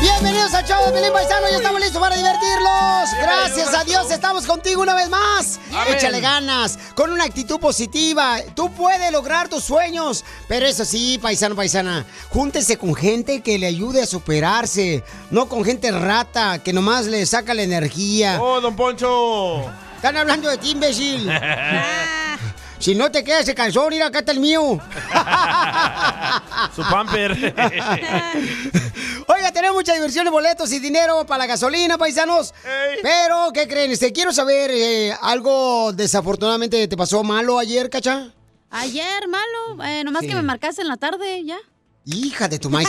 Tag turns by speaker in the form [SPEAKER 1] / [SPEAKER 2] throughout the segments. [SPEAKER 1] Bienvenidos al show de Pelín Paisano, ya estamos listos para divertirlos. Gracias a Dios, estamos contigo una vez más.
[SPEAKER 2] Amén.
[SPEAKER 1] Échale ganas, con una actitud positiva. Tú puedes lograr tus sueños. Pero eso sí, paisano, paisana, júntese con gente que le ayude a superarse. No con gente rata que nomás le saca la energía. ¡Oh, don Poncho! Están hablando de ti, imbécil. Si no te quedas ese calzón, mira, acá está el mío.
[SPEAKER 3] Su pamper.
[SPEAKER 1] Oiga, tenemos mucha diversión de boletos y dinero para la gasolina, paisanos. Pero, ¿qué creen? Este, quiero saber, eh, ¿algo desafortunadamente te pasó malo ayer, cacha?
[SPEAKER 4] Ayer, malo. eh, nomás
[SPEAKER 1] Sí.
[SPEAKER 4] que me marcaste en la tarde, ya.
[SPEAKER 1] Hija de tu maíz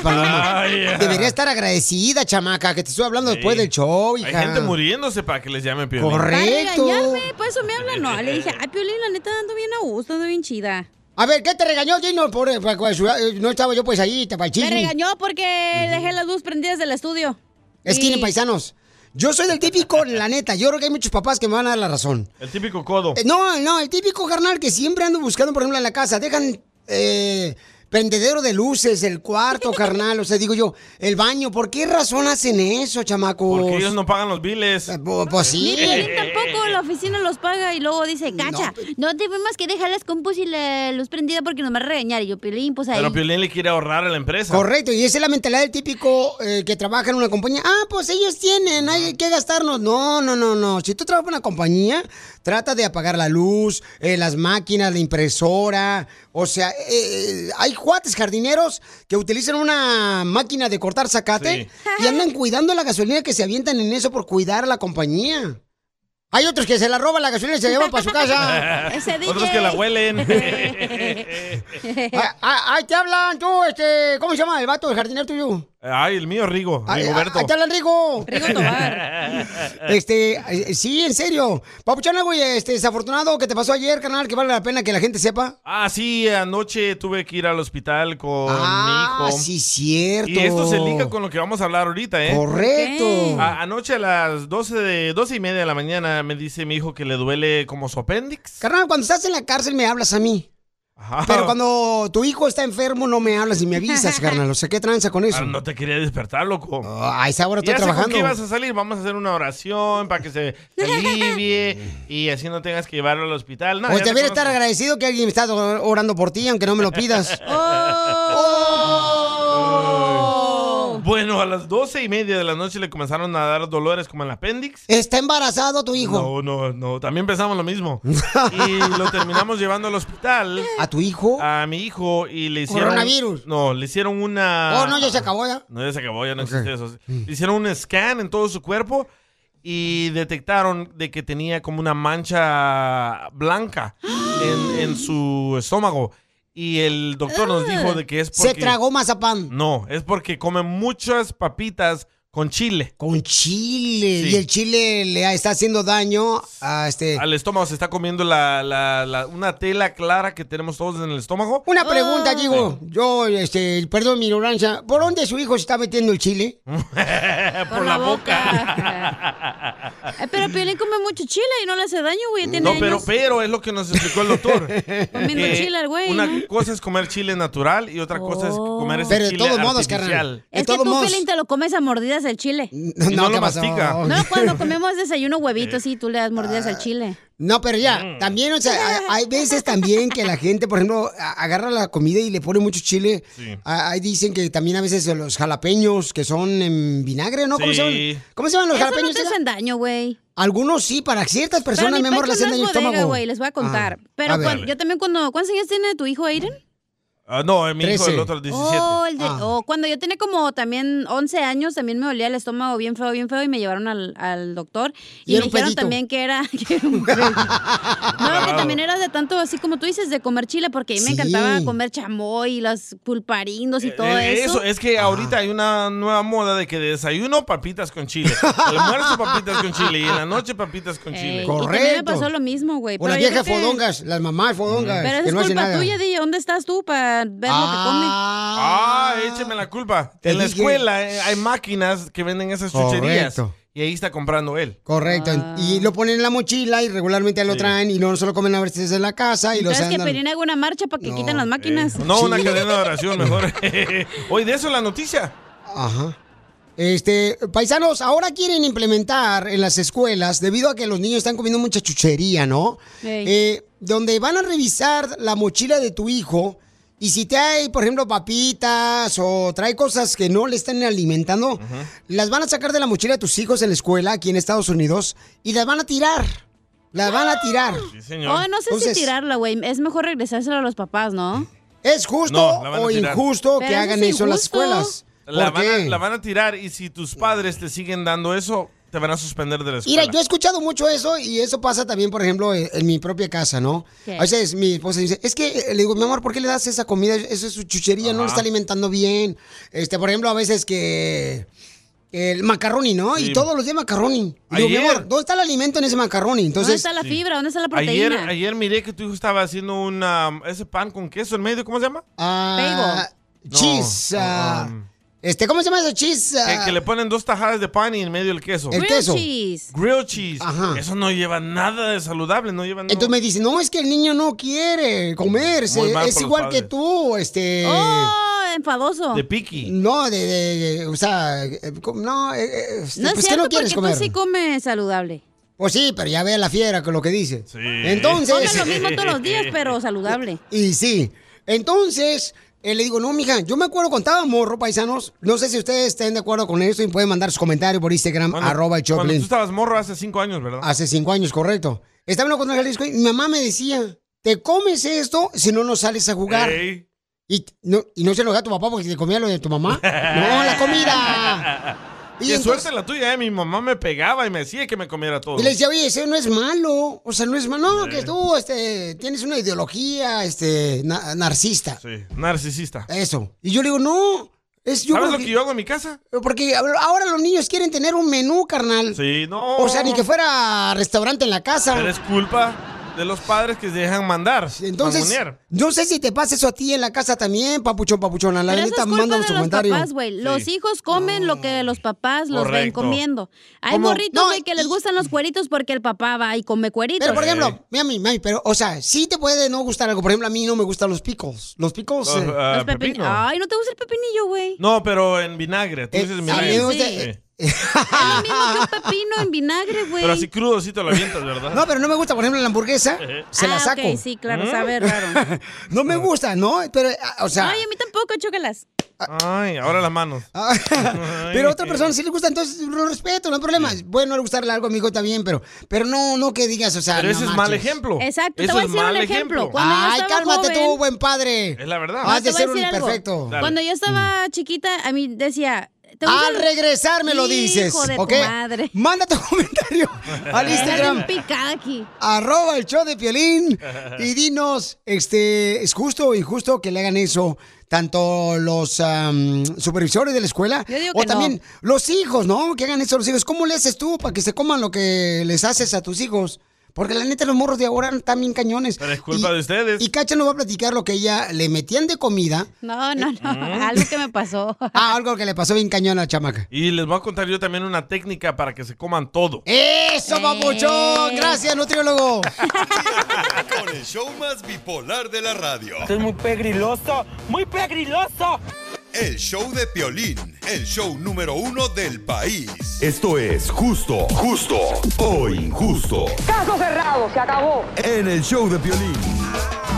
[SPEAKER 1] paloma.
[SPEAKER 3] Ay, ya.
[SPEAKER 1] Debería estar agradecida, chamaca, que te estoy hablando después
[SPEAKER 3] Sí.
[SPEAKER 1] del show, hija.
[SPEAKER 3] Hay gente muriéndose para que les llamen Piolín.
[SPEAKER 1] Correcto.
[SPEAKER 4] Para regañarme, por eso me habla. No, le dije, ay, Piolín, la neta, ando bien a gusto, ando bien chida.
[SPEAKER 1] A ver, ¿qué te regañó, Gino? Por, por- por- eh, no estaba yo pues ahí, tapachín.
[SPEAKER 4] Me regañó porque dejé las luz prendidas del estudio.
[SPEAKER 1] Es que,
[SPEAKER 4] Y-
[SPEAKER 1] miren, paisanos, yo soy del típico, la neta, yo creo que hay muchos papás que me van a dar la razón.
[SPEAKER 3] El típico codo.
[SPEAKER 1] Eh, No, no, el típico carnal que siempre ando buscando, por ejemplo, en la casa. Dejan eh, prendedero de luces, el cuarto, carnal. O sea, digo yo, el baño. ¿Por qué razón hacen eso, chamacos?
[SPEAKER 3] Porque ellos no pagan los biles.
[SPEAKER 1] pues sí.
[SPEAKER 4] Ni Piolín tampoco, la oficina los paga y luego dice, cacha,
[SPEAKER 1] pues.
[SPEAKER 4] no, te más que dejar las compus y la luz prendida porque nos va a regañar. Y yo, Piolín, pues ahí.
[SPEAKER 3] Pero Piolín le quiere ahorrar a la empresa.
[SPEAKER 1] Correcto, y esa es la mentalidad del típico eh, que trabaja en una compañía. Ah, pues ellos tienen, hay que gastarnos. No, no, no, no. Si tú trabajas en una compañía, trata de apagar la luz, eh, las máquinas, la impresora. O sea, eh, eh, hay juates jardineros que utilizan una máquina de cortar zacate y andan cuidando la gasolina que se avientan en eso por cuidar a la compañía. Hay otros que se la roban la gasolina y se la llevan para su casa.
[SPEAKER 3] Otros que la huelen.
[SPEAKER 1] Ah, ah, Ahí te hablan tú, este, ¿cómo se llama el vato, el jardinero tuyo?
[SPEAKER 3] Ay, el mío, Rigo.
[SPEAKER 1] Ay,
[SPEAKER 3] Rigoberto.
[SPEAKER 1] Ahí te hablan, Rigo. Este, eh, sí, en serio. Papuchón, algo este, desafortunado que te pasó ayer, canal, que vale la pena que la gente sepa.
[SPEAKER 3] Ah, sí, anoche tuve que ir al hospital con mi hijo.
[SPEAKER 1] Ah, sí, cierto.
[SPEAKER 3] Y esto se liga con lo que vamos a hablar ahorita, ¿eh?
[SPEAKER 1] Correcto. Ok.
[SPEAKER 3] A- anoche a las 12, de, 12 y media de la mañana me dice mi hijo que le duele como su apéndice.
[SPEAKER 1] Carnal, cuando estás en la cárcel me hablas a mí. Pero cuando tu hijo está enfermo no me hablas y me avisas, carnal. O sea, ¿qué tranza con eso?
[SPEAKER 3] Ah, no te quería despertar, loco.
[SPEAKER 1] a esa hora estoy
[SPEAKER 3] ya sé con
[SPEAKER 1] trabajando.
[SPEAKER 3] qué vas a salir? Vamos a hacer una oración para que se alivie y así no tengas que llevarlo al hospital. No,
[SPEAKER 1] Pues
[SPEAKER 3] ya
[SPEAKER 1] debería
[SPEAKER 3] te
[SPEAKER 1] estar agradecido que alguien está or- orando por ti, aunque no me lo pidas.
[SPEAKER 3] Oh.
[SPEAKER 5] Oh.
[SPEAKER 3] conozco. Bueno, a las doce y media de la noche le comenzaron a dar dolores como en el apéndice.
[SPEAKER 1] ¿Está embarazado tu hijo?
[SPEAKER 3] No, no, no. También pensamos lo mismo. y lo terminamos llevando al hospital.
[SPEAKER 1] ¿A tu hijo?
[SPEAKER 3] A mi hijo y le hicieron.
[SPEAKER 1] Coronavirus.
[SPEAKER 3] No, le hicieron una.
[SPEAKER 1] Oh, no, ya Mm. se acabó ya.
[SPEAKER 3] No, ya se acabó, ya no existe eso. Le hicieron un scan en todo su cuerpo y detectaron de que tenía como una mancha blanca en, en su estómago. Y el doctor nos dijo de que es porque...
[SPEAKER 1] Se tragó mazapán.
[SPEAKER 3] No, es porque come muchas papitas con chile.
[SPEAKER 1] Con chile.
[SPEAKER 3] Sí.
[SPEAKER 1] Y el chile le está haciendo daño a este.
[SPEAKER 3] Al estómago se está comiendo la, la- la- una tela clara que tenemos todos en el estómago.
[SPEAKER 1] Una pregunta,
[SPEAKER 3] Ah.
[SPEAKER 1] digo. Yo, este, perdón mi ignorancia. ¿Por dónde su hijo se está metiendo el chile?
[SPEAKER 3] Por, la boca.
[SPEAKER 4] Ay, pero Piolín come mucho chile y no le hace daño, güey. Tiene
[SPEAKER 3] No, pero,
[SPEAKER 4] años.
[SPEAKER 3] pero es lo que nos explicó el doctor.
[SPEAKER 4] Comiendo
[SPEAKER 3] Que
[SPEAKER 4] chile al güey,
[SPEAKER 3] Una
[SPEAKER 4] ¿no?
[SPEAKER 3] cosa es comer chile natural y otra cosa es comer ese
[SPEAKER 1] Oh. Pero de
[SPEAKER 3] chile
[SPEAKER 1] todos modos,
[SPEAKER 3] artificial.
[SPEAKER 1] carnal.
[SPEAKER 4] Es
[SPEAKER 1] De todos
[SPEAKER 4] que tú,
[SPEAKER 1] modos.
[SPEAKER 4] Piolín, te lo comes a mordidas mordidas al chile.
[SPEAKER 1] No, no lo mastica.
[SPEAKER 4] No, cuando comemos desayuno
[SPEAKER 3] Eh.
[SPEAKER 4] huevitos, sí, tú le das mordidas
[SPEAKER 3] Ah.
[SPEAKER 4] al chile.
[SPEAKER 1] No, pero ya, también, o sea, hay- hay veces también que la gente, por ejemplo, a- agarra la comida y le pone mucho chile.
[SPEAKER 3] Sí.
[SPEAKER 1] Ah, Ahí dicen que también a veces los jalapeños que son en vinagre, ¿no? ¿Cómo,
[SPEAKER 3] Sí.
[SPEAKER 1] se llaman? ¿Cómo se llaman los
[SPEAKER 4] Eso no
[SPEAKER 1] jalapeños?
[SPEAKER 4] te hacen daño, güey.
[SPEAKER 1] Algunos sí, para ciertas personas, mi
[SPEAKER 4] Pero mi
[SPEAKER 1] amor, le
[SPEAKER 4] pecho
[SPEAKER 1] hacen
[SPEAKER 4] no
[SPEAKER 1] daño
[SPEAKER 4] es
[SPEAKER 1] al
[SPEAKER 4] bodega,
[SPEAKER 1] estómago.
[SPEAKER 4] güey, les voy a contar.
[SPEAKER 1] Ah,
[SPEAKER 4] Pero
[SPEAKER 1] a ver.
[SPEAKER 4] cuando- yo también cuando... ¿Cuántos años tiene tu hijo, Aiden?
[SPEAKER 3] Ah, no, eh, mi hijo,
[SPEAKER 1] Trece.
[SPEAKER 3] el otro 17.
[SPEAKER 4] Oh, el de-
[SPEAKER 1] Ah.
[SPEAKER 4] oh, cuando yo tenía como también 11 años, también me olía el estómago bien feo, bien feo, y me llevaron al, al doctor.
[SPEAKER 1] Y
[SPEAKER 4] Y,
[SPEAKER 1] era
[SPEAKER 4] me
[SPEAKER 1] un
[SPEAKER 4] dijeron
[SPEAKER 1] pedito.
[SPEAKER 4] también que era... que era un pedito. no, que también era de tanto, así como tú dices, de comer chile, porque a mí me
[SPEAKER 1] Sí.
[SPEAKER 4] encantaba comer chamoy y los pulparindos y todo
[SPEAKER 3] Eh, eh,
[SPEAKER 4] eso.
[SPEAKER 3] es que ahorita hay una nueva moda de que de desayuno papitas con chile, almuerzo papitas con chile y en la noche papitas con
[SPEAKER 4] Ey,
[SPEAKER 3] chile.
[SPEAKER 4] Y también me
[SPEAKER 1] Correcto.
[SPEAKER 4] pasó lo mismo, güey.
[SPEAKER 1] O las
[SPEAKER 4] pero yo
[SPEAKER 1] viejas
[SPEAKER 4] creo que-
[SPEAKER 1] fodongas, las mamás fodongas,
[SPEAKER 4] Pero esa
[SPEAKER 1] que
[SPEAKER 4] es
[SPEAKER 1] no hacen
[SPEAKER 4] culpa
[SPEAKER 1] nada.
[SPEAKER 4] tuya, DJ. ¿Dónde estás tú para ver
[SPEAKER 3] Ah, écheme la culpa.
[SPEAKER 1] Te
[SPEAKER 3] en la
[SPEAKER 1] dije.
[SPEAKER 3] escuela eh, hay máquinas que venden esas chucherías
[SPEAKER 1] Correcto.
[SPEAKER 3] y ahí está comprando él.
[SPEAKER 1] Correcto, y lo ponen en la mochila y regularmente lo
[SPEAKER 3] Sí.
[SPEAKER 1] traen y no se lo comen a veces en la casa y
[SPEAKER 4] lo
[SPEAKER 1] los
[SPEAKER 4] que comes? ¿Sabes que
[SPEAKER 1] andan...
[SPEAKER 4] Perín haga una marcha para que
[SPEAKER 1] No,
[SPEAKER 4] quiten las máquinas?
[SPEAKER 3] Eh, no, una
[SPEAKER 1] Sí.
[SPEAKER 3] cadena de oración mejor. Hoy de eso la noticia.
[SPEAKER 1] Ajá. Este, paisanos, ahora quieren implementar en las escuelas, debido a que los niños están comiendo mucha chuchería, ¿no?
[SPEAKER 4] Ey.
[SPEAKER 1] Eh, donde van a revisar la mochila de tu hijo y si te hay, por ejemplo, papitas o trae cosas que no le están alimentando, las van a sacar de la mochila de tus hijos en la escuela aquí en Estados Unidos y las van a tirar. Las van a tirar.
[SPEAKER 3] Sí, señor.
[SPEAKER 4] Oh, no sé
[SPEAKER 1] Entonces-
[SPEAKER 4] si tirarla, güey. Es mejor regresárselo a los papás, ¿no?
[SPEAKER 1] ¿Es justo
[SPEAKER 3] No, la van a
[SPEAKER 1] o
[SPEAKER 3] tirar.
[SPEAKER 1] injusto que
[SPEAKER 4] Pero eso
[SPEAKER 1] hagan
[SPEAKER 4] es
[SPEAKER 1] eso en las
[SPEAKER 4] injusto.
[SPEAKER 1] escuelas?
[SPEAKER 3] la,
[SPEAKER 1] ¿Por
[SPEAKER 3] van a,
[SPEAKER 1] qué?
[SPEAKER 3] la van a tirar y si tus padres te siguen dando eso, te van a suspender de la escuela.
[SPEAKER 1] Mira, yo he escuchado mucho eso y eso pasa también, por ejemplo, e, en, en mi propia casa, ¿no?
[SPEAKER 4] ¿Qué?
[SPEAKER 1] A veces mi esposa dice, es que, eh, le digo, mi amor, ¿por qué le das esa comida? Eso es su chuchería, no lo está alimentando bien. Este, por ejemplo, a veces que el macarroni, ¿no? Y
[SPEAKER 3] Sí.
[SPEAKER 1] todos los días macarroni. Y Digo, mi
[SPEAKER 3] Ayer.
[SPEAKER 1] amor, ¿dónde está el alimento en ese macarroni?
[SPEAKER 4] ¿Dónde
[SPEAKER 1] Entonces,
[SPEAKER 4] está la fibra? ¿Dónde está la
[SPEAKER 3] ayer,
[SPEAKER 4] proteína?
[SPEAKER 3] ayer miré que tu hijo estaba haciendo una, ese pan con queso en medio, ¿cómo se llama?
[SPEAKER 1] ah,
[SPEAKER 3] No,
[SPEAKER 1] cheese, ah,
[SPEAKER 3] um,
[SPEAKER 1] este, ¿cómo se llama eso? Cheese,
[SPEAKER 3] Que,
[SPEAKER 1] ah,
[SPEAKER 3] que le ponen dos tajadas de pan y en medio el queso.
[SPEAKER 1] el
[SPEAKER 4] Grilled
[SPEAKER 1] queso.
[SPEAKER 4] cheese.
[SPEAKER 3] Grilled cheese.
[SPEAKER 1] Ajá.
[SPEAKER 3] Eso no lleva nada de saludable, no lleva nada.
[SPEAKER 1] Entonces me dice, no, es que el niño no quiere comerse,
[SPEAKER 3] Muy mal
[SPEAKER 1] es
[SPEAKER 3] por los
[SPEAKER 1] igual que
[SPEAKER 3] padres.
[SPEAKER 1] tú, este...
[SPEAKER 4] ¡Oh, enfadoso!
[SPEAKER 3] De piqui.
[SPEAKER 1] No, de, de, de- o sea, eh, com- no, eh, eh, este,
[SPEAKER 4] No
[SPEAKER 1] pues
[SPEAKER 4] es
[SPEAKER 1] ¿qué
[SPEAKER 4] cierto,
[SPEAKER 1] no quieres
[SPEAKER 4] porque
[SPEAKER 1] comer?
[SPEAKER 4] tú sí comes saludable.
[SPEAKER 1] Pues sí, pero ya ve a la fiera con lo que dice.
[SPEAKER 3] Sí.
[SPEAKER 4] Comes
[SPEAKER 1] Entonces,
[SPEAKER 4] lo mismo todos los días, pero saludable.
[SPEAKER 1] y sí, entonces eh, le digo, no, mija, yo me acuerdo cuando estaba morro, paisanos, no sé si ustedes estén de acuerdo con eso y pueden mandar sus comentarios por Instagram,
[SPEAKER 3] Cuando-
[SPEAKER 1] arroba el
[SPEAKER 3] Cuando tú
[SPEAKER 1] Choplin.
[SPEAKER 3] estabas morro hace cinco años, ¿verdad?
[SPEAKER 1] Hace cinco años, correcto. Estaba en la Cotona, Jalisco y mi mamá me decía, te comes esto si no, no sales a jugar.
[SPEAKER 3] Ey.
[SPEAKER 1] Y no, y no se lo da a tu papá porque te comía lo de tu mamá. no, la comida. Y
[SPEAKER 3] Qué
[SPEAKER 1] entonces-
[SPEAKER 3] suerte la tuya, ¿eh? Mi mamá me pegaba y me decía que me comiera todo.
[SPEAKER 1] Y le decía, oye, eso no es malo. O sea, no es malo. No, que tú este, tienes una ideología este, na- narcista.
[SPEAKER 3] Sí, narcisista.
[SPEAKER 1] Eso. Y yo le digo, no. Es yo
[SPEAKER 3] ¿Sabes
[SPEAKER 1] creo
[SPEAKER 3] lo que yo hago en mi casa?
[SPEAKER 1] Porque ahora los niños quieren tener un menú, carnal.
[SPEAKER 3] Sí, no.
[SPEAKER 1] O sea, ni que fuera restaurante en la casa.
[SPEAKER 3] Pero es culpa de los padres que se dejan mandar.
[SPEAKER 1] Entonces,
[SPEAKER 3] mangonear.
[SPEAKER 1] no sé si te pasa eso a ti en la casa también, papuchón, papuchona. La
[SPEAKER 4] Pero eso
[SPEAKER 1] neta,
[SPEAKER 4] es culpa
[SPEAKER 1] mándanos
[SPEAKER 4] de
[SPEAKER 1] tu
[SPEAKER 4] los
[SPEAKER 1] comentario.
[SPEAKER 4] papás, güey. Los
[SPEAKER 3] Sí.
[SPEAKER 4] hijos comen lo que los papás los ven
[SPEAKER 3] Correcto.
[SPEAKER 4] comiendo. Hay
[SPEAKER 1] ¿Cómo?
[SPEAKER 4] morritos,
[SPEAKER 1] No,
[SPEAKER 4] güey, que les
[SPEAKER 1] y-
[SPEAKER 4] gustan los cueritos porque el papá va y come cueritos.
[SPEAKER 1] Pero, por
[SPEAKER 3] Ok.
[SPEAKER 1] ejemplo, mami, mami, pero, o sea, sí te puede no gustar algo. Por ejemplo, a mí no me gustan los picos. Los picos.
[SPEAKER 3] Los,
[SPEAKER 1] eh,
[SPEAKER 3] ah,
[SPEAKER 4] Los pepin-
[SPEAKER 3] pepino.
[SPEAKER 4] Ay, ¿no te gusta el pepinillo, güey?
[SPEAKER 3] No, pero en vinagre. Tú
[SPEAKER 1] Eh,
[SPEAKER 3] dices
[SPEAKER 1] sí,
[SPEAKER 3] vinagre.
[SPEAKER 4] sí.
[SPEAKER 3] Sí.
[SPEAKER 1] eh,
[SPEAKER 4] Es lo mismo que un pepino en vinagre, güey.
[SPEAKER 3] Pero así crudo sí te lo avientas, ¿verdad?
[SPEAKER 1] No, pero no me gusta, por ejemplo, la hamburguesa. Se la
[SPEAKER 4] Ah,
[SPEAKER 1] saco.
[SPEAKER 4] ok, sí, claro, sabe
[SPEAKER 3] Mm.
[SPEAKER 4] raro.
[SPEAKER 1] No me gusta, ¿no? Pero, ah, o sea.
[SPEAKER 4] Ay, a mí tampoco, chócalas.
[SPEAKER 3] Ay, ahora las manos.
[SPEAKER 1] ah, pero a otra persona sí le gusta, entonces lo respeto, no hay problema. Bueno, no le gustarle algo a mi hijo está bien, pero, pero no, no que digas, o sea.
[SPEAKER 3] Pero
[SPEAKER 1] no
[SPEAKER 3] ese es
[SPEAKER 1] marches.
[SPEAKER 3] mal ejemplo.
[SPEAKER 4] Exacto, te
[SPEAKER 3] Eso
[SPEAKER 4] voy a
[SPEAKER 3] es
[SPEAKER 4] decir un
[SPEAKER 3] mal
[SPEAKER 4] ejemplo. Cuando yo
[SPEAKER 1] Ay,
[SPEAKER 4] estaba
[SPEAKER 1] cálmate tú,
[SPEAKER 4] joven-
[SPEAKER 1] buen padre.
[SPEAKER 3] Es la verdad.
[SPEAKER 1] Has
[SPEAKER 4] te
[SPEAKER 1] de
[SPEAKER 4] voy a
[SPEAKER 1] ser un
[SPEAKER 4] decir algo.
[SPEAKER 1] perfecto.
[SPEAKER 3] Dale.
[SPEAKER 4] Cuando yo estaba chiquita, a mí decía... ¿te gustan
[SPEAKER 1] Al
[SPEAKER 4] los-
[SPEAKER 1] regresar me lo
[SPEAKER 4] Hijo
[SPEAKER 1] dices.
[SPEAKER 4] de tu
[SPEAKER 1] ¿Ok?
[SPEAKER 4] madre.
[SPEAKER 1] Manda tu comentario al
[SPEAKER 4] Estás
[SPEAKER 1] Instagram.
[SPEAKER 4] bien picada aquí.
[SPEAKER 1] arroba el show de Piolín y dinos, este, ¿es justo o injusto que le hagan eso tanto los am, supervisores de la escuela
[SPEAKER 4] Yo digo
[SPEAKER 1] o
[SPEAKER 4] que no.
[SPEAKER 1] también los hijos, ¿no? Que hagan eso a los hijos. ¿Cómo le haces tú para que se coman lo que les haces a tus hijos? Porque la neta, los morros de ahora están bien cañones.
[SPEAKER 3] Pero es culpa
[SPEAKER 1] Y-
[SPEAKER 3] de ustedes.
[SPEAKER 1] Y Cacha nos va a platicar lo que ella le metían de comida
[SPEAKER 4] No, no, no.
[SPEAKER 3] Mm.
[SPEAKER 4] Algo que me pasó.
[SPEAKER 1] a Ah, algo que le pasó bien cañón a la chamaca.
[SPEAKER 3] Y les voy a contar yo también una técnica para que se coman todo.
[SPEAKER 1] ¡Eso,
[SPEAKER 4] Eh.
[SPEAKER 1] papuchón! Gracias, nutriólogo.
[SPEAKER 2] Con el show más bipolar de la radio.
[SPEAKER 6] Esto es muy pegriloso, muy pegriloso.
[SPEAKER 2] el show de Piolín, el show número uno del país.
[SPEAKER 6] Esto es justo, justo o injusto.
[SPEAKER 7] Caso cerrado, se acabó.
[SPEAKER 6] En el show de Piolín.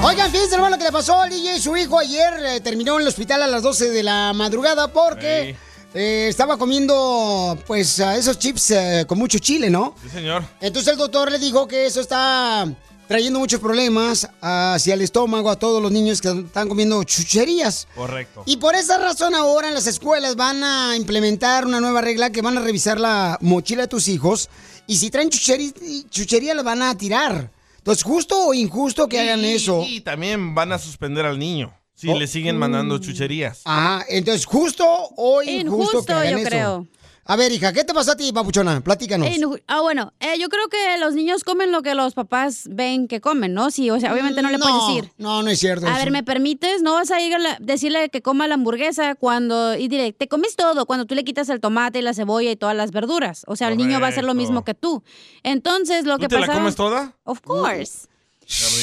[SPEAKER 1] Oigan, fíjense hermano lo que le pasó al DJ. Su hijo ayer eh, terminó en el hospital a las 12 de la madrugada porque eh, estaba comiendo, pues, a esos chips eh, con mucho chile, ¿no?
[SPEAKER 3] Sí, señor.
[SPEAKER 1] Entonces el doctor le dijo que eso está trayendo muchos problemas hacia el estómago a todos los niños que están comiendo chucherías.
[SPEAKER 3] Correcto.
[SPEAKER 1] Y por esa razón ahora en las escuelas van a implementar una nueva regla que van a revisar la mochila de tus hijos y si traen chucheri- chuchería la van a tirar. Entonces, justo o injusto que hagan eso.
[SPEAKER 3] Y también van a suspender al niño si
[SPEAKER 1] Oh.
[SPEAKER 3] le siguen mandando chucherías.
[SPEAKER 1] Ajá, Ah, entonces justo o injusto,
[SPEAKER 4] Injusto,
[SPEAKER 1] que hagan
[SPEAKER 4] yo
[SPEAKER 1] eso?
[SPEAKER 4] creo.
[SPEAKER 1] A ver, hija, ¿qué te pasó a ti, papuchona? Platícanos.
[SPEAKER 4] Eh, no, ah, bueno, eh, yo creo que los niños comen lo que los papás ven que comen, ¿no? Sí, o sea, obviamente no le puedes decir.
[SPEAKER 1] No, no es cierto.
[SPEAKER 4] A
[SPEAKER 1] eso.
[SPEAKER 4] ver, ¿me permites? No vas a ir a la- decirle que coma la hamburguesa cuando. Y dile, te comes todo, cuando tú le quitas el tomate y la cebolla y todas las verduras. O sea, el niño va a hacer lo
[SPEAKER 3] Correcto.
[SPEAKER 4] mismo que tú. Entonces, lo
[SPEAKER 3] ¿Tú
[SPEAKER 4] que
[SPEAKER 3] te la
[SPEAKER 4] pasaron-
[SPEAKER 3] comes toda? Mm.
[SPEAKER 4] Of course.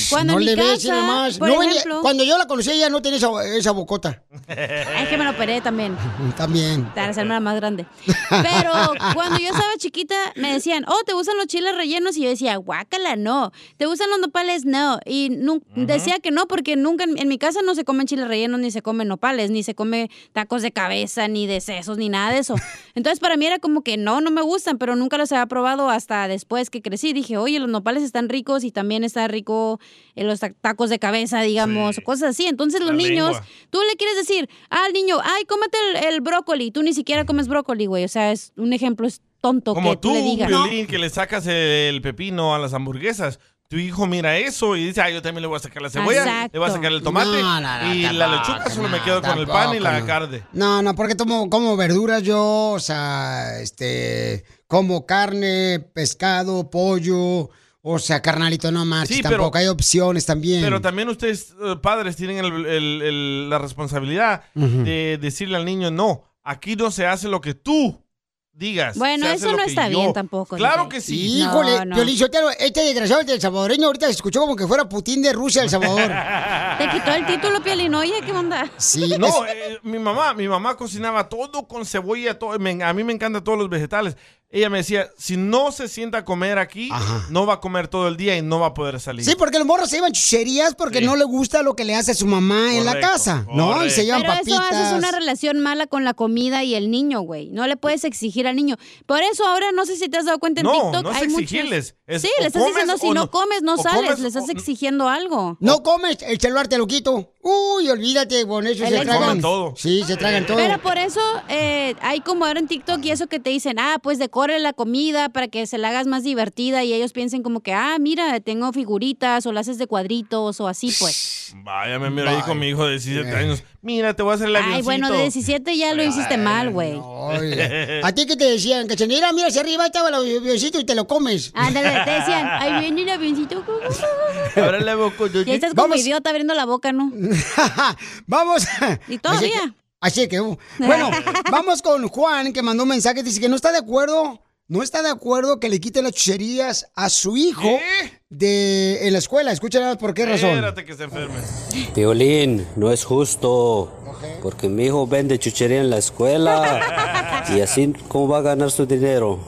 [SPEAKER 4] Cuando
[SPEAKER 1] no
[SPEAKER 4] en mi
[SPEAKER 1] le
[SPEAKER 4] casa,
[SPEAKER 1] ves nomás.
[SPEAKER 4] por
[SPEAKER 1] No venía-
[SPEAKER 4] ejemplo-
[SPEAKER 1] cuando yo la conocí, ella no tenía esa, esa bocota.
[SPEAKER 4] Ay, Es que me lo operé también.
[SPEAKER 1] También.
[SPEAKER 4] Para hacerme la más grande. Pero cuando yo estaba chiquita, me decían, oh, ¿te gustan los chiles rellenos? Y yo decía, guácala, no. ¿Te gustan los nopales? No. Y nu- decía que no, porque nunca en, en mi casa no se comen chiles rellenos, ni se comen nopales, ni se come tacos de cabeza, ni de sesos, ni nada de eso. Entonces para mí era como que no, no me gustan, pero nunca los había probado hasta después que crecí. Dije, oye, los nopales están ricos y también está rico eh, los ta- tacos de cabeza, digamos, o cosas así. Entonces los
[SPEAKER 3] La
[SPEAKER 4] niños...
[SPEAKER 3] lengua.
[SPEAKER 4] Tú le quieres decir al niño, ay, cómete el, el brócoli. Tú ni siquiera comes brócoli, güey. O sea, es un ejemplo es tonto
[SPEAKER 3] Como
[SPEAKER 4] que tú,
[SPEAKER 3] tú,
[SPEAKER 4] le digas.
[SPEAKER 3] Piolín, que le sacas el pepino a las hamburguesas. Tu hijo mira eso y dice, ah, yo también le voy a sacar la cebolla,
[SPEAKER 4] Exacto.
[SPEAKER 3] le voy a sacar el tomate
[SPEAKER 1] No, no, no,
[SPEAKER 3] y la
[SPEAKER 1] tampoco,
[SPEAKER 3] lechuga solo
[SPEAKER 1] no,
[SPEAKER 3] me quedo con el pan y
[SPEAKER 1] tampoco,
[SPEAKER 3] la
[SPEAKER 1] no.
[SPEAKER 3] carne.
[SPEAKER 1] No, no, porque tomo, como verduras yo, o sea, este, como carne, pescado, pollo, o sea, carnalito, no marches,
[SPEAKER 3] Sí, pero-
[SPEAKER 1] tampoco hay opciones también.
[SPEAKER 3] Pero también ustedes, eh, padres, tienen el- el- el- la responsabilidad
[SPEAKER 1] Ujú.
[SPEAKER 3] de decirle al niño, no, aquí no se hace lo que tú digas.
[SPEAKER 4] Bueno,
[SPEAKER 3] se hace
[SPEAKER 4] eso
[SPEAKER 3] lo
[SPEAKER 4] no
[SPEAKER 3] que
[SPEAKER 4] está
[SPEAKER 3] yo".
[SPEAKER 4] bien tampoco.
[SPEAKER 3] Claro
[SPEAKER 4] DJ.
[SPEAKER 3] que sí.
[SPEAKER 1] Híjole,
[SPEAKER 4] No, no.
[SPEAKER 1] Piolín Sotelo, este desgraciado del salvadoreño ahorita se escuchó como que fuera Putin de Rusia, El Salvador.
[SPEAKER 4] Te quitó el título, Pielín. Oye, ¿qué onda?
[SPEAKER 1] Sí,
[SPEAKER 3] No,
[SPEAKER 1] es-
[SPEAKER 3] eh, mi mamá, mi mamá cocinaba todo con cebolla, todo, me- a mí me encantan todos los vegetales. Ella me decía, si no se sienta a comer aquí,
[SPEAKER 1] Ajá.
[SPEAKER 3] no va a comer todo el día y no va a poder salir.
[SPEAKER 1] sí, porque los morros se llevan chucherías porque
[SPEAKER 3] Sí.
[SPEAKER 1] no le gusta lo que le hace su mamá en la
[SPEAKER 3] Correcto,
[SPEAKER 1] casa, ¿no? Y
[SPEAKER 3] correcto.
[SPEAKER 1] se llevan
[SPEAKER 4] Pero eso
[SPEAKER 1] papitas.
[SPEAKER 4] haces una relación mala con la comida y el niño, güey. No le puedes exigir al niño. Por eso ahora no sé si te has dado cuenta en
[SPEAKER 3] No,
[SPEAKER 4] TikTok.
[SPEAKER 3] no es
[SPEAKER 4] hay muchos-
[SPEAKER 3] exigirles, es
[SPEAKER 4] sí,
[SPEAKER 3] o
[SPEAKER 4] le estás
[SPEAKER 3] comes
[SPEAKER 4] diciendo si
[SPEAKER 3] o
[SPEAKER 4] no,
[SPEAKER 3] no-
[SPEAKER 4] comes, no
[SPEAKER 3] o
[SPEAKER 4] sales.
[SPEAKER 3] comes
[SPEAKER 4] le estás
[SPEAKER 3] o-
[SPEAKER 4] exigiendo algo.
[SPEAKER 1] No comes, el celular te lo quito. Uy, olvídate, con eso
[SPEAKER 4] El
[SPEAKER 1] se
[SPEAKER 4] Xbox.
[SPEAKER 1] tragan.
[SPEAKER 3] Comen todo.
[SPEAKER 1] Sí, se tragan todo.
[SPEAKER 4] Pero por eso eh, hay como ahora en TikTok y eso que te dicen, ah, pues decore la comida para que se la hagas más divertida y ellos piensen como que, ah, mira, tengo figuritas o la haces de cuadritos o así, pues.
[SPEAKER 3] Vaya, me miro ahí
[SPEAKER 1] Vaya.
[SPEAKER 3] con mi hijo de
[SPEAKER 1] Eh.
[SPEAKER 3] 17 años. Mira, te voy a hacer el avioncito.
[SPEAKER 4] Ay, bueno, de 17 ya lo hiciste mal, güey.
[SPEAKER 1] Oye, a ti que te decían, que mira, mira hacia arriba, ahí estaba el avioncito y te lo comes.
[SPEAKER 4] Ándale, te decían, ahí viene el avioncito.
[SPEAKER 3] Ahora le hago con-
[SPEAKER 4] Y ahí estás como
[SPEAKER 1] Vamos.
[SPEAKER 4] idiota abriendo la boca, ¿no?
[SPEAKER 1] vamos.
[SPEAKER 4] Y todavía.
[SPEAKER 1] Así que, así que, uh. bueno, vamos con Juan que mandó un mensaje, dice que no está de acuerdo, no está de acuerdo que le quiten las chucherías a su hijo de en la escuela. Escuchen por qué razón.
[SPEAKER 3] Espérate que se enferme.
[SPEAKER 8] Piolín, no es justo, porque mi hijo vende chuchería en la escuela y así cómo va a ganar su dinero.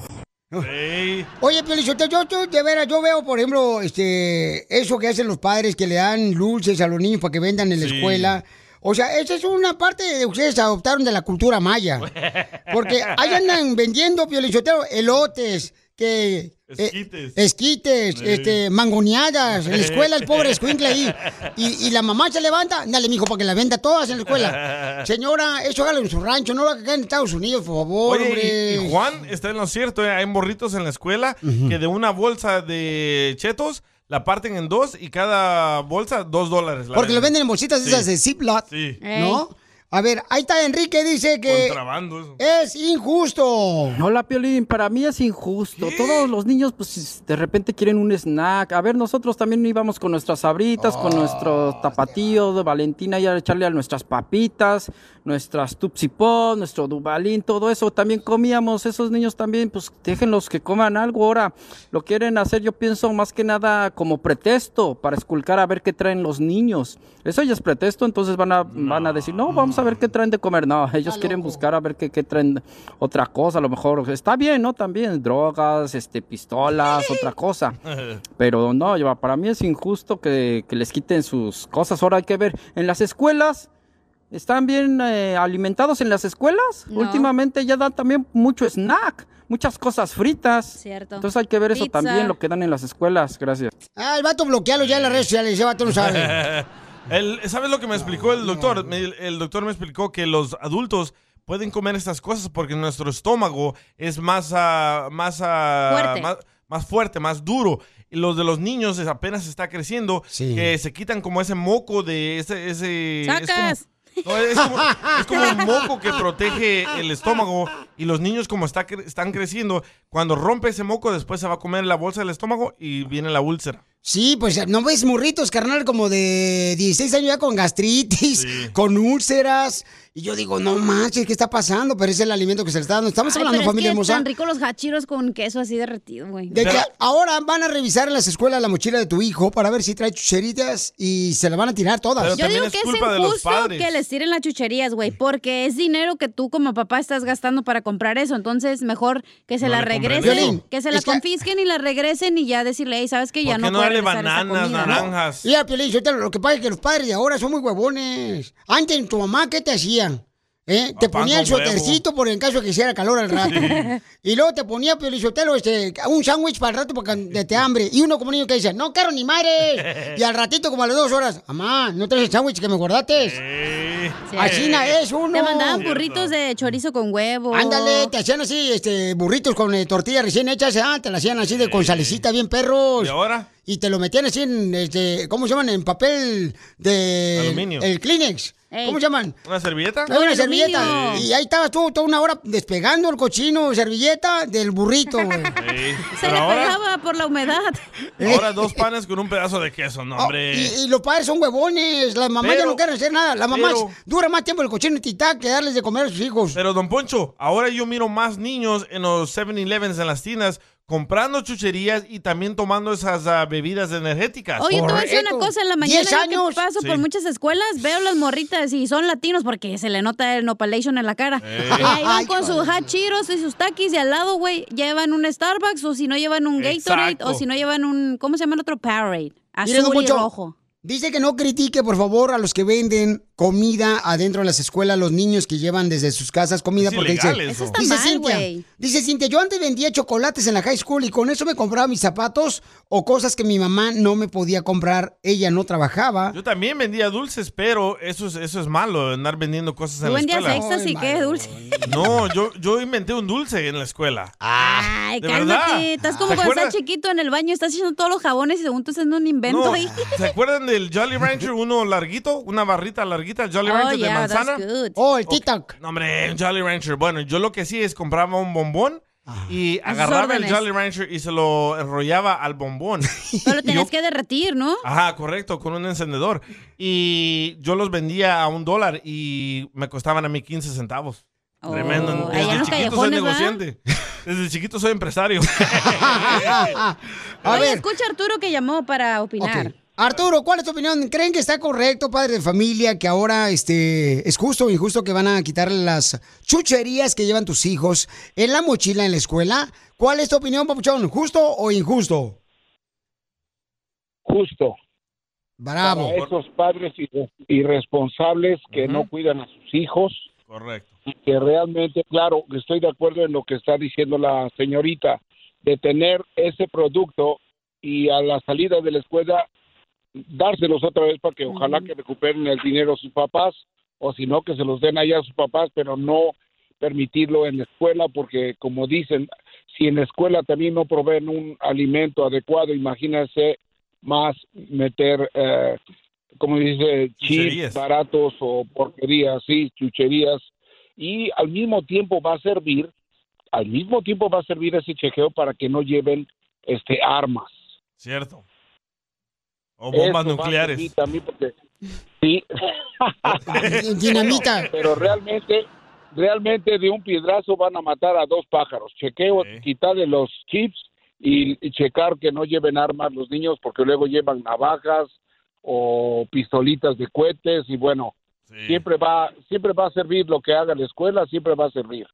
[SPEAKER 3] Ey,
[SPEAKER 1] Oye, Piolichotel, yo, yo de veras, yo veo, por ejemplo, este, eso que hacen los padres que le dan dulces a los niños para que vendan en la
[SPEAKER 3] Sí.
[SPEAKER 1] escuela. O sea, esa es una parte de ustedes adoptaron de la cultura maya. Porque ahí andan vendiendo, Piolichotero, elotes, que... eh,
[SPEAKER 3] Esquites.
[SPEAKER 1] esquites, este, mangoneadas, en la escuela el pobre escuincle ahí. Y, y la mamá se levanta, dale, mijo, para que la venda todas en la escuela. Señora, eso hágalo en su rancho, no lo haga acá en Estados Unidos, por favor,
[SPEAKER 3] Oye, y-
[SPEAKER 1] hombre.
[SPEAKER 3] y Juan está en lo cierto. eh, Hay morritos en la escuela que de una bolsa de chetos la parten en dos y cada bolsa dos dólares. la
[SPEAKER 1] Porque lo venden en bolsitas
[SPEAKER 3] Sí.
[SPEAKER 1] esas de Ziploc,
[SPEAKER 3] Sí.
[SPEAKER 1] ¿no? A ver, ahí está Enrique, dice que
[SPEAKER 3] Contrabando eso.
[SPEAKER 1] es injusto.
[SPEAKER 9] Hola Piolín, para mí es injusto. Todos los niños pues de repente quieren un snack. A ver, nosotros también íbamos con nuestras sabritas, con nuestro tapatío de Valentina y a echarle a nuestras papitas, nuestras Tupsi Pop, nuestro Dubalín, todo eso también comíamos. Esos niños también pues déjenlos que coman algo ahora. Lo quieren hacer yo pienso más que nada como pretexto para esculcar a ver qué traen los niños. Eso ya es pretexto, entonces van a van a decir, "No, vamos a a ver qué traen de comer. No, ellos quieren buscar a ver qué, qué traen otra cosa, a lo mejor. Está bien, ¿no? También drogas, este, pistolas, otra cosa.
[SPEAKER 1] eh,
[SPEAKER 9] Pero no, yo- para mí es injusto que, que les quiten sus cosas. Ahora hay que ver, en las escuelas, ¿están bien eh, alimentados en las escuelas?
[SPEAKER 4] No.
[SPEAKER 9] Últimamente ya dan también mucho snack, muchas cosas fritas.
[SPEAKER 4] Cierto.
[SPEAKER 9] Entonces hay que ver eso
[SPEAKER 4] Pizza.
[SPEAKER 9] también, lo que dan en las escuelas. Gracias.
[SPEAKER 1] Ah, el vato bloquealo ya en las redes sociales, ese vato no sabe.
[SPEAKER 3] El- ¿Sabes lo que me explicó el doctor? Me- El, doctor me explicó que los adultos pueden comer estas cosas porque nuestro estómago es más, ah, más, ah,
[SPEAKER 10] Fuerte.
[SPEAKER 3] más, más fuerte, más duro. Y los de los niños es- apenas está creciendo, que se quitan como ese moco de ese... ese es como-
[SPEAKER 4] ¡Sacas!
[SPEAKER 3] no, es, como, es como un moco que protege el estómago y los niños como está cre- están creciendo, cuando rompe ese moco después se va a comer la bolsa del estómago y viene la úlcera.
[SPEAKER 1] Sí, pues no ves murritos, carnal, como de 16 años ya con gastritis, con úlceras. Y yo digo, no manches, ¿qué está pasando? Pero es el alimento que se le está dando. Estamos
[SPEAKER 4] Ay,
[SPEAKER 1] hablando de
[SPEAKER 4] pero es
[SPEAKER 1] familia
[SPEAKER 4] que
[SPEAKER 1] hermosa.
[SPEAKER 4] Tan ricos los hachiros con queso así derretido, güey.
[SPEAKER 1] De que ahora van a revisar en las escuelas la mochila de tu hijo para ver si trae chucheritas y se la van a tirar todas.
[SPEAKER 4] Yo digo que es, injusto que les tiren las chucherías, güey, porque es dinero que tú como papá estás gastando para comprar eso. Entonces, mejor que se
[SPEAKER 1] No
[SPEAKER 4] la
[SPEAKER 1] le compren
[SPEAKER 4] regresen,
[SPEAKER 1] eso.
[SPEAKER 4] que se la confisquen y la regresen y ya decirle, "Ey, ¿sabes que Ya no, puedo regresar esta comida, ¿no?".
[SPEAKER 1] Y a Piolín, Sotelo, lo que pasa es que los padres de ahora son muy huevones. Antes, tu mamá, ¿qué te hacían? ¿Eh? Te
[SPEAKER 5] Ah, Pan
[SPEAKER 1] ponía el
[SPEAKER 5] con huevo.
[SPEAKER 1] suétercito por en caso de que hiciera calor al rato. Y luego te ponía, Piolín, Sotelo, este, un sándwich para el rato porque te te hambre. Y uno como niño que dice, no quiero ni madres. Y al ratito, como a las dos horas, mamá, ¿no traes el sándwich que me guardaste? Así na es uno.
[SPEAKER 4] Te mandaban burritos de chorizo con huevo.
[SPEAKER 3] Oh.
[SPEAKER 1] Ándale, te hacían así, este, burritos con eh, tortillas recién hechas, ah, te la hacían así de con salecita bien perros.
[SPEAKER 3] ¿Y ahora?
[SPEAKER 1] Y te lo metían así en, este, ¿cómo se llaman? En papel de...
[SPEAKER 3] Aluminio.
[SPEAKER 1] El Kleenex. ¿Cómo se llaman?
[SPEAKER 3] ¿Una servilleta?
[SPEAKER 1] Era Una servilleta. Y ahí estabas tú toda una hora despegando el cochino servilleta del burrito. güey.
[SPEAKER 3] Sí.
[SPEAKER 4] Se
[SPEAKER 3] Pero
[SPEAKER 4] le
[SPEAKER 3] ahora,
[SPEAKER 4] pegaba por la humedad.
[SPEAKER 3] ahora dos panes con un pedazo de queso, no, hombre.
[SPEAKER 1] Eh. Oh, Y, y los padres son huevones, las mamás ya
[SPEAKER 3] Pero-
[SPEAKER 1] no quieren hacer nada. Las mamás
[SPEAKER 3] pero-
[SPEAKER 1] dura más tiempo el cochino en titac que darles de comer a sus hijos.
[SPEAKER 3] Pero, don Poncho, ahora yo miro más niños en los 7-Elevens, en las tiendas, comprando chucherías y también tomando esas ah, bebidas energéticas.
[SPEAKER 4] Oye, te voy a decir una cosa, en la mañana yo que paso
[SPEAKER 3] Sí.
[SPEAKER 4] por muchas escuelas, veo las morritas y son latinos porque se le nota el nopalation en la cara.
[SPEAKER 3] Ey.
[SPEAKER 4] Y ahí van
[SPEAKER 3] Ay,
[SPEAKER 4] con sus hachiros y sus taquis y al lado, güey, llevan un Starbucks o si no llevan un Gatorade
[SPEAKER 1] Exacto.
[SPEAKER 4] o si no llevan un, ¿cómo se llama el otro? Powerade. Azul
[SPEAKER 1] Mire, don
[SPEAKER 4] y
[SPEAKER 1] Poncho,
[SPEAKER 4] rojo.
[SPEAKER 1] Dice que no critique, por favor, a los que venden comida adentro de las escuelas, los niños que llevan desde sus casas comida.
[SPEAKER 5] Es
[SPEAKER 1] porque
[SPEAKER 5] ilegal
[SPEAKER 1] dice,
[SPEAKER 5] eso. Eso está
[SPEAKER 1] dice
[SPEAKER 5] mal,
[SPEAKER 1] Cintia,
[SPEAKER 5] güey.
[SPEAKER 1] dice Cintia, yo antes vendía chocolates en la high school y con eso me compraba mis zapatos o cosas que mi mamá no me podía comprar. Ella no trabajaba.
[SPEAKER 3] Yo también vendía dulces, pero eso es, eso es malo, andar vendiendo cosas en
[SPEAKER 4] Tú
[SPEAKER 3] la
[SPEAKER 4] vendías
[SPEAKER 3] escuela.
[SPEAKER 4] extras y qué dulce.
[SPEAKER 3] No, yo, yo inventé un dulce en la escuela.
[SPEAKER 4] Ay,
[SPEAKER 3] ¿de
[SPEAKER 4] cálmate.
[SPEAKER 3] verdad?
[SPEAKER 4] Estás
[SPEAKER 3] ¿Te
[SPEAKER 4] como cuando
[SPEAKER 3] acuerdas?
[SPEAKER 4] estás chiquito en el baño, estás haciendo todos los jabones y según tú estás haciendo un invento
[SPEAKER 3] No,
[SPEAKER 4] ahí.
[SPEAKER 3] ¿Se acuerdan del Jolly Rancher, uno larguito? Una barrita larguita, Jolly
[SPEAKER 4] Oh,
[SPEAKER 3] Rancher de
[SPEAKER 4] yeah, that's
[SPEAKER 3] manzana.
[SPEAKER 4] good.
[SPEAKER 1] Oh, el TikTok.
[SPEAKER 3] No, hombre, un Jolly Rancher. Bueno, yo lo que sí es compraba un bombón y
[SPEAKER 4] A Ah. sus
[SPEAKER 3] agarraba el
[SPEAKER 4] órdenes.
[SPEAKER 3] Jolly Rancher y se lo enrollaba al bombón.
[SPEAKER 4] Pero lo tenías que derretir, ¿no?
[SPEAKER 3] Ajá, correcto, con un encendedor. Y yo los vendía a un dólar y me costaban a mí 15 centavos. Tremendo.
[SPEAKER 4] Oh, allá
[SPEAKER 3] Desde
[SPEAKER 4] en los
[SPEAKER 3] chiquito soy
[SPEAKER 4] callejones, ¿verdad?
[SPEAKER 3] negociante. Desde chiquito soy empresario.
[SPEAKER 1] A
[SPEAKER 4] Oye,
[SPEAKER 1] ver.
[SPEAKER 4] escucha a Arturo que llamó para opinar.
[SPEAKER 1] Ok. Arturo, ¿cuál es tu opinión? ¿Creen que está correcto, padre de familia, que ahora este, es justo o injusto que van a quitar las chucherías que llevan tus hijos en la mochila en la escuela? ¿Cuál es tu opinión, papuchón? ¿Justo o injusto?
[SPEAKER 11] Justo.
[SPEAKER 1] Bravo.
[SPEAKER 11] Para esos padres irre- irresponsables que no cuidan a sus hijos
[SPEAKER 3] Correcto.
[SPEAKER 11] y que realmente, claro, estoy de acuerdo en lo que está diciendo la señorita, de tener ese producto y a la salida de la escuela dárselos otra vez para que ojalá que recuperen el dinero sus papás o si no que se los den allá a sus papás, pero no permitirlo en la escuela porque como dicen, si en la escuela también no proveen un alimento adecuado, imagínense más meter, eh, como dice, chips
[SPEAKER 12] Chucherías.
[SPEAKER 11] baratos o porquerías, sí, chucherías, y al mismo tiempo va a servir, al mismo tiempo va a servir ese chequeo para que no lleven este armas.
[SPEAKER 3] Cierto. O bombas
[SPEAKER 11] Eso va a
[SPEAKER 3] nucleares.
[SPEAKER 11] servir también porque- sí.
[SPEAKER 1] Dinamita.
[SPEAKER 11] Pero realmente, realmente de un piedrazo van a matar a dos pájaros. Chequeo, quitarle los chips y, y checar que no lleven armas los niños porque luego llevan navajas o pistolitas de cohetes y bueno, Siempre va, siempre va a servir lo que haga la escuela, siempre va a servir.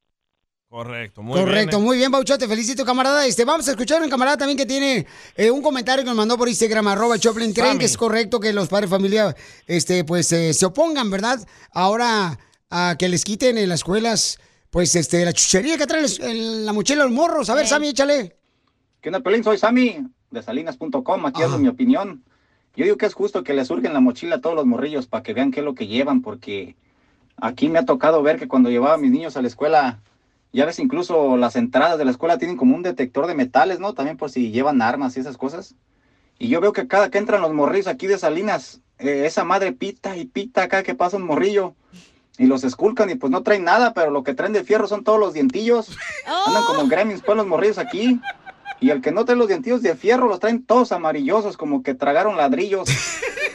[SPEAKER 3] Correcto, muy
[SPEAKER 1] Correcto,
[SPEAKER 3] bien. ¿eh?
[SPEAKER 1] muy bien, Bauchot, te felicito, camarada. Este, vamos a escuchar a un camarada también que tiene eh, un comentario que nos mandó por Instagram, arroba Choplin. ¿Creen
[SPEAKER 3] Sammy.
[SPEAKER 1] que es correcto que los padres de familia este, pues, eh, se opongan, verdad? Ahora a que les quiten en las escuelas, pues, este, la chuchería que traen los- en la mochila los morros. A ver, Sammy, échale.
[SPEAKER 6] ¿Qué onda, Pelín? Soy Sammy de salinas.com. Aquí dando mi opinión. Yo digo que es justo que le surgen la mochila a todos los morrillos para que vean qué es lo que llevan, porque aquí me ha tocado ver que cuando llevaba a mis niños a la escuela, ya ves, incluso las entradas de la escuela tienen como un detector de metales, ¿no? También por si llevan armas y esas cosas. Y yo veo que cada que entran los morrillos aquí de Salinas, eh, esa madre pita y pita acá que pasa un morrillo. Y los esculcan y pues no traen nada, pero lo que traen de fierro son todos los dientillos. Andan como gremlins pues los morrillos aquí. Y el que no trae los dientillos de fierro los traen todos amarillosos, como que tragaron ladrillos.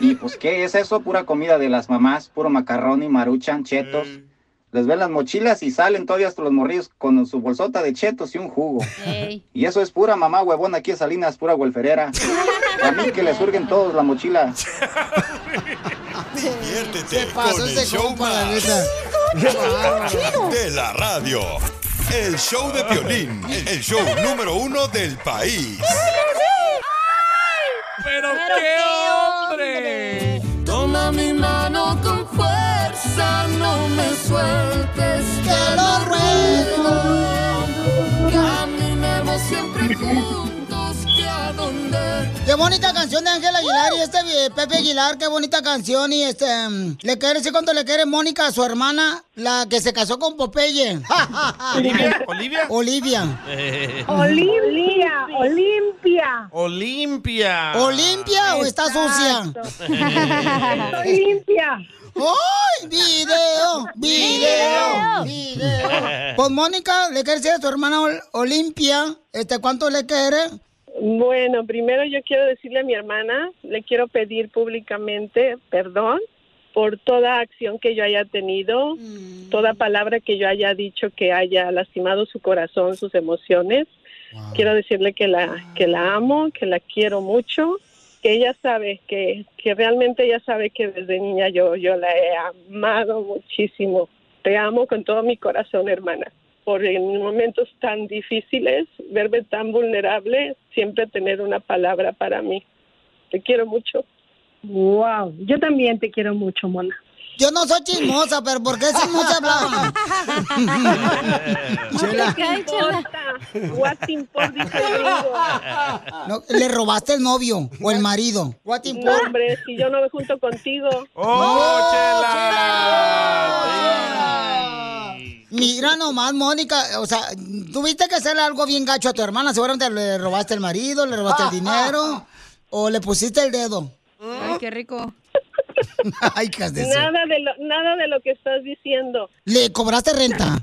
[SPEAKER 6] Y pues, ¿qué es eso? Pura comida de las mamás, puro macarrón y maruchan, chetos. Les ven las mochilas y salen todavía hasta los morrillos con su bolsota de chetos y un jugo. Y eso es pura mamá huevona aquí en Salinas, pura huelferera. A mí que le surgen todos la mochila.
[SPEAKER 2] Diviértete
[SPEAKER 1] pasó
[SPEAKER 2] con el
[SPEAKER 1] ese
[SPEAKER 2] show
[SPEAKER 1] compa, la
[SPEAKER 2] más
[SPEAKER 1] neta. Qué bárbaro.
[SPEAKER 2] de la radio. El show de violín, el show número uno del país.
[SPEAKER 3] Pero,
[SPEAKER 5] qué hombre. Toma mi mano con fuerza, no me sueltes, te lo ruego. Caminemos siempre juntos, que a donde
[SPEAKER 1] Qué bonita canción de Ángel Aguilar y este eh, Pepe Aguilar, qué bonita canción. Y este, mm, le quiere decir cuánto le quiere Mónica a su hermana, la que se casó con Popeye.
[SPEAKER 3] ¿Olivia? ¿Olivia?
[SPEAKER 1] Olivia.
[SPEAKER 3] Eh,
[SPEAKER 12] Olimpia, Olimpia.
[SPEAKER 3] Olimpia.
[SPEAKER 1] ¿O limpia o está sucia?
[SPEAKER 3] Estoy
[SPEAKER 1] limpia. ¡Ay! ¡Video! ¡Video! ¡Video! Pues Mónica, le quiere decir a su hermana Ol- Olimpia, este, ¿cuánto le quiere?
[SPEAKER 13] Bueno, primero yo quiero decirle a mi hermana, le quiero pedir públicamente perdón por toda acción que yo haya tenido, toda palabra que yo haya dicho que haya lastimado su corazón, sus emociones. Quiero decirle que la que la amo, que la quiero mucho, que ella sabe que que realmente ella sabe que desde niña yo yo la he amado muchísimo. Te amo con todo mi corazón, hermana. Por en momentos tan difíciles, verme tan vulnerable, siempre tener una palabra para mí. Te quiero mucho.
[SPEAKER 12] Wow, yo también te quiero mucho, mona.
[SPEAKER 1] Yo no soy chismosa, pero ¿por qué chismosa hablaba? Chela.
[SPEAKER 12] te
[SPEAKER 13] What the import, dice el gringo.
[SPEAKER 1] No, le robaste el novio o el marido. What
[SPEAKER 13] No, hombre, si yo no me junto contigo.
[SPEAKER 1] ¡Oh, Mira nomás, Mónica, o sea, tuviste que hacerle algo bien gacho a tu hermana. Seguramente le robaste el marido, le robaste el dinero o le pusiste el dedo.
[SPEAKER 14] Ay, qué rico.
[SPEAKER 1] Ay, hijas de su-
[SPEAKER 13] Nada de, lo, nada de lo que estás diciendo.
[SPEAKER 1] Le cobraste renta.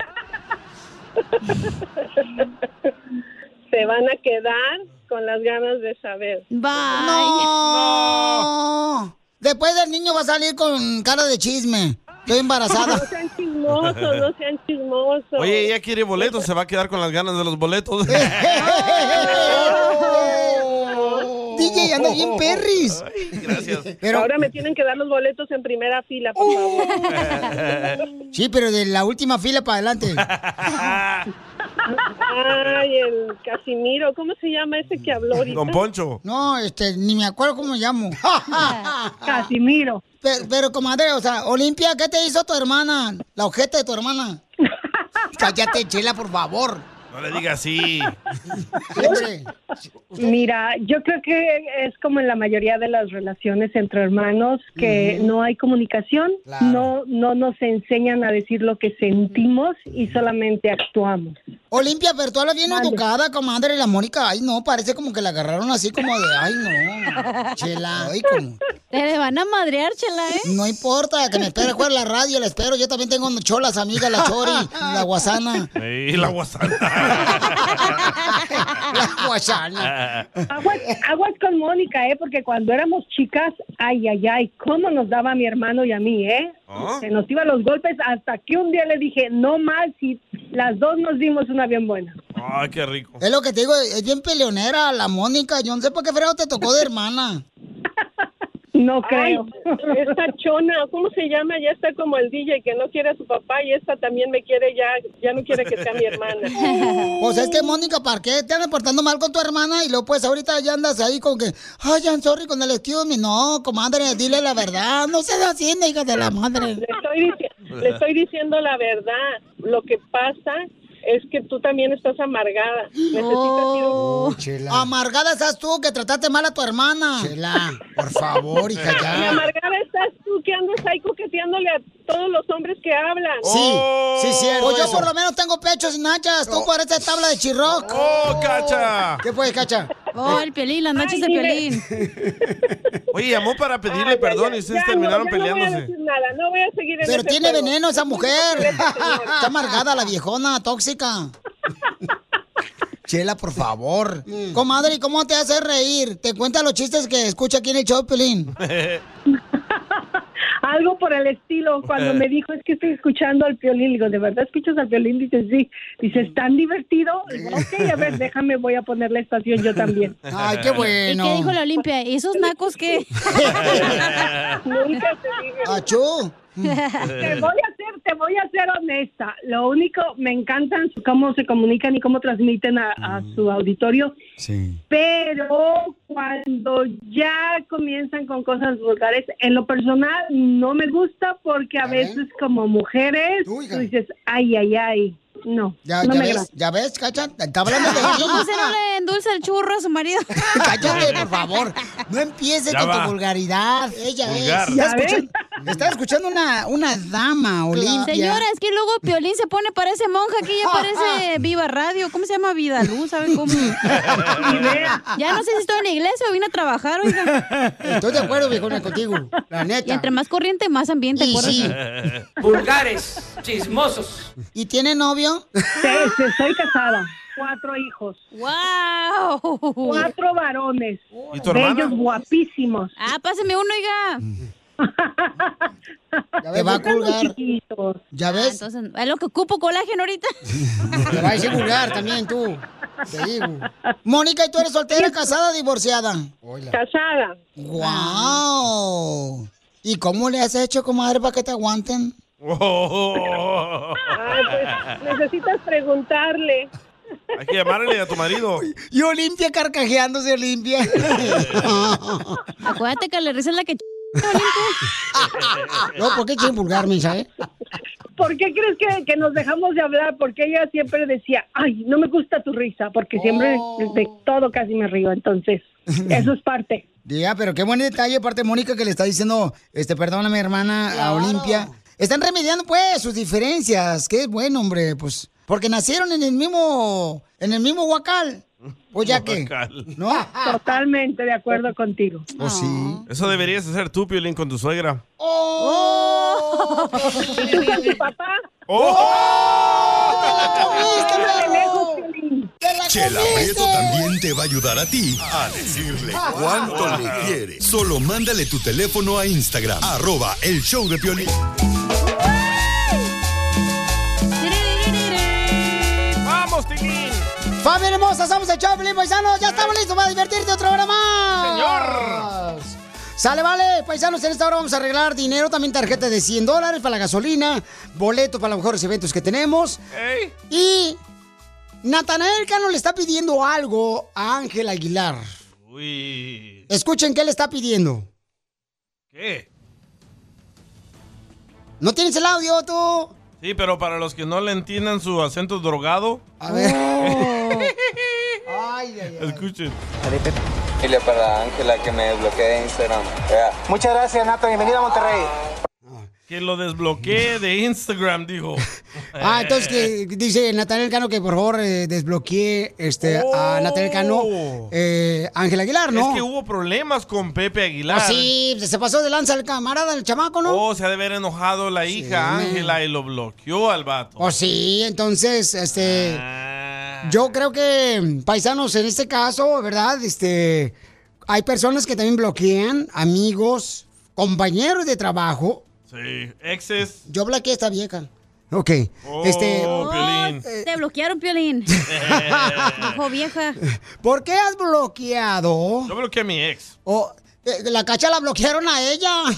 [SPEAKER 13] Se van a quedar con las ganas de saber.
[SPEAKER 1] No. Después del niño va a salir con cara de chisme. Estoy
[SPEAKER 13] No
[SPEAKER 1] embarazada.
[SPEAKER 13] sean chismosos, no sean chismosos.
[SPEAKER 3] Oye, ella quiere boletos, se va a quedar con las ganas de los boletos.
[SPEAKER 1] Eh. DJ, anda bien perris.
[SPEAKER 3] Gracias.
[SPEAKER 13] Ahora me tienen que dar los boletos en primera fila, por favor.
[SPEAKER 1] Sí, pero de la última fila para adelante.
[SPEAKER 13] Ay, el Casimiro, ¿cómo se llama ese que habló ahorita?
[SPEAKER 1] No, este, ni me acuerdo cómo me llamo. Casimiro. Pero, pero, comadre, o sea, Olimpia, ¿qué te hizo tu hermana? La ojeta de tu hermana. Cállate, chela, por favor.
[SPEAKER 3] No le digas así.
[SPEAKER 12] Mira, yo creo que es como en la mayoría de las relaciones entre hermanos que
[SPEAKER 15] Ujú.
[SPEAKER 12] no hay comunicación,
[SPEAKER 15] Claro.
[SPEAKER 12] no no nos enseñan a decir lo que sentimos y solamente actuamos.
[SPEAKER 1] Olimpia, pero tú hablas bien educada, comadre, la Mónica. Ay, no, parece como que la agarraron así como de, ay, no. Chela, ay, como.
[SPEAKER 14] Te van a madrear, chela, ¿eh?
[SPEAKER 1] No importa, que me espere jugar la radio, la espero. Yo también tengo cholas, amigas, la chori, la guasana.
[SPEAKER 3] Y la guasana.
[SPEAKER 1] La guasana.
[SPEAKER 12] Aguas, aguas con Mónica, ¿eh? Porque cuando éramos chicas, ay, ay, ay, cómo nos daba a mi hermano y a mí, ¿eh?
[SPEAKER 5] ¿Ah?
[SPEAKER 12] Se nos iban los golpes hasta que un día le dije, no más, y las dos nos dimos una bien buena.
[SPEAKER 3] Ay, qué rico.
[SPEAKER 1] Es lo que te digo, es bien peleonera la Mónica. Yo no sé por qué fregado te tocó de hermana.
[SPEAKER 12] No creo.
[SPEAKER 13] Ay, esta chona, ¿cómo se llama? Ya está como el DJ que no quiere a su papá y esta también me quiere ya, ya no quiere que sea mi hermana.
[SPEAKER 1] Pues es que Mónica, ¿para qué te andas portando mal con tu hermana? Y luego pues ahorita ya andas ahí con que, ay, I'm sorry con el excuse me. No, comadre, dile la verdad. No seas así, hija de la madre.
[SPEAKER 13] Le estoy, dici- le estoy diciendo la verdad. Lo que pasa es que tú también estás amargada. Necesitas
[SPEAKER 1] Oh.
[SPEAKER 13] ir un-
[SPEAKER 1] Amargada estás tú que trataste mal a tu hermana. Chela, por favor, hija,
[SPEAKER 13] Y
[SPEAKER 1] ya.
[SPEAKER 13] amargada estás tú que andas ahí coqueteándole a todos los hombres que hablan.
[SPEAKER 1] Sí,
[SPEAKER 13] sí, cierto
[SPEAKER 1] Pues yo
[SPEAKER 13] eso.
[SPEAKER 1] por lo menos tengo pechos y nachas. Tú pareces tabla de chirroc.
[SPEAKER 3] ¡Oh, Cacha!
[SPEAKER 1] ¿Qué fue, Cacha?
[SPEAKER 4] Oh, el pelín, las nachas
[SPEAKER 13] Ay,
[SPEAKER 4] de
[SPEAKER 13] dime.
[SPEAKER 4] pelín.
[SPEAKER 3] Oye, llamó para pedirle perdón y ustedes
[SPEAKER 13] ya no,
[SPEAKER 3] terminaron
[SPEAKER 13] ya no voy a
[SPEAKER 3] peleándose.
[SPEAKER 13] decir nada, no voy a seguir en
[SPEAKER 1] Pero
[SPEAKER 13] ese
[SPEAKER 1] tiene
[SPEAKER 13] juego.
[SPEAKER 1] veneno esa mujer. Está amargada la viejona, tóxica. Chela, por favor.
[SPEAKER 3] Mm.
[SPEAKER 1] Comadre, ¿y ¿cómo te hace reír? Te cuenta los chistes que escucha aquí en el show, Pelín.
[SPEAKER 12] Algo por el estilo. Cuando me dijo, es que estoy escuchando al violín, digo, ¿de verdad escuchas al violín? Dice, sí. Dice, ¿es tan divertido? Digo, ok, a ver, déjame, voy a poner la estación yo también.
[SPEAKER 4] Ay, qué bueno. ¿Y qué dijo la Olimpia? ¿Y esos nacos qué?
[SPEAKER 12] Nunca te dije.
[SPEAKER 1] ¡Achú!
[SPEAKER 12] Te voy a ser, te voy a ser honesta. Lo único, me encantan su- cómo se comunican y cómo transmiten a, a su auditorio.
[SPEAKER 5] Sí.
[SPEAKER 12] Pero cuando ya comienzan con cosas vulgares, en lo personal no me gusta porque a veces como mujeres tú dices, ay, ay, ay. No,
[SPEAKER 1] Ya,
[SPEAKER 12] no
[SPEAKER 1] Ah, ya
[SPEAKER 12] me
[SPEAKER 1] ves,
[SPEAKER 12] agrada.
[SPEAKER 1] ya ves, Cacha, está hablando de ti.
[SPEAKER 4] ¿Cómo se no le endulza el churro a su marido?
[SPEAKER 1] Cállate, por favor. No empieces
[SPEAKER 4] Ya
[SPEAKER 1] con
[SPEAKER 4] va.
[SPEAKER 1] tu vulgaridad. Ella
[SPEAKER 4] Vulgar.
[SPEAKER 1] es.
[SPEAKER 4] Ya
[SPEAKER 1] Está
[SPEAKER 4] ves.
[SPEAKER 1] escuchando, está escuchando una, una dama, Olimpia.
[SPEAKER 4] Señora, es que luego Piolín se pone, parece monja, que ella parece Viva Radio. ¿Cómo se llama Vida Luz? ¿Saben cómo? Ya no sé si estoy en la iglesia o vine a trabajar, oiga.
[SPEAKER 1] Estoy de acuerdo, viejona, contigo. La neta.
[SPEAKER 4] Y entre más corriente, más ambiente, ¿acuerdas?
[SPEAKER 1] Vulgares, chismosos. ¿Y tiene novio?
[SPEAKER 12] Sí, sí, estoy casada. Cuatro hijos.
[SPEAKER 4] ¡Wow!
[SPEAKER 12] Cuatro varones.
[SPEAKER 3] ¿Y tu hermana?
[SPEAKER 12] Bellos, guapísimos.
[SPEAKER 4] Ah, páseme uno, oiga.
[SPEAKER 1] Te va a colgar. ¿Ya
[SPEAKER 4] Ah,
[SPEAKER 1] ves?
[SPEAKER 4] entonces, es lo que ocupo colágeno ahorita.
[SPEAKER 1] Te va a decir vulgar también tú. Te digo. Mónica, ¿y tú eres soltera, casada, divorciada?
[SPEAKER 13] Casada.
[SPEAKER 1] ¡Wow! ¿Y cómo le has hecho, comadre, para que te aguanten?
[SPEAKER 13] Ay, pues, necesitas preguntarle.
[SPEAKER 3] Hay que llamarle a tu marido.
[SPEAKER 1] Y Olimpia carcajeándose, Olimpia.
[SPEAKER 4] Acuérdate que le risa la que ch-
[SPEAKER 1] No, ¿por qué quieren eh? vulgarme, sabes?
[SPEAKER 12] ¿Por qué crees que, que nos dejamos de hablar? Porque ella siempre decía, ay, no me gusta tu risa, porque siempre
[SPEAKER 1] Oh.
[SPEAKER 12] de todo casi me río, entonces, eso es parte.
[SPEAKER 1] Ya, pero qué buen detalle, aparte Mónica que le está diciendo, este, perdón a mi hermana, a Olimpia. Están remediando, pues, sus diferencias. Qué bueno, hombre, pues. Porque nacieron en el mismo, en el mismo huacal. Pues ya que. ¿No?
[SPEAKER 12] Totalmente de acuerdo contigo.
[SPEAKER 1] Pues sí.
[SPEAKER 3] Eso deberías hacer tú, Piolín, con tu suegra.
[SPEAKER 1] ¡Oh!
[SPEAKER 12] ¿Y tú con tu papá?
[SPEAKER 3] ¡Oh!
[SPEAKER 2] Chela Prieto también te va a ayudar a ti a decirle cuánto le quieres. Solo mándale tu teléfono a Instagram, arroba el show de Piolín.
[SPEAKER 3] ¡Vamos, Tiquín!
[SPEAKER 1] ¡Familia hermosa! ¡Somos el Choplin, paisanos! ¡Ya estamos listos para divertirte otra hora más! ¡Señor! Sale, vale, paisanos, en esta hora vamos a arreglar dinero, también tarjeta de 100 dólares para la gasolina, boleto para los mejores eventos que tenemos. Y Natanael Cano le está pidiendo algo a Ángel Aguilar.
[SPEAKER 3] Uy.
[SPEAKER 1] Escuchen qué le está pidiendo.
[SPEAKER 3] ¿Qué?
[SPEAKER 1] ¿No tienes el audio tú?
[SPEAKER 3] Sí, pero para los que no le entiendan su acento drogado.
[SPEAKER 1] A ver. Eh.
[SPEAKER 3] Escuchen.
[SPEAKER 16] Dile para Ángela que me desbloquee Instagram.
[SPEAKER 17] Muchas gracias, Nato. Bienvenido a Monterrey.
[SPEAKER 3] Que lo desbloquee de Instagram, dijo.
[SPEAKER 1] Ah, entonces que dice Natanael Cano que por favor eh, desbloquee este, a Natanael Cano, eh, Ángel Aguilar, ¿no?
[SPEAKER 3] Oh. Es que hubo problemas con Pepe Aguilar.
[SPEAKER 1] Ah, sí, se pasó de lanza el camarada, el chamaco, ¿no?
[SPEAKER 3] Oh, se ha de haber enojado la hija Ángela y lo bloqueó al vato.
[SPEAKER 1] Oh, sí, entonces, este. Yo creo que, paisanos, en este caso, ¿verdad? Este. Hay personas que también bloquean, amigos, compañeros de trabajo.
[SPEAKER 3] Sí, exes.
[SPEAKER 1] Yo bloqueé a esta vieja. Ok. este.
[SPEAKER 4] Oh, te bloquearon, Piolín. Dijo vieja.
[SPEAKER 1] ¿Por qué has bloqueado? Oh.
[SPEAKER 3] Yo bloqueé a mi ex.
[SPEAKER 1] O, eh, la cacha la bloquearon a ella.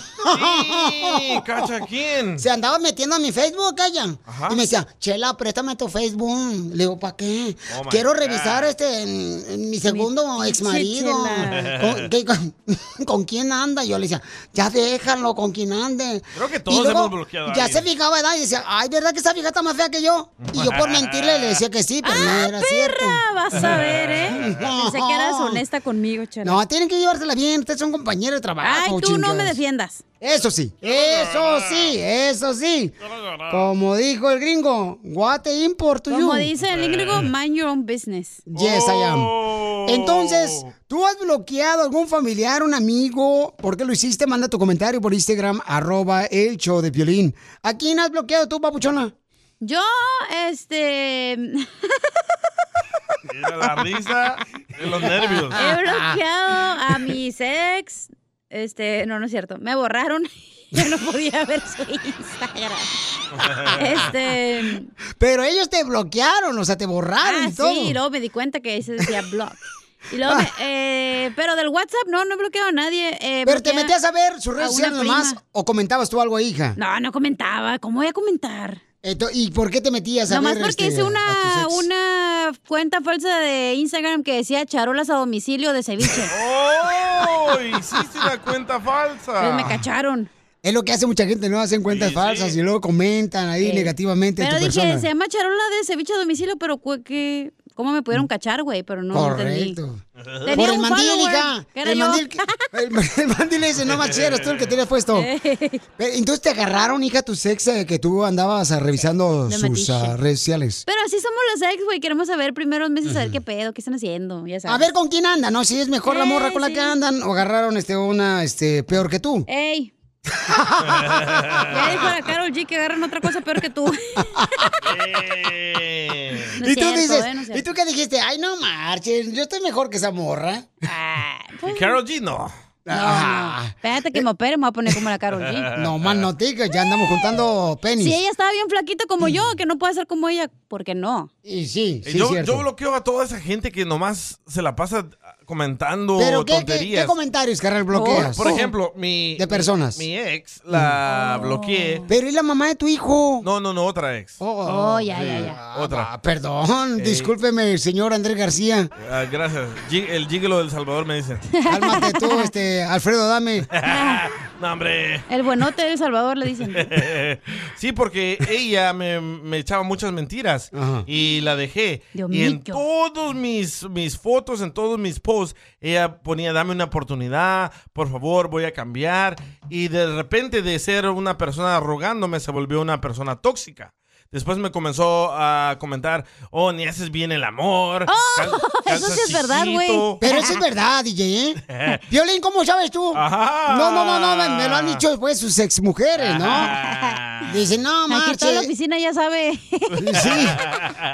[SPEAKER 3] Sí, ¿Cacha quién?
[SPEAKER 1] Se andaba metiendo a mi Facebook, ella. Y me decía, Chela, préstame tu Facebook. Le digo, ¿para qué?
[SPEAKER 5] Oh, my
[SPEAKER 1] Quiero
[SPEAKER 5] God.
[SPEAKER 1] revisar este en, en mi segundo
[SPEAKER 5] pinche
[SPEAKER 1] ex marido.
[SPEAKER 5] Chela.
[SPEAKER 1] ¿Con, qué- con, con quién anda? Yo le decía, ya déjalo, con quién ande.
[SPEAKER 3] Creo que
[SPEAKER 1] Y
[SPEAKER 3] todos
[SPEAKER 1] luego
[SPEAKER 3] hemos bloqueado a
[SPEAKER 1] Ya
[SPEAKER 3] alguien.
[SPEAKER 1] se fijaba, ¿verdad? Y decía, ay, ¿verdad que esa vieja está más fea que yo? Y yo por mentirle le decía que sí, pero no era cierto.
[SPEAKER 4] Vas a ver, ¿eh? Pensé que eras honesta conmigo, Chela.
[SPEAKER 1] No, tienen que llevársela bien. Ustedes son compañeros de trabajo.
[SPEAKER 4] Ay, tú no
[SPEAKER 1] chingados.
[SPEAKER 4] me defiendas.
[SPEAKER 1] Eso sí, eso sí, eso sí. Como dijo el gringo, what the import to you. Eh.
[SPEAKER 4] Como dice el gringo, mind your own business.
[SPEAKER 1] Yes, I am. Entonces, ¿tú has bloqueado a algún familiar, un amigo? ¿Por qué lo hiciste? Manda tu comentario por Instagram, arroba el show de Piolín. ¿A quién has bloqueado tú, papuchona?
[SPEAKER 4] Yo, este.
[SPEAKER 3] Era la risa de los nervios.
[SPEAKER 4] He bloqueado a mis ex. Este, no, no es cierto. Me borraron. Yo no podía ver su Instagram. Este.
[SPEAKER 1] Pero ellos te bloquearon, o sea, te borraron
[SPEAKER 4] Ah,
[SPEAKER 1] y todo.
[SPEAKER 4] sí, y luego me di cuenta que ahí se decía blog. Y luego me- eh, pero del WhatsApp no, no he bloqueado a nadie. eh,
[SPEAKER 1] Pero te
[SPEAKER 4] bloqueé
[SPEAKER 1] metías a ver sus redes
[SPEAKER 4] a una
[SPEAKER 1] sociales nomás
[SPEAKER 4] prima.
[SPEAKER 1] o comentabas tú algo, hija.
[SPEAKER 4] No, no comentaba. ¿Cómo voy a comentar?
[SPEAKER 1] ¿Y por qué te metías a
[SPEAKER 4] Nomás
[SPEAKER 1] ver,
[SPEAKER 4] porque
[SPEAKER 1] este,
[SPEAKER 4] hice
[SPEAKER 1] a
[SPEAKER 4] una,
[SPEAKER 1] tus ex?
[SPEAKER 4] una cuenta falsa de Instagram que decía charolas a domicilio de ceviche.
[SPEAKER 3] ¡Oh! Hiciste una cuenta falsa.
[SPEAKER 4] Pues me cacharon.
[SPEAKER 1] Es lo que hace mucha gente, ¿no? Hacen cuentas falsas y luego comentan ahí
[SPEAKER 4] Eh,
[SPEAKER 1] negativamente de
[SPEAKER 4] Pero
[SPEAKER 1] tu
[SPEAKER 4] dije,
[SPEAKER 1] persona.
[SPEAKER 4] se llama charola de ceviche a domicilio, pero cu- que... ¿Cómo me pudieron cachar, güey? Pero no entendí.
[SPEAKER 1] Mm. Correcto.
[SPEAKER 4] Tenía
[SPEAKER 1] Por el
[SPEAKER 4] un
[SPEAKER 1] mandil,
[SPEAKER 4] follower,
[SPEAKER 1] hija.
[SPEAKER 4] que era
[SPEAKER 1] El
[SPEAKER 4] yo.
[SPEAKER 1] mandil, que- el, el mandil ese, no más eres tú el que tienes puesto.
[SPEAKER 4] Eh.
[SPEAKER 1] Pero, Entonces te agarraron, hija, tu ex eh, que tú andabas ah, revisando
[SPEAKER 4] Eh, De
[SPEAKER 1] sus
[SPEAKER 4] metiche.
[SPEAKER 1] ah, redes sociales.
[SPEAKER 4] Pero así somos los ex, güey. Queremos saber primeros meses, a ver qué pedo, qué están haciendo, ya sabes.
[SPEAKER 1] A ver con quién anda, ¿no? Si es mejor la
[SPEAKER 4] Eh,
[SPEAKER 1] morra con la
[SPEAKER 4] sí.
[SPEAKER 1] que andan o agarraron este una este peor que tú.
[SPEAKER 4] ¡Ey! Ya dijo la Carol G que agarran otra cosa peor que tú. No es
[SPEAKER 1] y tú
[SPEAKER 4] cierto,
[SPEAKER 1] dices,
[SPEAKER 4] eh, no es
[SPEAKER 1] ¿y tú qué dijiste? Ay, no marches, yo estoy mejor que esa morra.
[SPEAKER 3] Y Carol G, no.
[SPEAKER 1] Ah.
[SPEAKER 4] Espérate que me opere, me voy a poner como la Carol G.
[SPEAKER 1] No más no te digas, ya andamos juntando penis.
[SPEAKER 4] Si ella estaba bien flaquita como yo, que no puede ser como ella, ¿por qué no?
[SPEAKER 1] Mm. Y sí,
[SPEAKER 3] Eh, yo, yo bloqueo a toda esa gente que nomás se la pasa ah, comentando
[SPEAKER 1] Pero ¿qué, qué,
[SPEAKER 3] tonterías.
[SPEAKER 1] qué comentarios, carnal, bloqueas?
[SPEAKER 3] Por ejemplo, mi...
[SPEAKER 1] De personas.
[SPEAKER 3] Mi, mi ex
[SPEAKER 1] Mm.
[SPEAKER 3] la bloqueé.
[SPEAKER 1] Pero ¿y la mamá de tu hijo?
[SPEAKER 3] No, no, no, otra ex.
[SPEAKER 1] Oh,
[SPEAKER 4] ya,
[SPEAKER 3] Sí, Otra.
[SPEAKER 1] Ah, Perdón,
[SPEAKER 3] Ah. Eh.
[SPEAKER 1] discúlpeme, señor Andrés García.
[SPEAKER 3] Ah, gracias. Gi- el gigolo del Salvador me dice.
[SPEAKER 1] Cálmate tú, este, Alfredo, dame.
[SPEAKER 3] no, hombre.
[SPEAKER 4] El buenote de El Salvador le dicen.
[SPEAKER 3] sí, porque ella me, me echaba muchas mentiras y la dejé.
[SPEAKER 4] Dios
[SPEAKER 3] y en
[SPEAKER 4] mío.
[SPEAKER 3] todos mis, mis fotos, en todos mis posts, ella ponía, dame una oportunidad, por favor, voy a cambiar. Y de repente de ser una persona rogándome, se volvió una persona tóxica. Después me comenzó a comentar, oh, ni haces bien el amor. cal-
[SPEAKER 4] ¡Oh! Eso sí es verdad, güey.
[SPEAKER 3] calzacicito".
[SPEAKER 1] Pero eso es verdad, DJ, ¿eh? Violín, ¿cómo sabes tú?
[SPEAKER 3] Ajá.
[SPEAKER 1] No, no, no, no, me, me lo han dicho después sus exmujeres, ¿no? Dicen, no,
[SPEAKER 4] Aquí toda la
[SPEAKER 1] marche.
[SPEAKER 4] oficina ya sabe.
[SPEAKER 1] Sí.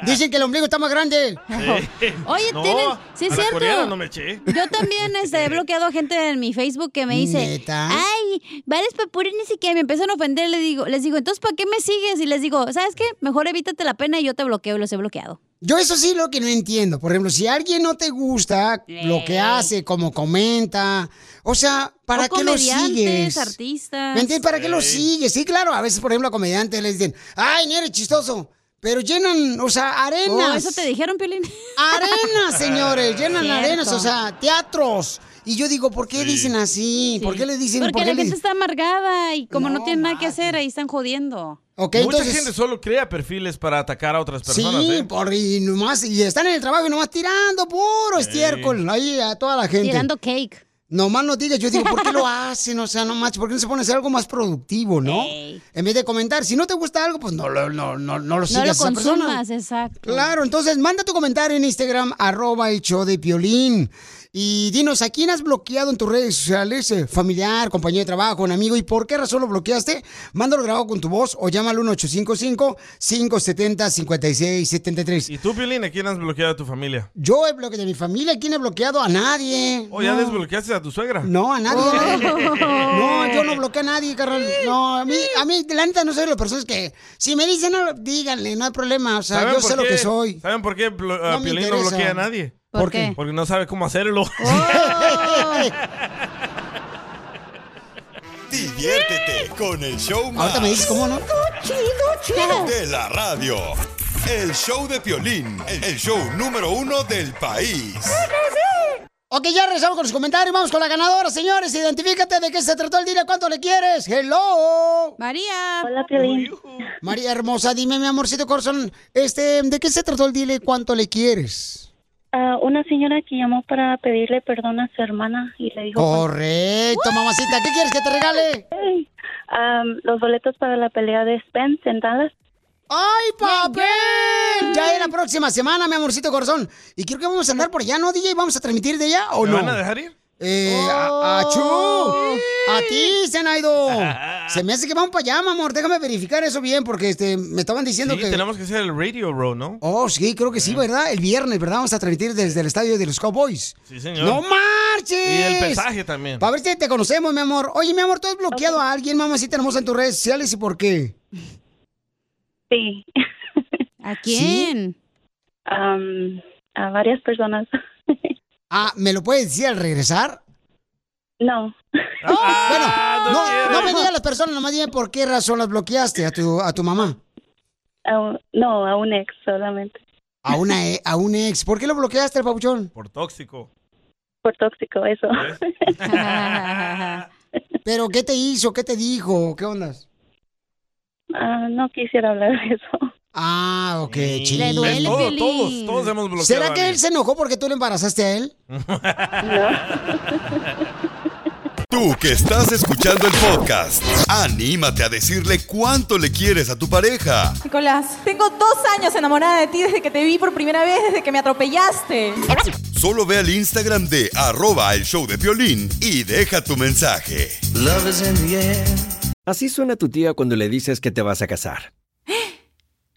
[SPEAKER 1] Dicen que el ombligo está más grande.
[SPEAKER 4] Oye,
[SPEAKER 1] No,
[SPEAKER 4] tienen. Sí,
[SPEAKER 1] a
[SPEAKER 4] es
[SPEAKER 1] la
[SPEAKER 4] cierto.
[SPEAKER 1] coreana no me eché.
[SPEAKER 4] Yo también este, he bloqueado a gente en mi Facebook que me dice.
[SPEAKER 1] ¿Neta?
[SPEAKER 4] Ay, varios papurines y que me empiezan a ofender. Les digo, les digo, entonces, ¿para qué me sigues? Y les digo, ¿sabes qué? Mejor evítate la pena y yo te bloqueo y los he bloqueado.
[SPEAKER 1] Yo eso sí lo que no entiendo. Por ejemplo, si alguien no te gusta lo que hace, como comenta, o sea, ¿para
[SPEAKER 4] O
[SPEAKER 1] qué lo
[SPEAKER 4] comediantes,
[SPEAKER 1] sigues?
[SPEAKER 4] artistas.
[SPEAKER 1] ¿Me entiendes? ¿Para qué lo
[SPEAKER 4] Sí.
[SPEAKER 1] sigues? Sí, claro, a veces, por ejemplo, a comediantes les dicen, ay, no eres chistoso, pero llenan, o sea, arenas.
[SPEAKER 4] Oh, ¿Eso te dijeron, Piolín?
[SPEAKER 1] Arenas, señores, llenan
[SPEAKER 4] Cierto.
[SPEAKER 1] arenas, o sea, teatros. Y yo digo, ¿por qué dicen así? ¿Por qué le dicen?
[SPEAKER 4] Porque
[SPEAKER 1] por qué
[SPEAKER 4] la
[SPEAKER 1] le
[SPEAKER 4] gente
[SPEAKER 1] dicen?
[SPEAKER 4] está amargada y como no, tienen nada que hacer, ahí están jodiendo.
[SPEAKER 1] Ok,
[SPEAKER 3] Mucha
[SPEAKER 1] entonces-
[SPEAKER 3] gente solo crea perfiles para atacar a otras personas.
[SPEAKER 1] Sí,
[SPEAKER 3] ¿eh?
[SPEAKER 1] por, y nomás, y están en el trabajo y nomás tirando puro estiércol ahí a toda la gente.
[SPEAKER 4] Tirando cake.
[SPEAKER 1] Nomás no digas, yo digo, ¿por qué lo hacen? O sea, no manches, ¿por qué no se pone a hacer algo más productivo, no? En vez de comentar, si no te gusta algo, pues no, lo- no, no, no lo
[SPEAKER 4] No
[SPEAKER 1] sigas a
[SPEAKER 4] lo
[SPEAKER 1] esa persona.
[SPEAKER 4] consumas, exacto.
[SPEAKER 1] Claro, entonces manda tu comentario en Instagram, arroba el show de Piolín. Y dinos, ¿a quién has bloqueado en tus redes sociales? Eh, Familiar, compañero de trabajo, un amigo. ¿Y por qué razón lo bloqueaste? Mándalo grabado con tu voz o llama al 1855-570-5673.
[SPEAKER 3] ¿Y tú, Piolín, a quién has bloqueado a tu familia?
[SPEAKER 1] Yo he bloqueado de mi familia, ¿quién he bloqueado? A nadie.
[SPEAKER 3] ¿O Oh, ya Oh.
[SPEAKER 1] No.
[SPEAKER 3] desbloqueaste a tu suegra?
[SPEAKER 1] No, a nadie. No, yo no bloqueo a nadie, carnal. No, a mí, a mí, la neta, no soy de las personas que. Si me dicen, no, díganle, no hay problema. O sea,
[SPEAKER 3] ¿Saben
[SPEAKER 1] yo
[SPEAKER 3] por
[SPEAKER 1] sé lo
[SPEAKER 3] qué-
[SPEAKER 1] que soy.
[SPEAKER 3] ¿Saben por qué blo-
[SPEAKER 1] No
[SPEAKER 3] uh,
[SPEAKER 1] me
[SPEAKER 3] Piolín no
[SPEAKER 1] interesa.
[SPEAKER 3] bloquea a nadie?
[SPEAKER 5] Oh.
[SPEAKER 1] ¿Por ¿Por qué? qué?
[SPEAKER 3] Porque no sabe cómo hacerlo.
[SPEAKER 2] Diviértete con el show más.
[SPEAKER 5] Ahorita me dices cómo, ¿no?
[SPEAKER 2] Chido,
[SPEAKER 5] chido.
[SPEAKER 2] De la radio. El show de Piolín, el show número uno del país.
[SPEAKER 1] Ok, ya regresamos con los comentarios. Vamos con la ganadora, señores. Identifícate de qué se trató el día, cuánto le quieres. Hello.
[SPEAKER 4] María.
[SPEAKER 18] Hola, Piolín.
[SPEAKER 1] María hermosa, dime, mi amorcito corazón, este, ¿de qué se trató el dile cuánto le quieres?
[SPEAKER 18] Ah, una señora que llamó para pues. pedirle perdón a su hermana y le dijo...
[SPEAKER 1] Correcto, mamacita. ¿Qué quieres que te regale?
[SPEAKER 18] Am, los boletos para la pelea de Spence en Dallas.
[SPEAKER 1] ¡Ay, papel! Ya es la próxima semana, mi amorcito corazón. Y creo que vamos a andar por allá, ¿no, DJ? ¿Vamos a transmitir de allá o
[SPEAKER 3] ¿Me
[SPEAKER 1] no?
[SPEAKER 3] van a dejar ir?
[SPEAKER 1] Eh, a, a Chu, a ti,
[SPEAKER 3] ¡Oh!
[SPEAKER 1] Zenaido. Se me hace que vamos para allá, mi amor. Déjame verificar eso bien, porque este, me estaban diciendo
[SPEAKER 3] Sí, Eh.
[SPEAKER 1] que.
[SPEAKER 3] tenemos que hacer el Radio Row, ¿no?
[SPEAKER 1] Oh, sí, creo que sí, ¿verdad? El viernes, ¿verdad? Vamos a transmitir desde el estadio de los Cowboys.
[SPEAKER 3] Sí, señor.
[SPEAKER 1] ¡No marches!
[SPEAKER 3] Y el pesaje también.
[SPEAKER 1] Para ver si te conocemos, mi amor. Oye, mi amor, ¿tú has bloqueado a alguien, mamacita hermosa, en tus redes sociales y por qué?
[SPEAKER 18] Sí.
[SPEAKER 4] ¿A
[SPEAKER 1] quién?
[SPEAKER 19] Um,
[SPEAKER 18] mm, a varias personas.
[SPEAKER 1] Ah, ¿me lo puedes decir al regresar? Ah,
[SPEAKER 18] No.
[SPEAKER 3] Ah,
[SPEAKER 1] bueno, no, no me digas las personas, nomás dime por qué razón las bloqueaste a tu, a tu mamá.
[SPEAKER 18] A un- no, a un ex solamente.
[SPEAKER 1] A, una, e- a un ex. ¿Por qué lo bloqueaste, el papuchón?
[SPEAKER 3] Por tóxico.
[SPEAKER 18] Por tóxico, eso.
[SPEAKER 1] ¿Pero qué te hizo? ¿Qué te dijo? ¿Qué ondas?
[SPEAKER 18] Ah, no quisiera hablar de eso.
[SPEAKER 1] Ah, ok,
[SPEAKER 18] Le
[SPEAKER 1] chido.
[SPEAKER 18] duele, Todos, Piolín. todos,
[SPEAKER 3] todos hemos bloqueado
[SPEAKER 1] ¿Será
[SPEAKER 3] a
[SPEAKER 1] que él
[SPEAKER 3] alguien.
[SPEAKER 1] se enojó porque tú le embarazaste a él?
[SPEAKER 2] Tú que estás escuchando el podcast, anímate a decirle cuánto le quieres a tu pareja.
[SPEAKER 20] Nicolás, tengo dos años enamorada de ti desde que te vi por primera vez, desde que me atropellaste.
[SPEAKER 2] Solo ve al Instagram de arroba el show de violín y deja tu mensaje.
[SPEAKER 21] Así suena tu tía cuando le dices que te vas a casar.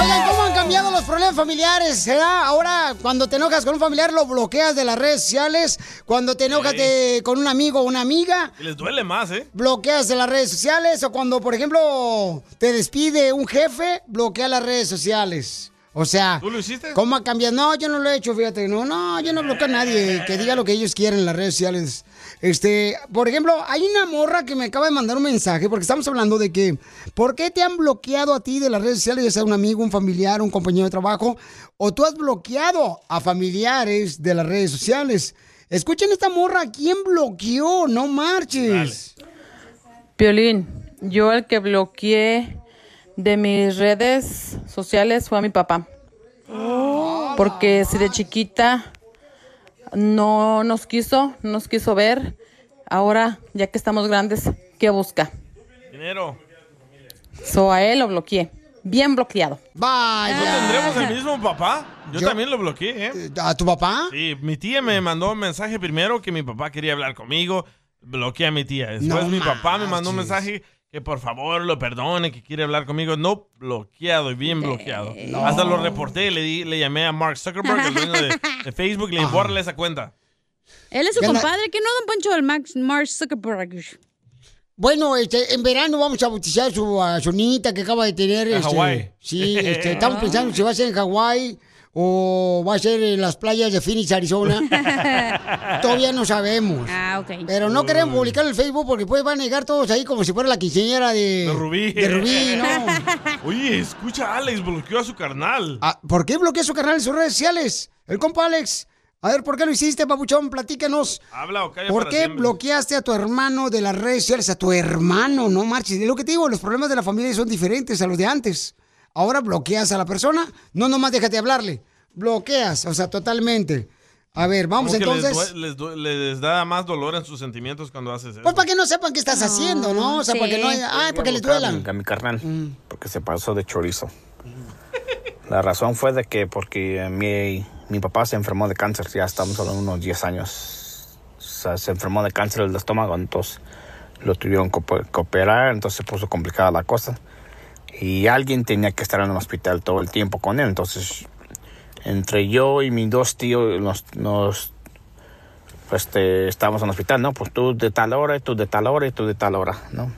[SPEAKER 1] Oigan, ¿cómo han cambiado los problemas familiares? ¿Será ahora cuando te enojas con un familiar lo bloqueas de las redes sociales? Cuando te enojas de- con un amigo o una amiga,
[SPEAKER 3] Y les duele más, ¿eh?
[SPEAKER 1] bloqueas de las redes sociales. O cuando, por ejemplo, te despide un jefe, bloquea las redes sociales. O sea,
[SPEAKER 3] ¿Tú lo hiciste?
[SPEAKER 1] ¿cómo ha cambiado? No, yo no lo he hecho, fíjate. No, no, yo no bloqueo a nadie. Que diga lo que ellos quieren en las redes sociales. Este, por ejemplo, hay una morra que me acaba de mandar un mensaje porque estamos hablando de que, ¿por qué te han bloqueado a ti de las redes sociales, ya sea un amigo, un familiar, un compañero de trabajo? O tú has bloqueado a familiares de las redes sociales. Escuchen esta morra, ¿quién bloqueó? No marches.
[SPEAKER 22] Piolín, yo el que bloqueé de mis redes sociales fue a mi papá. Porque si de chiquita no nos quiso, no nos quiso ver, ahora ya que estamos grandes, ¿qué busca?
[SPEAKER 3] Dinero.
[SPEAKER 22] So a él lo bloqueé. Bien bloqueado.
[SPEAKER 3] ¿No tendremos el mismo papá? Yo, también lo bloqueé, ¿eh?
[SPEAKER 1] ¿A tu papá?
[SPEAKER 3] Sí, mi tía me mandó un mensaje primero que mi papá quería hablar conmigo. Bloqueé a mi tía. Después
[SPEAKER 23] No
[SPEAKER 3] mi papá me mandó un
[SPEAKER 23] marches.
[SPEAKER 3] mensaje que por favor lo perdone, que quiere hablar conmigo. No, bloqueado y bien bloqueado. Hasta lo reporté, le, di, le llamé a Mark Zuckerberg, el dueño de, de Facebook, y le dije, "Bórrale esa cuenta.
[SPEAKER 4] Él es su
[SPEAKER 3] Ya la-
[SPEAKER 4] compadre, que no, don Poncho, el Max Mark Zuckerberg.
[SPEAKER 1] Bueno, este, en verano vamos a bautizar su, a su niñita que acaba de tener.
[SPEAKER 3] En
[SPEAKER 1] este,
[SPEAKER 3] Hawái.
[SPEAKER 1] Sí, este,
[SPEAKER 5] Ah.
[SPEAKER 1] estamos pensando si va a ser en Hawái o va a ser en las playas de Phoenix, Arizona. Todavía no sabemos.
[SPEAKER 4] Ah, ok.
[SPEAKER 1] Pero no queremos publicar en el Facebook porque pues van a llegar todos ahí como si fuera la quinceañera de,
[SPEAKER 3] De Rubí.
[SPEAKER 1] De Rubí, ¿no?
[SPEAKER 3] Oye, escucha, Alex bloqueó a su carnal.
[SPEAKER 1] Ah, ¿Por qué bloqueó su canal en sus redes sociales? El compa Alex. A ver, ¿por qué lo hiciste, papuchón? Platícanos.
[SPEAKER 3] Habla o calla
[SPEAKER 1] ¿Por
[SPEAKER 3] para
[SPEAKER 1] qué
[SPEAKER 3] siempre.
[SPEAKER 1] bloqueaste a tu hermano de las redes sociales? A tu hermano, no marches. Es lo que te digo, los problemas de la familia son diferentes a los de antes. Ahora bloqueas a la persona, no nomás déjate hablarle. Bloqueas, o sea, totalmente. A ver, vamos
[SPEAKER 3] Como que les
[SPEAKER 1] entonces.
[SPEAKER 3] due- Les, due- les da más dolor en sus sentimientos cuando haces eso.
[SPEAKER 1] Pues para que no sepan qué estás haciendo, ¿no? O sea, para que no haya. Ay, para que Ah, les
[SPEAKER 24] A
[SPEAKER 1] duela.
[SPEAKER 24] mi- a mi carnal, porque se pasó de chorizo. La razón fue de que porque eh, mi, mi papá se enfermó de cáncer, ya estamos hablando de unos 10 años. O sea, se enfermó de cáncer del estómago, entonces lo tuvieron que op- que operar, entonces se puso complicada la cosa. Y alguien tenía que estar en el hospital todo el tiempo con él, entonces entre yo y mis dos tíos nos, nos este, estábamos en el hospital, ¿no? Pues tú de tal hora, y tú de tal hora y tú de tal hora, ¿no?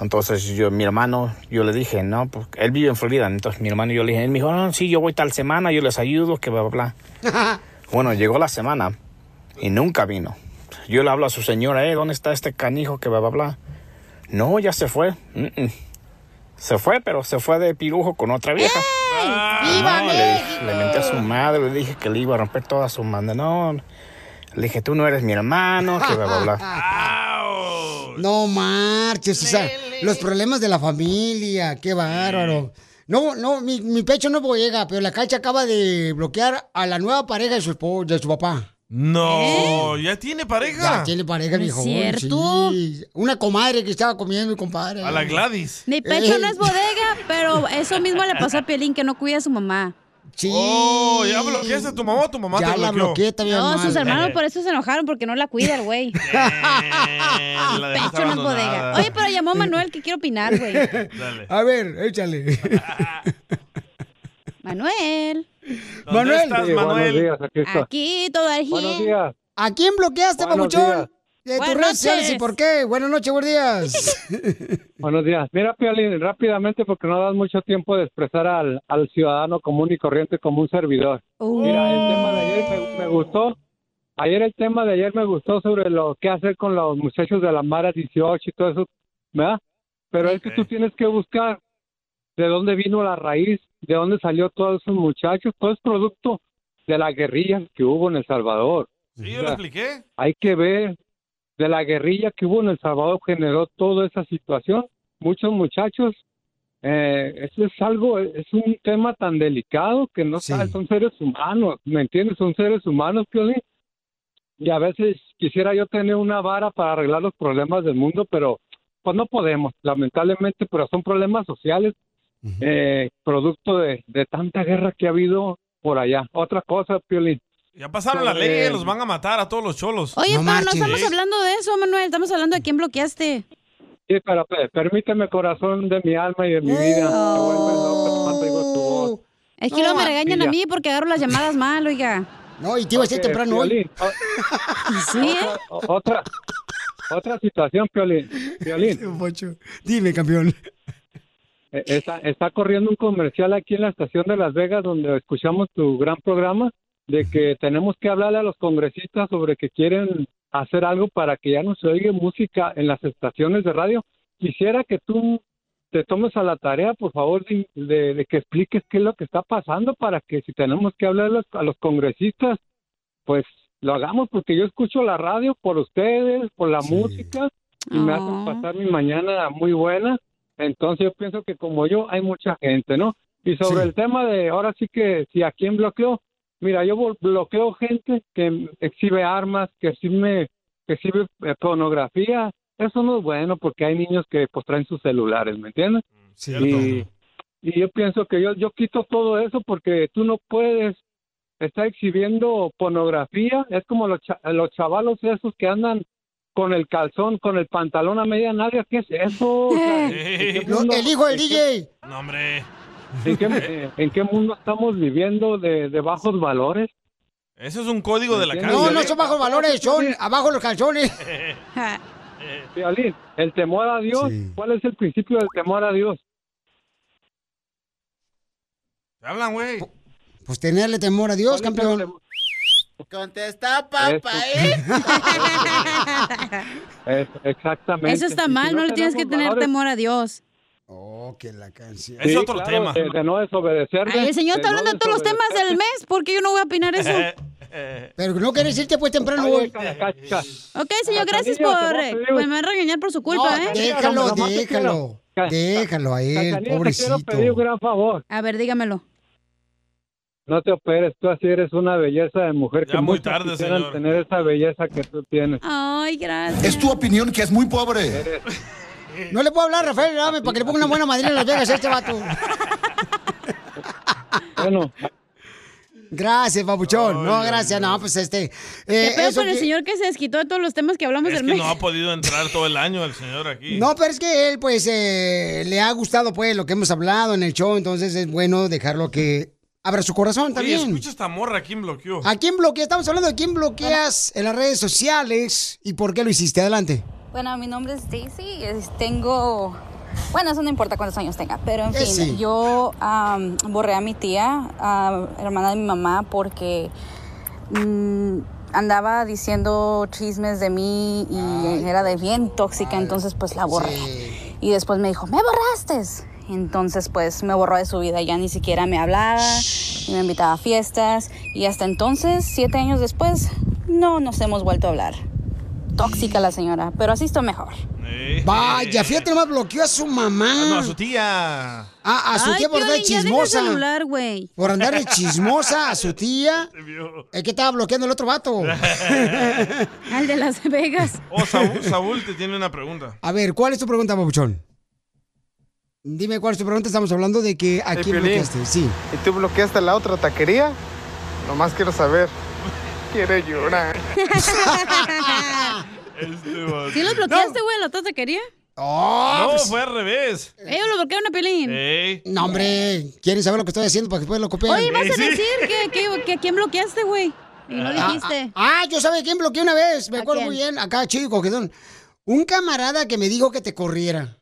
[SPEAKER 24] Entonces yo, mi hermano, yo le dije, no, pues, él vive en Florida, entonces mi hermano yo le dije, él me dijo, no, sí, yo voy tal semana, yo les ayudo, que bla, bla, bla. Bueno, llegó la semana y nunca vino. Yo le hablo a su señora, eh, ¿dónde está este canijo que bla, bla, bla? No, ya se fue. Mm, mm. Se fue, pero se fue de pirujo con otra vieja.
[SPEAKER 5] ¡Viva
[SPEAKER 24] No, le, dije- le menté a su madre, le dije que le iba a romper toda su manda. No, le dije, tú no eres mi hermano, que bla, bla, bla.
[SPEAKER 1] No marches, o sea, los problemas de la familia, qué bárbaro. No, no, mi, mi pecho no llega, pero la cacha acaba de bloquear a la nueva pareja de su, espo- de su papá.
[SPEAKER 4] ¿Eh?
[SPEAKER 1] ¿Eh?
[SPEAKER 3] No, ya tiene pareja.
[SPEAKER 1] Ya tiene pareja,
[SPEAKER 3] No es
[SPEAKER 1] viejo.
[SPEAKER 3] cierto.
[SPEAKER 1] sí. Una comadre que estaba comiendo mi compadre.
[SPEAKER 3] A la Gladys.
[SPEAKER 4] Mi pecho
[SPEAKER 1] Ey.
[SPEAKER 4] no es bodega, pero eso mismo le pasó a Pielín, que no cuida a su mamá.
[SPEAKER 1] Sí.
[SPEAKER 3] Oh, ya bloqueaste a tu mamá o tu mamá
[SPEAKER 4] Ya
[SPEAKER 3] te bloqueó.
[SPEAKER 4] la
[SPEAKER 1] bloqueé también,
[SPEAKER 4] No, sus hermanos
[SPEAKER 3] Eh,
[SPEAKER 4] por eso se enojaron, porque no la cuida el güey.
[SPEAKER 3] la dejaste
[SPEAKER 4] Ah, pecho no es bodega.
[SPEAKER 3] abandonada.
[SPEAKER 4] Oye, pero llamó Manuel que quiero opinar, güey.
[SPEAKER 1] A ver, échale.
[SPEAKER 4] Manuel.
[SPEAKER 1] Manuel.
[SPEAKER 5] estás, Sí, buenos Manuel? días, aquí estoy.
[SPEAKER 4] Aquí todo el
[SPEAKER 5] Buenos
[SPEAKER 4] gil.
[SPEAKER 5] días.
[SPEAKER 1] ¿A quién bloqueaste,
[SPEAKER 5] Buenos
[SPEAKER 1] papuchón? De tus
[SPEAKER 4] Buenas
[SPEAKER 1] redes sociales y
[SPEAKER 4] noches.
[SPEAKER 1] por qué. Buenas noches, buenos días.
[SPEAKER 7] Buenos días. Mira, Piolín, rápidamente, porque no das mucho tiempo de expresar al, al ciudadano común y corriente como un servidor. Mira, el tema de ayer me, me gustó. Ayer el tema de ayer me gustó sobre lo que hacer con los muchachos de la Mara 18 y todo eso, ¿verdad? Pero es que tú tienes que buscar de dónde vino la raíz, de dónde salió todos esos muchachos, todo es producto de las guerrillas que hubo en El Salvador.
[SPEAKER 3] Sí, yo lo expliqué.
[SPEAKER 7] Hay que ver de la guerrilla que hubo en El Salvador generó toda esa situación. Muchos muchachos, eh, eso es algo, es un tema tan delicado que no saben, son seres humanos, ¿me entiendes? Son seres humanos, Piolín. Y a veces quisiera yo tener una vara para arreglar los problemas del mundo, pero pues no podemos, lamentablemente, pero son problemas sociales, eh, producto de, de tanta guerra que ha habido por allá. Otra cosa, Piolín.
[SPEAKER 3] Ya pasaron la ley,
[SPEAKER 7] Eh.
[SPEAKER 3] los van a matar a todos los cholos.
[SPEAKER 4] Oye, pero no estamos
[SPEAKER 3] Sí.
[SPEAKER 4] hablando de eso, Manuel. Estamos hablando de quién bloqueaste.
[SPEAKER 7] Sí, pero pe- permíteme, corazón de mi alma y de mi vida. Te
[SPEAKER 5] Pues,
[SPEAKER 7] vuelves loco cuando oigo pues, tu voz.
[SPEAKER 4] Es que no me regañan a
[SPEAKER 7] Mira.
[SPEAKER 4] mí porque agarro las llamadas mal, oiga.
[SPEAKER 1] No, y
[SPEAKER 7] te iba a decir Ok, temprano ¿eh? hoy. Piolín,
[SPEAKER 4] Sí, ¿eh?
[SPEAKER 7] O- Otra, otra situación, Piolín. Piolín.
[SPEAKER 1] Dime, campeón.
[SPEAKER 7] eh, Está, está corriendo un comercial aquí en la estación de Las Vegas donde escuchamos tu gran programa de que tenemos que hablarle a los congresistas sobre que quieren hacer algo para que ya no se oiga música en las estaciones de radio. Quisiera que tú te tomes a la tarea, por favor, de, de- de que expliques qué es lo que está pasando para que si tenemos que hablar a los- a los congresistas, pues lo hagamos porque yo escucho la radio por ustedes, por la música y me hacen pasar mi mañana muy buena. Entonces yo pienso que como yo hay mucha gente, ¿no? Y sobre el tema de ahora sí que si a quién bloqueo, mira, yo bol- bloqueo gente que exhibe armas, que exhibe, que exhibe eh, pornografía. Eso no es bueno porque hay niños que pues traen sus celulares, ¿me entiendes? Y, y yo pienso que yo, yo quito todo eso porque tú no puedes estar exhibiendo pornografía. Es como los, cha- los chavalos esos que andan con el calzón, con el pantalón a media nalga. ¿Qué es eso? O sea, ¿en qué mundo-
[SPEAKER 1] el hijo del
[SPEAKER 7] en qué-
[SPEAKER 1] DJ.
[SPEAKER 3] No, hombre.
[SPEAKER 7] ¿En qué, eh, en qué mundo estamos viviendo de, de bajos valores?
[SPEAKER 3] Ese es un código de la
[SPEAKER 7] No,
[SPEAKER 3] cárcel.
[SPEAKER 7] pues,
[SPEAKER 1] No, no son bajos valores, son abajo los calzones.
[SPEAKER 7] Piolín, el temor a Dios, ¿cuál es el principio del temor a Dios?
[SPEAKER 3] hablan, güey?
[SPEAKER 1] Pues tenerle temor a Dios, campeón.
[SPEAKER 5] Contesta, papá, ¿eh?
[SPEAKER 7] Es- exactamente.
[SPEAKER 4] Eso está
[SPEAKER 7] Y si
[SPEAKER 4] mal, no, le tienes que
[SPEAKER 7] tenemos
[SPEAKER 4] tener
[SPEAKER 7] valores-
[SPEAKER 4] temor a Dios.
[SPEAKER 1] Oh, que la canción.
[SPEAKER 7] Sí, claro, De, de no desobedecer.
[SPEAKER 4] Ay, el señor está hablando de todos los temas del mes, ¿por qué yo no voy a opinar eso?
[SPEAKER 1] Pero no quieres irte pues temprano.
[SPEAKER 4] Ay,
[SPEAKER 1] No,
[SPEAKER 4] Ok, señor, gracias
[SPEAKER 1] Cachanilla,
[SPEAKER 4] por...
[SPEAKER 1] te voy a
[SPEAKER 4] eh,
[SPEAKER 1] pedir-
[SPEAKER 4] Pues me va a regañar por su culpa, ¿eh?
[SPEAKER 1] déjalo,
[SPEAKER 7] Nomás te
[SPEAKER 1] déjalo. Déjalo a él,
[SPEAKER 7] Cachanilla, te quiero pedir
[SPEAKER 1] pobrecito.
[SPEAKER 7] un gran favor.
[SPEAKER 4] A ver, dígamelo.
[SPEAKER 7] No te operes, tú así eres una belleza de mujer que muy tarde, quisieran tener esa belleza que tú tienes.
[SPEAKER 4] Ay, gracias.
[SPEAKER 7] Es tu opinión que es muy pobre.
[SPEAKER 1] No le puedo hablar a Rafael Rame para que le ponga una buena madrina en Las Vegas a este vato.
[SPEAKER 7] Bueno.
[SPEAKER 1] Gracias, papuchón. no, gracias, no, pues este. eh,
[SPEAKER 4] ¿Qué pedo
[SPEAKER 1] eso
[SPEAKER 4] con el
[SPEAKER 1] que-
[SPEAKER 4] señor que se desquitó de todos los temas que hablamos
[SPEAKER 3] Es
[SPEAKER 4] del
[SPEAKER 3] que
[SPEAKER 4] mes?
[SPEAKER 3] no ha podido entrar todo el año el señor aquí.
[SPEAKER 1] No, pero es que él, pues, eh, le ha gustado, pues, lo que hemos hablado en el show, entonces es bueno dejarlo que abra su corazón
[SPEAKER 3] Oye,
[SPEAKER 1] también.
[SPEAKER 3] escucha esta morra, ¿quién bloqueó?
[SPEAKER 1] ¿A quién bloqueas? Estamos hablando de quién bloqueas en las redes sociales y por qué lo hiciste. Adelante.
[SPEAKER 6] Bueno, mi nombre es Daisy, es- tengo... Bueno, eso no importa cuántos años tenga, pero en fin,
[SPEAKER 1] Daisy.
[SPEAKER 6] yo am, borré a mi tía, am, hermana de mi mamá, porque mm, andaba diciendo chismes de mí y era de bien tóxica, entonces pues la borré. Y después me dijo, me borraste. Entonces pues me borró de su vida, ya ni siquiera me hablaba, ni me invitaba a fiestas. Y hasta entonces, siete años después, no nos hemos vuelto a hablar. Tóxica la señora, pero así está mejor.
[SPEAKER 1] Vaya, fíjate, nomás bloqueó a su mamá.
[SPEAKER 3] Eh, Ah, No, a su tía.
[SPEAKER 1] Ah, a su
[SPEAKER 4] Ay,
[SPEAKER 1] tía por andar
[SPEAKER 4] Piolín, ya deja el
[SPEAKER 1] chismosa.
[SPEAKER 4] celular, güey.
[SPEAKER 1] Por andar de chismosa a su tía. Es que estaba bloqueando el otro vato.
[SPEAKER 4] Al de Las Vegas.
[SPEAKER 3] Oh, Saúl, Saúl te tiene una pregunta.
[SPEAKER 1] A ver, ¿cuál es tu pregunta, papuchón? Dime cuál es tu pregunta. Estamos hablando de que a
[SPEAKER 17] Eh,
[SPEAKER 1] quién
[SPEAKER 17] Piolín.
[SPEAKER 1] bloqueaste. Sí.
[SPEAKER 17] ¿Y tú bloqueaste la otra taquería? Nomás quiero saber. Quiero llorar.
[SPEAKER 4] ¿Sí los bloqueaste, güey? ¿La otra te quería?
[SPEAKER 3] no,
[SPEAKER 1] pues-
[SPEAKER 3] fue al revés.
[SPEAKER 4] Ellos lo bloquearon a Pelín.
[SPEAKER 1] Eh, No, hombre. ¿Quieren saber lo que estoy haciendo para que después lo copien?
[SPEAKER 4] Oye, vas a decir que, que, que a quién bloqueaste, güey. Y no
[SPEAKER 1] Ah,
[SPEAKER 4] dijiste.
[SPEAKER 1] Ah, ah, yo sabía quién bloqueé una vez. Me
[SPEAKER 4] ¿A
[SPEAKER 1] acuerdo
[SPEAKER 4] quién?
[SPEAKER 1] muy bien. Acá, chico, que son. Un camarada que me dijo que te corriera.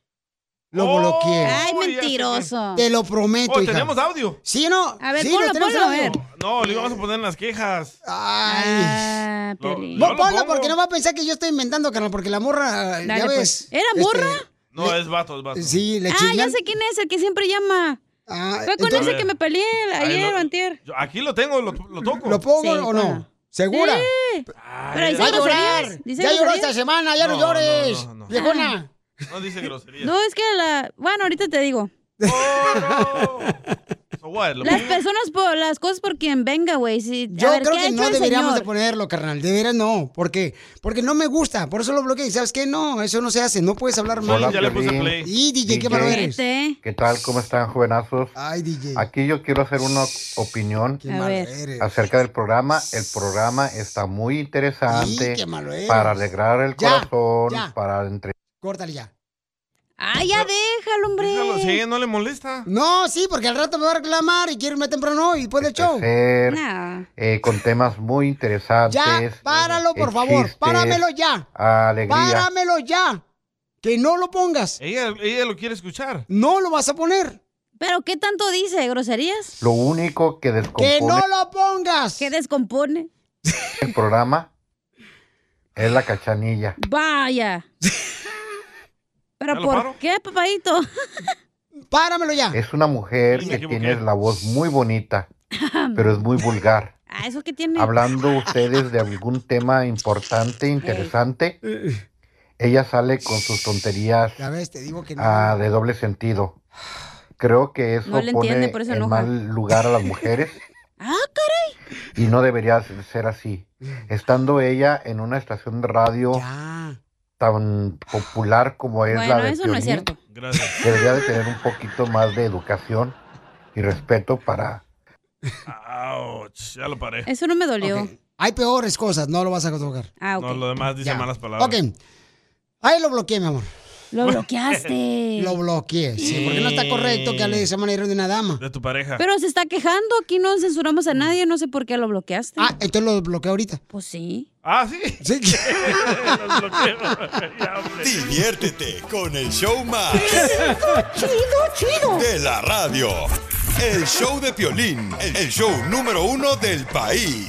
[SPEAKER 1] Lo bloqueé.
[SPEAKER 4] Ay, mentiroso.
[SPEAKER 1] Te lo prometo.
[SPEAKER 3] Oh,
[SPEAKER 1] hija.
[SPEAKER 3] ¿tenemos audio?
[SPEAKER 1] Sí, no.
[SPEAKER 4] A ver,
[SPEAKER 1] sí,
[SPEAKER 4] ponlo,
[SPEAKER 1] lo tenemos
[SPEAKER 4] ponlo, a
[SPEAKER 1] audio.
[SPEAKER 4] ver.
[SPEAKER 3] No, le vamos a poner en las quejas.
[SPEAKER 4] Ah,
[SPEAKER 1] Ay.
[SPEAKER 3] Lo- yo
[SPEAKER 1] Vos
[SPEAKER 3] lo
[SPEAKER 1] ponlo
[SPEAKER 3] pongo.
[SPEAKER 1] porque no va a pensar que yo estoy inventando, carnal, porque la morra,
[SPEAKER 4] Dale,
[SPEAKER 1] ya
[SPEAKER 4] pues.
[SPEAKER 1] ves.
[SPEAKER 4] ¿Era morra?
[SPEAKER 3] No, es vato, es vato.
[SPEAKER 1] Este, Sí, le Ah,
[SPEAKER 4] Ah, ya sé quién es, el que siempre llama. Fue con
[SPEAKER 3] entonces-
[SPEAKER 4] ese que me peleé
[SPEAKER 3] Ay,
[SPEAKER 4] ayer
[SPEAKER 3] no.
[SPEAKER 4] o antier.
[SPEAKER 3] Yo aquí lo tengo, lo, lo toco. Ah,
[SPEAKER 1] ¿Lo pongo o no? ¿Segura?
[SPEAKER 4] Sí. Pero ahí
[SPEAKER 3] Va a
[SPEAKER 4] dice groserías,
[SPEAKER 1] llorar.
[SPEAKER 4] dice
[SPEAKER 1] Ya lloró
[SPEAKER 4] groserías.
[SPEAKER 1] esta semana, ya no, llores. viejona.
[SPEAKER 3] No dice grosería.
[SPEAKER 4] No, es que la... Bueno, ahorita te digo.
[SPEAKER 3] So what, lo-
[SPEAKER 4] Las personas, por las cosas por quien venga, güey. Si, a
[SPEAKER 1] Yo
[SPEAKER 4] ver,
[SPEAKER 1] creo
[SPEAKER 4] ¿qué ha
[SPEAKER 1] que
[SPEAKER 4] hecho
[SPEAKER 1] no
[SPEAKER 4] el
[SPEAKER 1] deberíamos
[SPEAKER 4] señor?
[SPEAKER 1] de ponerlo, carnal. De veras no. Porque, porque no me gusta. Por eso lo bloqueé. ¿Sabes qué? No, eso no se hace. No puedes hablar mal.
[SPEAKER 8] Hola, Piolín.
[SPEAKER 1] Y DJ, ¿qué malo eres?
[SPEAKER 8] ¿Qué tal? ¿Cómo están, jovenazos?
[SPEAKER 1] Ay, DJ.
[SPEAKER 8] Aquí yo quiero hacer una opinión
[SPEAKER 1] Qué A malo ver. eres.
[SPEAKER 8] acerca del programa. El programa está muy interesante
[SPEAKER 1] Y qué malo eres.
[SPEAKER 8] para alegrar el
[SPEAKER 1] Ya,
[SPEAKER 8] corazón,
[SPEAKER 1] ya.
[SPEAKER 8] para entre...
[SPEAKER 1] Córtale ya.
[SPEAKER 4] Ah, ya déjalo, hombre.
[SPEAKER 3] no le molesta.
[SPEAKER 1] No, sí, porque al rato me va a reclamar y quiere irme temprano y después del
[SPEAKER 8] Este
[SPEAKER 1] show.
[SPEAKER 8] Ser,
[SPEAKER 4] No.
[SPEAKER 8] eh, con temas muy interesantes.
[SPEAKER 1] Ya, páralo, por
[SPEAKER 8] eh,
[SPEAKER 1] favor.
[SPEAKER 8] chistes,
[SPEAKER 1] Páramelo ya.
[SPEAKER 8] Alegría.
[SPEAKER 1] Páramelo ya. Que no lo pongas.
[SPEAKER 3] Ella, ella lo quiere escuchar.
[SPEAKER 1] No lo vas a poner.
[SPEAKER 4] ¿Pero qué tanto dice? ¿Groserías?
[SPEAKER 8] Lo único que descompone
[SPEAKER 1] lo pongas.
[SPEAKER 4] ¿Qué descompone?
[SPEAKER 8] el programa es la cachanilla.
[SPEAKER 4] Vaya.
[SPEAKER 8] ¿Ya
[SPEAKER 4] ¿Pero
[SPEAKER 8] lo paro?
[SPEAKER 4] por qué, papadito?
[SPEAKER 1] Páramelo ya.
[SPEAKER 8] Es una mujer que tiene la voz muy bonita, pero es muy vulgar.
[SPEAKER 4] Ah, ¿eso qué tiene?
[SPEAKER 8] Hablando ustedes de algún tema importante, interesante, ella sale con sus tonterías
[SPEAKER 1] Ya ves, te digo que no.
[SPEAKER 8] ah, de doble sentido. Creo que eso
[SPEAKER 1] No le
[SPEAKER 8] pone
[SPEAKER 1] entiende, por eso
[SPEAKER 8] en
[SPEAKER 1] enoja.
[SPEAKER 8] mal lugar a las mujeres
[SPEAKER 4] Ah, caray.
[SPEAKER 8] y no debería ser así. Estando ella en una estación de radio tan popular como es la
[SPEAKER 4] Bueno,
[SPEAKER 8] de
[SPEAKER 4] eso no es
[SPEAKER 8] Piolín,
[SPEAKER 4] cierto.
[SPEAKER 8] debería de tener un poquito más de educación y respeto para
[SPEAKER 3] Ouch, ya lo paré.
[SPEAKER 4] Eso no me dolió.
[SPEAKER 1] Hay peores cosas, no lo vas a tocar.
[SPEAKER 4] Ah, ok.
[SPEAKER 3] No, lo demás dice
[SPEAKER 4] Ya.
[SPEAKER 3] malas palabras.
[SPEAKER 1] Ok. Ahí lo bloqueé, mi amor.
[SPEAKER 4] Lo bloqueaste.
[SPEAKER 1] Lo bloqueé, sí, porque no está correcto que hable de esa manera de una dama. Mm.
[SPEAKER 3] De tu pareja.
[SPEAKER 4] Pero se está quejando, aquí no censuramos a nadie, no sé por qué lo bloqueaste. Ah,
[SPEAKER 1] entonces lo bloqueé ahorita.
[SPEAKER 4] Pues sí.
[SPEAKER 3] Ah, sí.
[SPEAKER 1] Sí.
[SPEAKER 2] Diviértete con el show más.
[SPEAKER 5] Chido, chido, chido.
[SPEAKER 2] De la radio. El show de Piolín. El show número uno del país.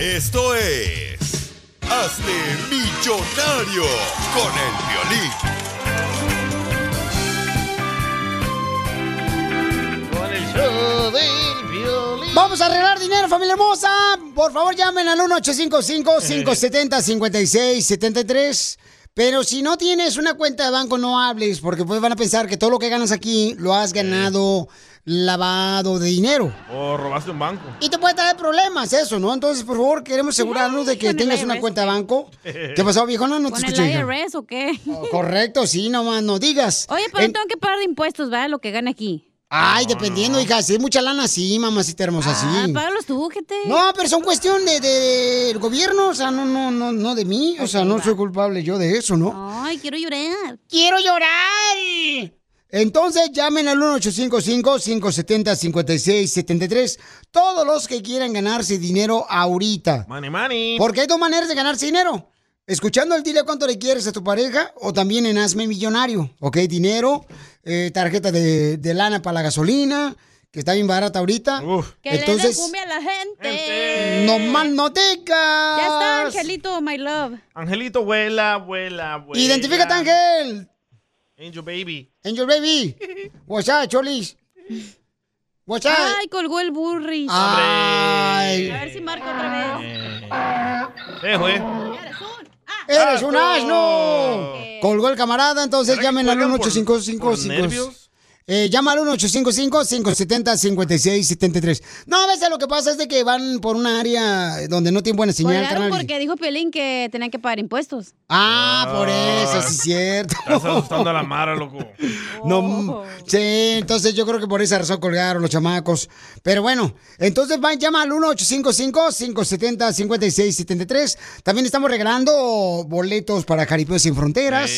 [SPEAKER 2] Esto es. Hazte millonario con el violín.
[SPEAKER 1] Vamos a arreglar dinero, familia hermosa. Por favor, llamen al 1-855-570-5673. Pero si no tienes una cuenta de banco, no hables, porque pues van a pensar que todo lo que ganas aquí lo has ganado lavado de dinero.
[SPEAKER 3] O Oh, robaste un banco.
[SPEAKER 1] Y te puede traer problemas eso, ¿no? Entonces, por favor, queremos asegurarnos de que
[SPEAKER 4] Con el
[SPEAKER 1] tengas una
[SPEAKER 4] IRS.
[SPEAKER 1] cuenta de banco. ¿Qué pasó, viejona? No te
[SPEAKER 4] ¿Con el
[SPEAKER 1] escuché. hija.
[SPEAKER 4] IRS o qué?
[SPEAKER 1] Correcto, sí, nomás no digas.
[SPEAKER 4] Oye, pero
[SPEAKER 1] Oh, En-
[SPEAKER 4] tengo que pagar de impuestos, ¿verdad? Lo que gane aquí.
[SPEAKER 1] Ay, dependiendo, hija, si es mucha lana, sí, mamacita hermosa, sí.
[SPEAKER 4] Ah, Págalos tú, gente.
[SPEAKER 1] No, pero son cuestión de, de- del gobierno, o sea, no, no, no, no de mí, o sea, no soy culpable yo de eso, ¿no?
[SPEAKER 4] Ay, quiero llorar.
[SPEAKER 1] ¡Quiero llorar! Entonces llamen al 1-855-570-5673 todos los que quieran ganarse dinero ahorita.
[SPEAKER 3] Money, money.
[SPEAKER 1] Porque hay dos maneras de ganarse dinero. Escuchando el dile cuánto le quieres a tu pareja o también en Hazme Millonario, ¿ok? Dinero, eh, tarjeta de, de lana para la gasolina, que está bien barata ahorita.
[SPEAKER 4] Que le den cumbia a la gente.
[SPEAKER 1] no más no digas.
[SPEAKER 4] Ya está, Angelito, my love.
[SPEAKER 3] Angelito, vuela, vuela, vuela.
[SPEAKER 1] Identifícate, Ángel.
[SPEAKER 3] Angel Baby.
[SPEAKER 1] Angel Baby. What's up, Cholis? What's up?
[SPEAKER 4] Ay, colgó el burri.
[SPEAKER 1] Ay.
[SPEAKER 4] A ver si marca otra vez.
[SPEAKER 3] Dejo, eh.
[SPEAKER 1] ¡Eres un asno! Colgó el camarada, entonces llamen al 1855
[SPEAKER 3] por nervios?
[SPEAKER 1] eh, Llama al 1-855-570-5673. No, a veces lo que pasa es de que van por una área donde no tienen buena señal,
[SPEAKER 4] Colgaron
[SPEAKER 1] carnal.
[SPEAKER 4] porque dijo Pelín que tenían que pagar impuestos.
[SPEAKER 1] Ah, por eso, sí es cierto.
[SPEAKER 3] Estás asustando a la Mara, loco.
[SPEAKER 1] No, mm, sí, entonces yo creo que por esa razón colgaron los chamacos. Pero bueno, entonces van, llama al 1-855-570-5673. También estamos regalando boletos para Caripeos sin Fronteras,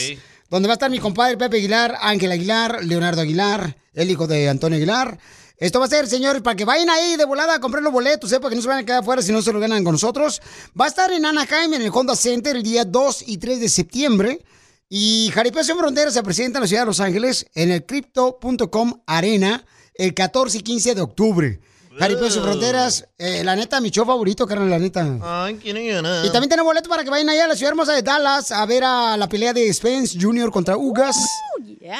[SPEAKER 1] donde va a estar mi compadre Pepe Aguilar, Ángel Aguilar, Leonardo Aguilar, el hijo de Antonio Aguilar. Esto va a ser, señores, para que vayan ahí de volada a comprar los boletos, ¿eh? para que no se van a quedar afuera si no se lo ganan con nosotros. Va a estar en Anaheim, en el Honda Center, el día 2 y 3 de septiembre. Y Jaripeo Sin Fronteras se presenta en la ciudad de Los Ángeles en el Crypto.com Arena el 14 y 15 de octubre. Jaripeo Sin Fronteras, eh, la neta, mi show favorito, carnal, la neta.
[SPEAKER 3] Ay, quiero llorar.
[SPEAKER 1] Y también tenemos boleto para que vayan allá a la ciudad hermosa de Dallas a ver a la pelea de Spence Jr. contra Ugas.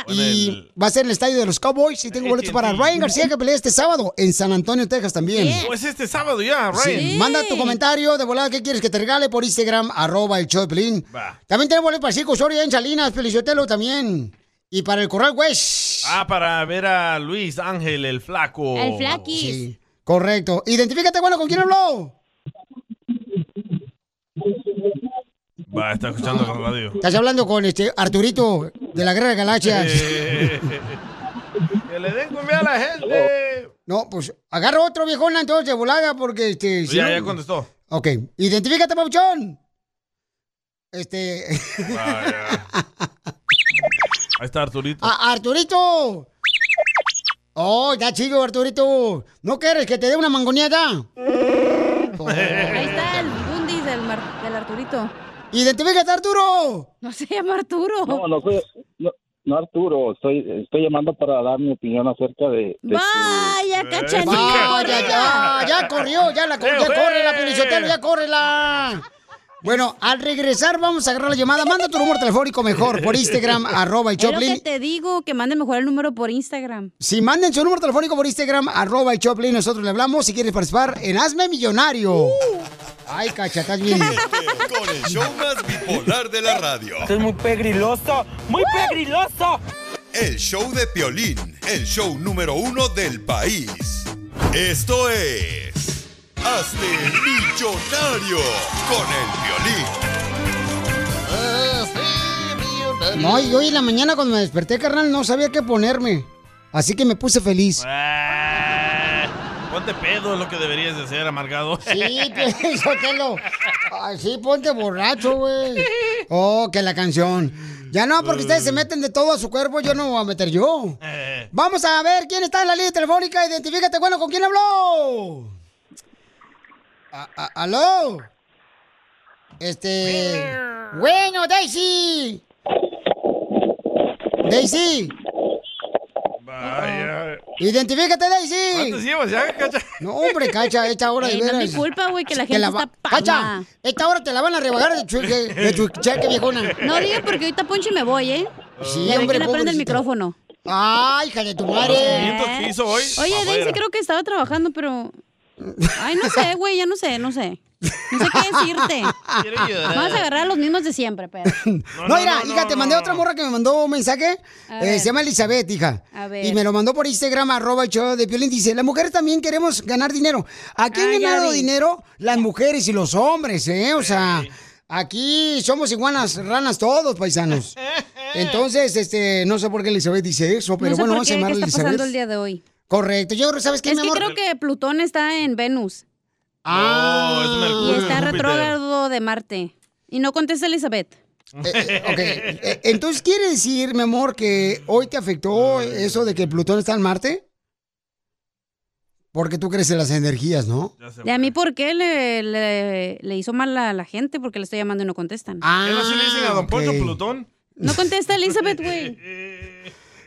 [SPEAKER 1] Y va a ser en el estadio de los Cowboys. Y tengo boletos para
[SPEAKER 3] AT&T.
[SPEAKER 1] Ryan García que pelea este sábado en San Antonio, Texas también.
[SPEAKER 3] Oh, es este sábado ya,
[SPEAKER 1] Sí,
[SPEAKER 3] Ryan.
[SPEAKER 1] Manda tu comentario de volada que quieres que te regale por Instagram, arroba el show de Pelín. También tenemos boletos para Circo Soria en Salinas, Peliciotelo también. Y para el Corral West.
[SPEAKER 3] Ah, para ver a Luis Ángel, el flaco.
[SPEAKER 1] Sí, correcto. Identifícate, bueno, ¿con quién habló?
[SPEAKER 3] Va, está escuchando la radio.
[SPEAKER 1] Estás hablando con este Arturito de la Guerra de Galaxias.
[SPEAKER 3] Eh, que le den comida a la gente.
[SPEAKER 1] No, pues agarra otro viejona entonces de volada porque este. si
[SPEAKER 3] Pues ya,
[SPEAKER 1] no-
[SPEAKER 3] ya contestó.
[SPEAKER 1] Ok, identifícate, Pauchón. Este.
[SPEAKER 3] Vaya. Ahí está Arturito.
[SPEAKER 1] A- Arturito. Oh, ya chido, Arturito. ¿No quieres que te dé una mangoneada?
[SPEAKER 3] Ah.
[SPEAKER 4] Ahí está el bundis del, Mar- del Arturito.
[SPEAKER 1] ¡Identifícate, Arturo!
[SPEAKER 4] No se llama Arturo.
[SPEAKER 10] No, no soy, no, no, Arturo, estoy, estoy llamando para dar mi opinión acerca de... de
[SPEAKER 3] Eh.
[SPEAKER 4] Vaya, cachanilla.
[SPEAKER 1] Vaya, ya, Ah, ya corrió, ya la cor- ya
[SPEAKER 4] ¡Eh,
[SPEAKER 1] corre la
[SPEAKER 4] eh!
[SPEAKER 3] pues!
[SPEAKER 1] Pelichotelo, ya córrela. Bueno, al regresar vamos a agarrar la llamada. Manda tu número telefónico mejor por Instagram, arroba el
[SPEAKER 4] Es lo que
[SPEAKER 1] Choplin.
[SPEAKER 4] te digo, que manden mejor el número por Instagram.
[SPEAKER 1] Si manden su número telefónico por Instagram, arroba el Choplin, nosotros le hablamos. Si quieres participar en Hazme Millonario. Ay, cacha, estás bien.
[SPEAKER 2] Con el show más bipolar de la radio.
[SPEAKER 10] Esto es muy pegriloso, muy pegriloso.
[SPEAKER 2] El show de Piolín, el show número uno del país. Esto es... Hazte millonario con el Piolín.
[SPEAKER 1] No, y hoy en la mañana cuando me desperté, carnal, no sabía qué ponerme. Así que me puse feliz.
[SPEAKER 3] Eh, Ponte pedo es lo que deberías de hacer, amargado.
[SPEAKER 1] Sí, pues. Piolín, Así ponte borracho, güey. Oh, que la canción. Ya no, porque ustedes se meten de todo a su cuerpo, yo no me voy a meter yo.
[SPEAKER 3] Eh.
[SPEAKER 1] Vamos a ver quién está en la línea telefónica. Identifícate, bueno, ¿con quién habló? A- a- ¿Aló? Este. Bueno, Daisy. Daisy.
[SPEAKER 3] Vaya.
[SPEAKER 1] Identifícate, Daisy.
[SPEAKER 3] ¿Cuántos llevas ya, Cacha?
[SPEAKER 1] No, hombre, Cacha, esta hora de
[SPEAKER 4] Ey, Eh, no es
[SPEAKER 1] veras.
[SPEAKER 4] mi culpa, güey, que la
[SPEAKER 1] Te
[SPEAKER 4] gente
[SPEAKER 1] va-
[SPEAKER 4] está pava.
[SPEAKER 1] Cacha, esta hora te la van a rebajar de, chu- de- de tu cheque, viejona.
[SPEAKER 4] No digan porque ahorita Poncho y me voy, ¿eh?
[SPEAKER 1] Sí,
[SPEAKER 4] Ya ven
[SPEAKER 1] hombre,
[SPEAKER 4] que le prende el
[SPEAKER 1] pobrecita.
[SPEAKER 4] micrófono.
[SPEAKER 1] Ay, hija de tu madre.
[SPEAKER 4] Eh.
[SPEAKER 1] Los 500 que hizo hoy,
[SPEAKER 4] Oye,
[SPEAKER 1] afuera.
[SPEAKER 4] Daisy creo que estaba trabajando, pero... Ay, no sé, güey, ya no sé, no sé. No sé qué decirte.
[SPEAKER 1] llorar.
[SPEAKER 4] Vamos a agarrar a los mismos de siempre, pero...
[SPEAKER 1] No, mira, hija, te mandé otra morra que me mandó un mensaje.
[SPEAKER 4] A
[SPEAKER 1] Eh,
[SPEAKER 4] ver.
[SPEAKER 1] se llama Elizabeth, hija.
[SPEAKER 4] A ver.
[SPEAKER 1] Y me lo mandó por Instagram, arroba el show de Piolín. Dice, las mujeres también queremos ganar dinero. Aquí han
[SPEAKER 4] Ah, ya
[SPEAKER 1] ganado
[SPEAKER 4] vi.
[SPEAKER 1] dinero las mujeres y los hombres, ¿eh? O sea, aquí somos iguanas, ranas todos, paisanos. Entonces, este, no sé por qué Elizabeth dice eso, pero
[SPEAKER 4] no sé
[SPEAKER 1] bueno,
[SPEAKER 4] por
[SPEAKER 1] vamos a
[SPEAKER 4] qué, qué
[SPEAKER 1] llamarle
[SPEAKER 4] está
[SPEAKER 1] Elizabeth.
[SPEAKER 4] pasando el día de hoy.
[SPEAKER 1] Correcto, yo creo, ¿sabes qué,
[SPEAKER 4] Es
[SPEAKER 1] mi
[SPEAKER 4] que
[SPEAKER 1] amor?
[SPEAKER 4] creo que Plutón está en Venus.
[SPEAKER 1] Ah. No, es Mercurio
[SPEAKER 4] Y está
[SPEAKER 1] en Júpiter.
[SPEAKER 4] retrógrado de Marte. Y no contesta Elizabeth.
[SPEAKER 1] Eh, eh, Entonces, ¿quiere decir, mi amor, que hoy te afectó eso de que Plutón está en Marte? Porque tú crees en las energías, ¿no?
[SPEAKER 4] ¿Y a mí por qué le, le- le hizo mal a la gente? Porque le estoy llamando y no contestan.
[SPEAKER 1] ¿Qué no se le dicen a don Poncho ok.
[SPEAKER 3] Plutón?
[SPEAKER 4] No contesta Elizabeth, güey.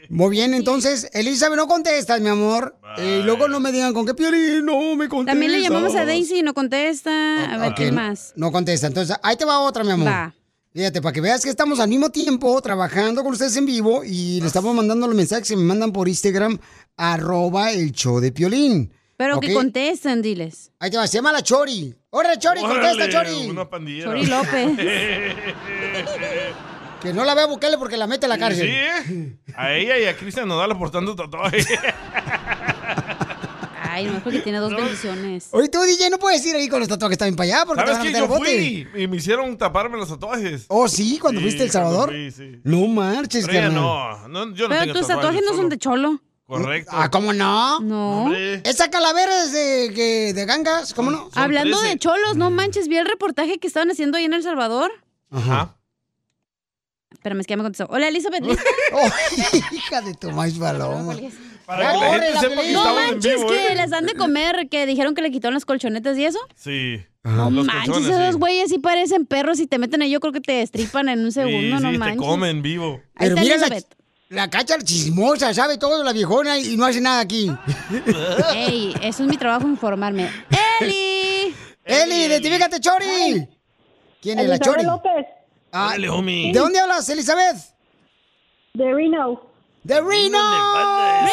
[SPEAKER 1] Muy bien, entonces, Elizabeth, no contestas, mi amor. Eh, Y luego no me digan con qué piolín, no me contestas.
[SPEAKER 4] También le llamamos a Daisy y no contesta. A ver,
[SPEAKER 1] Ok,
[SPEAKER 4] ¿qué
[SPEAKER 1] no-
[SPEAKER 4] más?
[SPEAKER 1] No contesta. Entonces, ahí te va otra, mi amor.
[SPEAKER 4] Va.
[SPEAKER 1] Fíjate, para que veas que estamos al mismo tiempo trabajando con ustedes en vivo y le estamos mandando los mensajes que me mandan por Instagram, arroba el show de Piolín.
[SPEAKER 4] Pero que
[SPEAKER 1] ¿Ok?
[SPEAKER 4] contesten, diles.
[SPEAKER 1] Ahí te va, se llama la Chori. ¡Órale, Chori, contesta,
[SPEAKER 3] Órale,
[SPEAKER 1] Chori!
[SPEAKER 3] Una pandilla.
[SPEAKER 1] Chori López. Que no la voy a buscarle porque la mete a la cárcel.
[SPEAKER 3] Sí, ¿eh? A ella y a Cristian Nodal por tanto tatuaje.
[SPEAKER 4] Ay, no es porque tiene dos bendiciones.
[SPEAKER 1] Oye, tú, DJ, no puedes ir ahí con los tatuajes también para allá porque te
[SPEAKER 3] ¿Sabes
[SPEAKER 1] van a
[SPEAKER 3] qué?
[SPEAKER 1] meter
[SPEAKER 3] Yo
[SPEAKER 1] al bote.
[SPEAKER 3] fui y me hicieron taparme los tatuajes.
[SPEAKER 1] Oh, sí, cuando
[SPEAKER 3] Sí,
[SPEAKER 1] fuiste a El
[SPEAKER 3] cuando
[SPEAKER 1] Salvador.
[SPEAKER 3] fui, sí.
[SPEAKER 1] No marches,
[SPEAKER 3] Pero ella
[SPEAKER 1] carnal.
[SPEAKER 3] no, no, yo no
[SPEAKER 4] Pero
[SPEAKER 3] tengo tatuajes,
[SPEAKER 4] tus tatuajes no son
[SPEAKER 3] solo-
[SPEAKER 4] de cholo.
[SPEAKER 3] Correcto.
[SPEAKER 1] Ah, ¿cómo no?
[SPEAKER 4] No.
[SPEAKER 1] Esa calavera es de, que- de gangas, ¿cómo no? Mm.
[SPEAKER 4] Hablando de cholos, no manches, vi el reportaje que estaban haciendo ahí en El Salvador.
[SPEAKER 3] Ajá.
[SPEAKER 4] Espérame, es que ya me contestó. Hola, Elizabeth.
[SPEAKER 1] Oh,
[SPEAKER 3] Este
[SPEAKER 1] hija de tu maíz paloma.
[SPEAKER 3] Para que la gente
[SPEAKER 1] Órale,
[SPEAKER 3] sepa que
[SPEAKER 1] Piolín.
[SPEAKER 4] No
[SPEAKER 3] estamos en
[SPEAKER 4] manches
[SPEAKER 3] vivo,
[SPEAKER 4] que
[SPEAKER 3] ¿eh?
[SPEAKER 4] las dan de comer, que dijeron que le quitaron las colchonetas y eso.
[SPEAKER 3] Sí.
[SPEAKER 4] No
[SPEAKER 3] Los
[SPEAKER 4] manches,
[SPEAKER 3] colchones,
[SPEAKER 4] esos
[SPEAKER 3] sí.
[SPEAKER 4] güeyes sí parecen perros y te meten ahí, yo creo que te destripan en un segundo,
[SPEAKER 3] sí,
[SPEAKER 4] no
[SPEAKER 3] sí, te
[SPEAKER 4] manches.
[SPEAKER 3] comen vivo.
[SPEAKER 1] Pero
[SPEAKER 4] Ahí está
[SPEAKER 1] mira la,
[SPEAKER 4] Elizabeth.
[SPEAKER 1] la cacha chismosa, sabe todo la viejona y no hace nada aquí.
[SPEAKER 4] Ey, eso es mi trabajo informarme. ¡Eli!
[SPEAKER 1] ¡Eli, identifícate, Chori! ¿Quién es la Chori? Ah,
[SPEAKER 3] Órale, homie.
[SPEAKER 1] ¿De dónde hablas, Elizabeth? De Reno. ¡De Reno!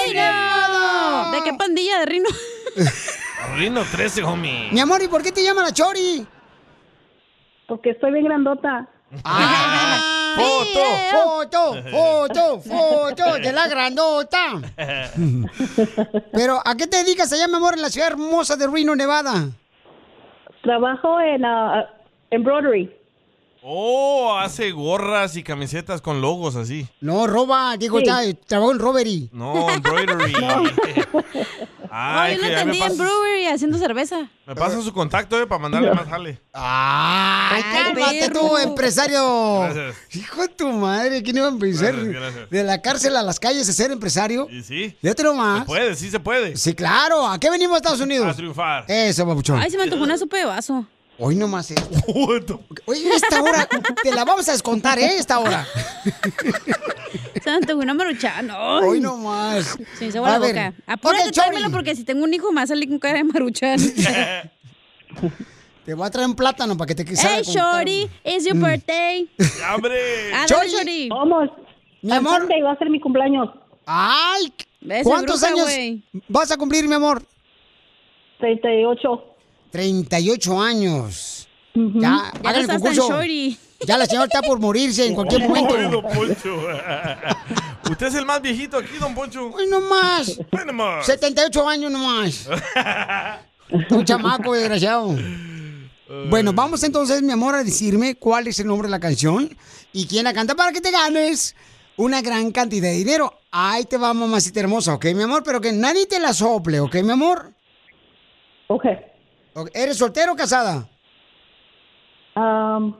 [SPEAKER 4] ¡Rino! ¿De qué pandilla de Rino?
[SPEAKER 3] Rino 13, homie.
[SPEAKER 1] Mi amor, ¿y por qué te llama la Chori?
[SPEAKER 11] Porque estoy bien grandota.
[SPEAKER 1] ¡Foto! Ah. ¡Foto! ¡Foto! ¡Foto! ¡De la grandota! Pero, ¿a qué te dedicas allá, mi amor, en la ciudad hermosa de Reno, Nevada?
[SPEAKER 11] Trabajo en ah, embroidery.
[SPEAKER 3] Oh, hace gorras y camisetas con logos así.
[SPEAKER 1] No, roba, digo,
[SPEAKER 3] Sí.
[SPEAKER 1] ya, trabajo en robbery.
[SPEAKER 3] No, embroidery. Ay,
[SPEAKER 4] Yo lo
[SPEAKER 3] que ya me
[SPEAKER 4] entendí en
[SPEAKER 3] pasan,
[SPEAKER 4] brewery haciendo cerveza.
[SPEAKER 3] me pasan su contacto eh, para mandarle más jale.
[SPEAKER 1] ¡Ay, cálmate tú, empresario!
[SPEAKER 3] Gracias.
[SPEAKER 1] Hijo de tu madre, ¿quién iba a empezar?
[SPEAKER 3] Gracias, gracias.
[SPEAKER 1] De la cárcel a las calles a ser empresario.
[SPEAKER 3] Y sí.
[SPEAKER 1] De otro
[SPEAKER 3] Se
[SPEAKER 1] más.
[SPEAKER 3] puede, sí se puede.
[SPEAKER 1] Sí, claro. ¿A qué venimos a Estados Unidos?
[SPEAKER 3] A triunfar.
[SPEAKER 1] Eso, papuchón.
[SPEAKER 4] Ay, se me antojó una sopa de vaso.
[SPEAKER 1] Hoy nomás esta. Oye, esta hora, te la vamos a descontar, ¿eh? Esta hora.
[SPEAKER 4] Santo, una maruchana. ay.
[SPEAKER 1] Hoy nomás.
[SPEAKER 4] Se me hizo agua
[SPEAKER 1] A
[SPEAKER 4] la
[SPEAKER 1] ver.
[SPEAKER 4] boca. Apúrate,
[SPEAKER 1] Ok, Chori.
[SPEAKER 4] tráemelo, porque si tengo un hijo más salí con cara de maruchan.
[SPEAKER 1] Te voy a traer un plátano para que te quise.
[SPEAKER 4] hey, Shorty, it's
[SPEAKER 1] Mm.
[SPEAKER 4] your birthday.
[SPEAKER 3] ¡Hombre!
[SPEAKER 4] Ah,
[SPEAKER 1] Chori.
[SPEAKER 4] dale, Shorty.
[SPEAKER 11] Vamos.
[SPEAKER 1] Mi amor. Ah,
[SPEAKER 11] va a ser mi cumpleaños.
[SPEAKER 1] Ay,
[SPEAKER 4] Ves,
[SPEAKER 1] ¿cuántos
[SPEAKER 4] bruja,
[SPEAKER 1] años
[SPEAKER 4] güey.
[SPEAKER 1] vas a cumplir, mi amor?
[SPEAKER 11] 38.
[SPEAKER 1] 38 años. Ya,
[SPEAKER 4] Ya
[SPEAKER 1] hagan
[SPEAKER 4] no
[SPEAKER 1] el
[SPEAKER 4] estás tan
[SPEAKER 1] concurso.
[SPEAKER 4] shorty.
[SPEAKER 1] Ya la señora está por morirse en cualquier momento.
[SPEAKER 3] Ay, don Oh, Poncho. Usted es el más viejito aquí, don Poncho.
[SPEAKER 1] Hoy nomás.
[SPEAKER 3] Ven nomás.
[SPEAKER 1] 78 años nomás. Un chamaco desgraciado. Bueno, vamos entonces, mi amor, a decirme cuál es el nombre de la canción y quién la canta para que te ganes una gran cantidad de dinero. Ahí te va, mamacita hermosa, ¿ok, mi amor? Pero que nadie te la sople, ¿ok, mi amor?
[SPEAKER 11] Ok.
[SPEAKER 1] ¿Eres soltero o casada?
[SPEAKER 11] Um,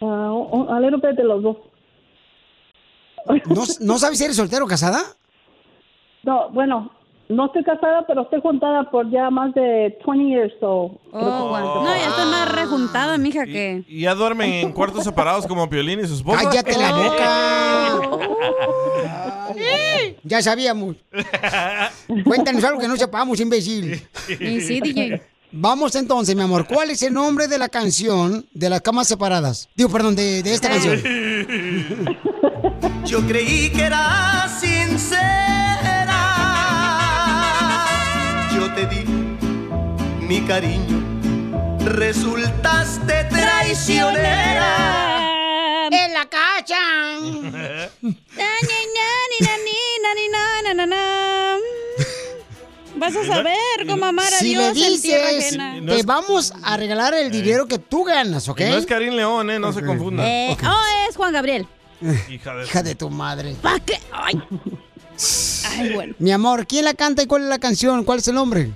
[SPEAKER 11] uh,
[SPEAKER 12] ah, oh,
[SPEAKER 11] a little bit de los dos.
[SPEAKER 1] ¿No, no sabes si eres soltero o casada?
[SPEAKER 11] No, bueno, no estoy casada, pero estoy juntada por ya más de 20 years. So
[SPEAKER 4] Oh, wow. No, ya está más rejuntada, mija, que.
[SPEAKER 3] Y ya duermen en cuartos separados como Piolín y su esposa.
[SPEAKER 1] ¡Cállate la
[SPEAKER 3] ¡Oh!
[SPEAKER 1] boca! Ya sabíamos. Cuéntanos algo que no sepamos, imbécil.
[SPEAKER 4] Y sí, DJ.
[SPEAKER 1] Vamos entonces, mi amor. ¿Cuál es el nombre de la canción de las camas separadas? Digo, perdón, de, de esta canción.
[SPEAKER 5] Yo creí que era sincera. Yo te di mi cariño. Resultaste traicionera.
[SPEAKER 1] ¡En la cacha!
[SPEAKER 4] Vas a saber cómo amar a
[SPEAKER 1] Si le
[SPEAKER 4] Dios en tierra
[SPEAKER 1] dices,
[SPEAKER 4] ajena.
[SPEAKER 1] te vamos a regalar el dinero que tú ganas, ¿ok?
[SPEAKER 3] Eh. Y no es Karim León, ¿eh? No se confunda.
[SPEAKER 4] Eh, Oh, es Juan Gabriel.
[SPEAKER 3] Hija de...
[SPEAKER 1] Hija de tu madre.
[SPEAKER 4] ¿Para qué? Ay. Ay, bueno.
[SPEAKER 1] Mi amor, ¿quién la canta y cuál es la canción? ¿Cuál es el nombre?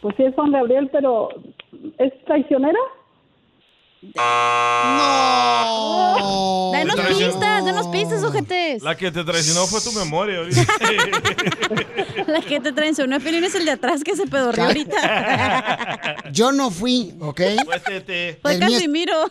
[SPEAKER 11] Pues sí es Juan Gabriel, pero ¿es traicionera?
[SPEAKER 1] ¡No!
[SPEAKER 4] Danos
[SPEAKER 3] Otra canción.
[SPEAKER 4] pistas, danos pistas, ojetes.
[SPEAKER 3] La que te traicionó fue tu memoria. ahorita.
[SPEAKER 4] La que te traicionó, Pelín, es el de atrás que se pedorrió ahorita.
[SPEAKER 1] Yo no fui, ¿ok?
[SPEAKER 3] Pues, Cuéntete.
[SPEAKER 4] Fue
[SPEAKER 1] El mío es-
[SPEAKER 4] Casimiro.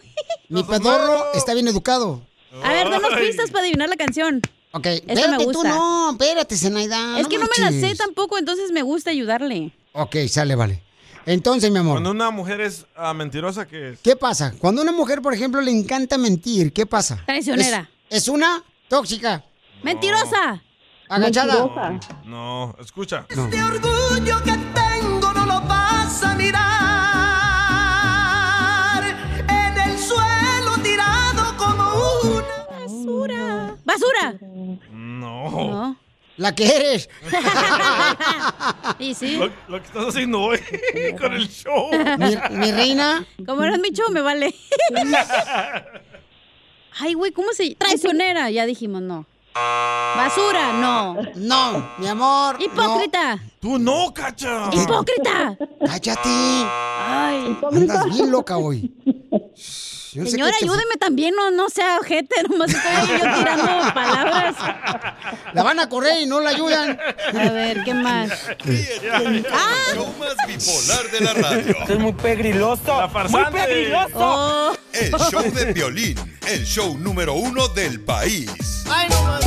[SPEAKER 1] Mi pedorro está bien educado.
[SPEAKER 4] A ver, danos
[SPEAKER 1] Ay.
[SPEAKER 4] pistas para adivinar la canción.
[SPEAKER 1] Ok,
[SPEAKER 4] Esta
[SPEAKER 1] espérate
[SPEAKER 4] me
[SPEAKER 1] tú,
[SPEAKER 4] gusta.
[SPEAKER 1] no, espérate, Zenaida.
[SPEAKER 4] es que no me la sé
[SPEAKER 1] manches.
[SPEAKER 4] tampoco, entonces me gusta ayudarle.
[SPEAKER 1] Ok, sale, vale. Entonces, mi amor,
[SPEAKER 3] Cuando una mujer es ah, mentirosa, que es?
[SPEAKER 1] ¿qué pasa? Cuando a una mujer, por ejemplo, le encanta mentir, ¿qué pasa?
[SPEAKER 4] Traicionera.
[SPEAKER 1] Es, es una tóxica.
[SPEAKER 4] Mentirosa.
[SPEAKER 1] Agachada.
[SPEAKER 3] No, escucha.
[SPEAKER 5] Este orgullo que tengo no lo vas a mirar. En el suelo tirado como una basura.
[SPEAKER 4] Basura.
[SPEAKER 3] No.
[SPEAKER 1] La que eres.
[SPEAKER 4] y sí.
[SPEAKER 3] Lo, lo que estás haciendo hoy con el show.
[SPEAKER 4] Como eres mi show, me vale. Ay, güey, ¿cómo se Traicionera, ya dijimos, no. Basura, no.
[SPEAKER 1] No, mi amor. no.
[SPEAKER 4] Hipócrita.
[SPEAKER 3] Tú no, cacha.
[SPEAKER 4] Hipócrita.
[SPEAKER 1] Cállate.
[SPEAKER 4] Ay.
[SPEAKER 1] Andas bien loca hoy. Yo sé
[SPEAKER 4] Señora,
[SPEAKER 1] que te-
[SPEAKER 4] ayúdeme también, no, no sea ojete, nomás estoy ahí yo tirando palabras.
[SPEAKER 1] La van a correr y no la ayudan.
[SPEAKER 4] A ver, ¿qué más?
[SPEAKER 2] Bipolar de la radio.
[SPEAKER 5] Es muy pegriloso.
[SPEAKER 2] farsante.
[SPEAKER 5] Muy pegriloso.
[SPEAKER 2] El show de violín. El show número uno del país.
[SPEAKER 5] Ay, no más.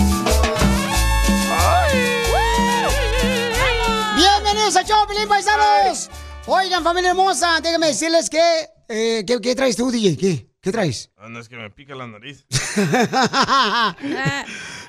[SPEAKER 1] Bienvenidos a Choplin, paisanos. Oigan, familia hermosa, déjenme decirles que. eh, ¿qué, qué traes tú, DJ? ¿Qué, qué traes?
[SPEAKER 3] Ah, No es que me pica la nariz.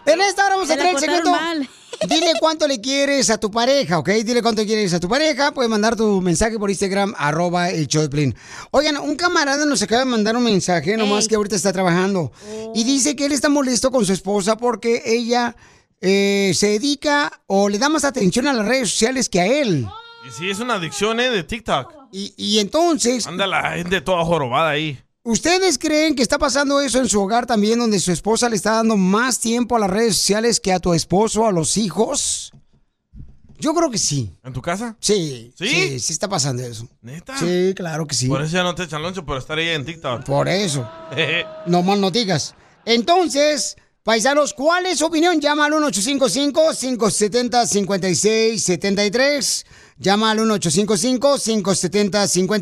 [SPEAKER 1] en esta hora vamos a
[SPEAKER 4] Te la
[SPEAKER 1] traer el
[SPEAKER 4] cortaron
[SPEAKER 1] secreto.
[SPEAKER 4] mal.
[SPEAKER 1] Dile cuánto le quieres a tu pareja, ¿ok? Dile cuánto quieres a tu pareja. Puedes mandar tu mensaje por Instagram, arroba el Choplin. Oigan, un camarada nos acaba de mandar un mensaje, nomás
[SPEAKER 4] Ey. Oh.
[SPEAKER 1] que ahorita está trabajando. Y dice que él está molesto con su esposa porque ella eh, se dedica o le da más atención a las redes sociales que a él.
[SPEAKER 3] Y sí, es una adicción, ¿eh? De TikTok.
[SPEAKER 1] Y, y entonces,
[SPEAKER 3] Anda la gente toda jorobada ahí.
[SPEAKER 1] ¿ustedes creen que está pasando eso en su hogar también, donde su esposa le está dando más tiempo a las redes sociales que a tu esposo, a los hijos? Yo creo que sí.
[SPEAKER 3] ¿En tu casa?
[SPEAKER 1] Sí.
[SPEAKER 3] ¿Sí?
[SPEAKER 1] Sí, sí, está pasando eso.
[SPEAKER 3] ¿Neta?
[SPEAKER 1] Sí, claro que sí.
[SPEAKER 3] Por eso ya no te echan lonche por estar ahí en TikTok.
[SPEAKER 1] Por eso. No más no digas. Entonces, paisanos, ¿cuál es su opinión? Llama al 1855-570-5673. Llama al